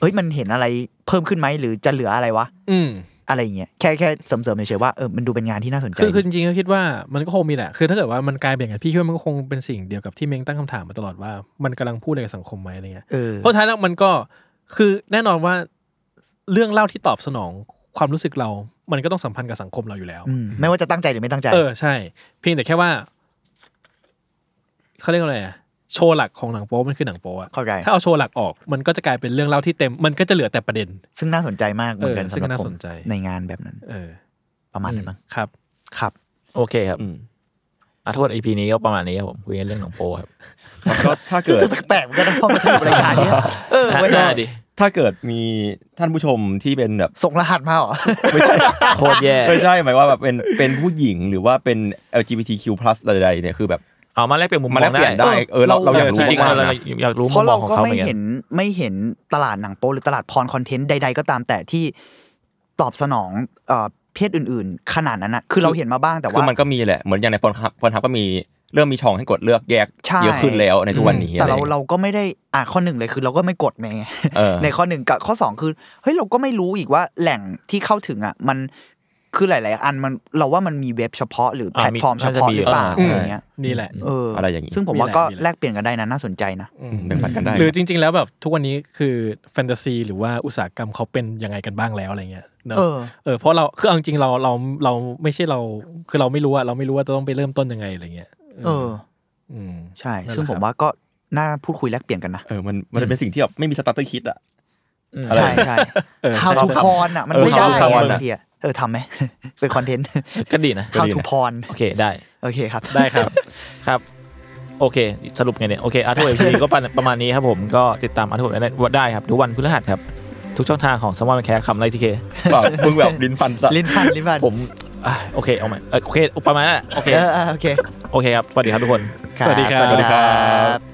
[SPEAKER 6] เอ้ยมันเห็นอะไรเพิ่มขึ้นไหมหรือจะเหลืออะไรวะ
[SPEAKER 4] อืม
[SPEAKER 6] อะไรอย่างเงี้ยแค่แค่เสริมๆเฉยๆว่าเออมันดูเป็นงานที่น่าสนใจ
[SPEAKER 4] คือคือจริงๆก็คิดว่ามันก็คงมีแหละ คือถ้าเกิดว่ามันกลายเป็นอย่างนั้นพี่คิดว่ามันก็คงเป็นสิ่งเดียวกับที่เมงตั้งคำถามมาตลอดว่ามันกำลังพูดอะไรกับสังคมไหมอะไรเงี้ย
[SPEAKER 6] เออ
[SPEAKER 4] เพราะท้ายแล้วมันก็คือแน่นอนว่าเรื่องเล่าที่ตอบสนองความรู้สึกเรา มันก็ต้องสัมพันธ์กับสังคมเราอยู่แล้ว
[SPEAKER 6] อืมไม่ว่าจะตั้งใจหรือไม่ตั้งใจ
[SPEAKER 4] เออใช่ เพียงแต่แค่ว่าเขาเรียกว่าอะไรอะโชว์หลักของหนังโป๊มันคือหนังโป๊อะ
[SPEAKER 6] เข้าใจ
[SPEAKER 4] ถ้าเอาโชว์หลักออก มันก็จะกลายเป็นเรื่องเล่าที่เต็ม มันก็จะเหลือแต่ประเด็น
[SPEAKER 6] ซึ่งน่าสนใจมากเหมือนกัน
[SPEAKER 4] เออซึ่
[SPEAKER 6] สำ
[SPEAKER 4] ง
[SPEAKER 6] หรับ
[SPEAKER 4] น่า
[SPEAKER 6] ผ
[SPEAKER 4] ส
[SPEAKER 6] ม
[SPEAKER 4] นใจ
[SPEAKER 6] ในงานแบบนั้น
[SPEAKER 4] เออ
[SPEAKER 6] ประมาณนั้นมั้ง
[SPEAKER 4] ครับ
[SPEAKER 6] ครับ
[SPEAKER 3] โอเคครับ
[SPEAKER 7] อืม
[SPEAKER 3] อ่ะทั้งหมด EP นี้ก็ประมาณนี้ครับผมคุยกันเรื่องของโปครับ
[SPEAKER 7] แล้วก็ถ้าเกิ
[SPEAKER 6] รู้
[SPEAKER 7] ด
[SPEAKER 6] สึกแปลกๆเหมือนกันนะพอมาสรุปรายการเนี้ยเออ
[SPEAKER 3] อ่ะ
[SPEAKER 6] เว้ย
[SPEAKER 3] ได้ดิ
[SPEAKER 7] ถ้าเกิดมีท่านผู้ชมที่เป็นแบบ
[SPEAKER 6] ส่งรหัสมาเหรอ
[SPEAKER 7] ไม่ใช่
[SPEAKER 3] โคตรแย่
[SPEAKER 7] ไม่ใช่หมายว่าแบบเป็นเป็นผู้หญิงหรือว่าเป็น LGBTQ+ อะไรใดๆเนี่ยคือแบบ
[SPEAKER 3] เอามาแลกเปลี่ยนมุมม
[SPEAKER 7] มา
[SPEAKER 3] อง
[SPEAKER 7] แลกเปลี่ยนได้ เออเราเราอยากรู้
[SPEAKER 3] จริงๆ
[SPEAKER 7] มากๆ
[SPEAKER 3] เรา
[SPEAKER 7] นะ
[SPEAKER 3] อยากรู้
[SPEAKER 6] เพ
[SPEAKER 3] มุม
[SPEAKER 6] ราะ
[SPEAKER 3] มอ
[SPEAKER 6] เรา
[SPEAKER 3] งของ
[SPEAKER 6] ก็
[SPEAKER 3] เขาเห
[SPEAKER 6] ไม่
[SPEAKER 3] มือนกั
[SPEAKER 6] เห็
[SPEAKER 3] น
[SPEAKER 6] นไม่เห็นตลาดหนังโป๊หรือตลาดพรคอนเทนต์ใด ๆ ก็ตามแต่ที่ตอบสนองเอ่อเพศอื่น ๆ ขนาดนั้นนะคือเราเห็นมาบ้างแต่
[SPEAKER 7] คือ
[SPEAKER 6] ว่า
[SPEAKER 7] มันก็มีแหละ เหมือนอย่างในพรทับพรทับก็มีเริ่มมีช่องให้กดเลือกแยก
[SPEAKER 6] ใช่
[SPEAKER 7] เยอะขึ้นแล้วในทุกวันนี้
[SPEAKER 6] แต่เรา
[SPEAKER 7] อะไรอย่งงี้ย
[SPEAKER 6] เราก็ไม่ได้อ่ะข้อหนึ่งเลยคือเราก็ไม่กดไง
[SPEAKER 7] เออ
[SPEAKER 6] ในข้อหนึ่งกับข้อสองคือเฮ้ยเราก็ไม่รู้อีกว่าแหล่งที่เข้าถึงอ่ะมันคือหลาย ๆ อันมันเราว่ามันมีเว็บเฉพาะหรือแพลตฟอร์มเฉพาะหรือเปล่า
[SPEAKER 7] อ่ามี
[SPEAKER 6] อะไรเงี้ย
[SPEAKER 4] นี่แหละ
[SPEAKER 6] เอออะไร
[SPEAKER 7] อย่างงี้
[SPEAKER 6] ซึ่งผมว่าก็
[SPEAKER 4] มีแหละ
[SPEAKER 6] แลกเปลี่ยนกันได้นะน่าสนใจนะ
[SPEAKER 4] อืม
[SPEAKER 7] แบ่งปันกันได้
[SPEAKER 4] หรือจริง ๆ แล้วแบบทุกวันนี้คือแฟนตาซีหรือว่าอุตสาหกรรมเขาเป็นยังไงกันบ้างแล้วอะไรเงี้ยเนอะ
[SPEAKER 6] เออ
[SPEAKER 4] เออเพราะเราคือเอาจริงๆเราเราเราไม่ใช่เรา คือเราไม่รู้อะเราไม่รู้ว่าจะต้องไปเริ่มต้นยังไงอะไรเงี้ย
[SPEAKER 6] เออ
[SPEAKER 4] ม
[SPEAKER 6] ใช่
[SPEAKER 4] นั่นแหละ
[SPEAKER 6] ซึ่งผ
[SPEAKER 4] ค
[SPEAKER 6] ม
[SPEAKER 4] รับ
[SPEAKER 6] ว่าก็น่าพูดคุยแลกเปลี่ยนกันนะ
[SPEAKER 7] เออมันมันเป็นสิ่งที่แบบไม่มีสตาร์เตอร์คิด อ่ะ
[SPEAKER 6] ใช่ใช่ how
[SPEAKER 7] ใช่
[SPEAKER 6] to
[SPEAKER 7] ครับ
[SPEAKER 6] porn อ่ะ มัน
[SPEAKER 7] เออ
[SPEAKER 6] ไม่ได้
[SPEAKER 7] how to
[SPEAKER 6] ไง
[SPEAKER 7] porn
[SPEAKER 6] บางทีอะเออทำไหม เป็นคอนเทนต์
[SPEAKER 3] ก็ดีนะ
[SPEAKER 6] how to porn
[SPEAKER 3] โอเคได้
[SPEAKER 6] โอเคครับ
[SPEAKER 3] ได้ครับ ครับ โอเค สรุปไงเนี่ย โอเคอาร์ทเวทีก็ประประมาณนี้ครับผมก็ติดตามอาร์ทเวได้ได้ครับ ทุกวันพฤหัสครับ ทุกช่องทางของสมอลแคร์คำไรทีเค
[SPEAKER 7] แบบมึงแบบลิ้นพันซะ
[SPEAKER 6] ลิ้นพันลิ้นพัน
[SPEAKER 3] ผมอ่ะโอเค เอาใหม่เอ่อโอเค ประมาณนั้นแหละโอเค
[SPEAKER 6] เออเออโอเค
[SPEAKER 3] โอเคครับ สวัสดีครับทุกคน
[SPEAKER 6] ครับ
[SPEAKER 4] สวัสดีครับ
[SPEAKER 6] สวัสดีครับ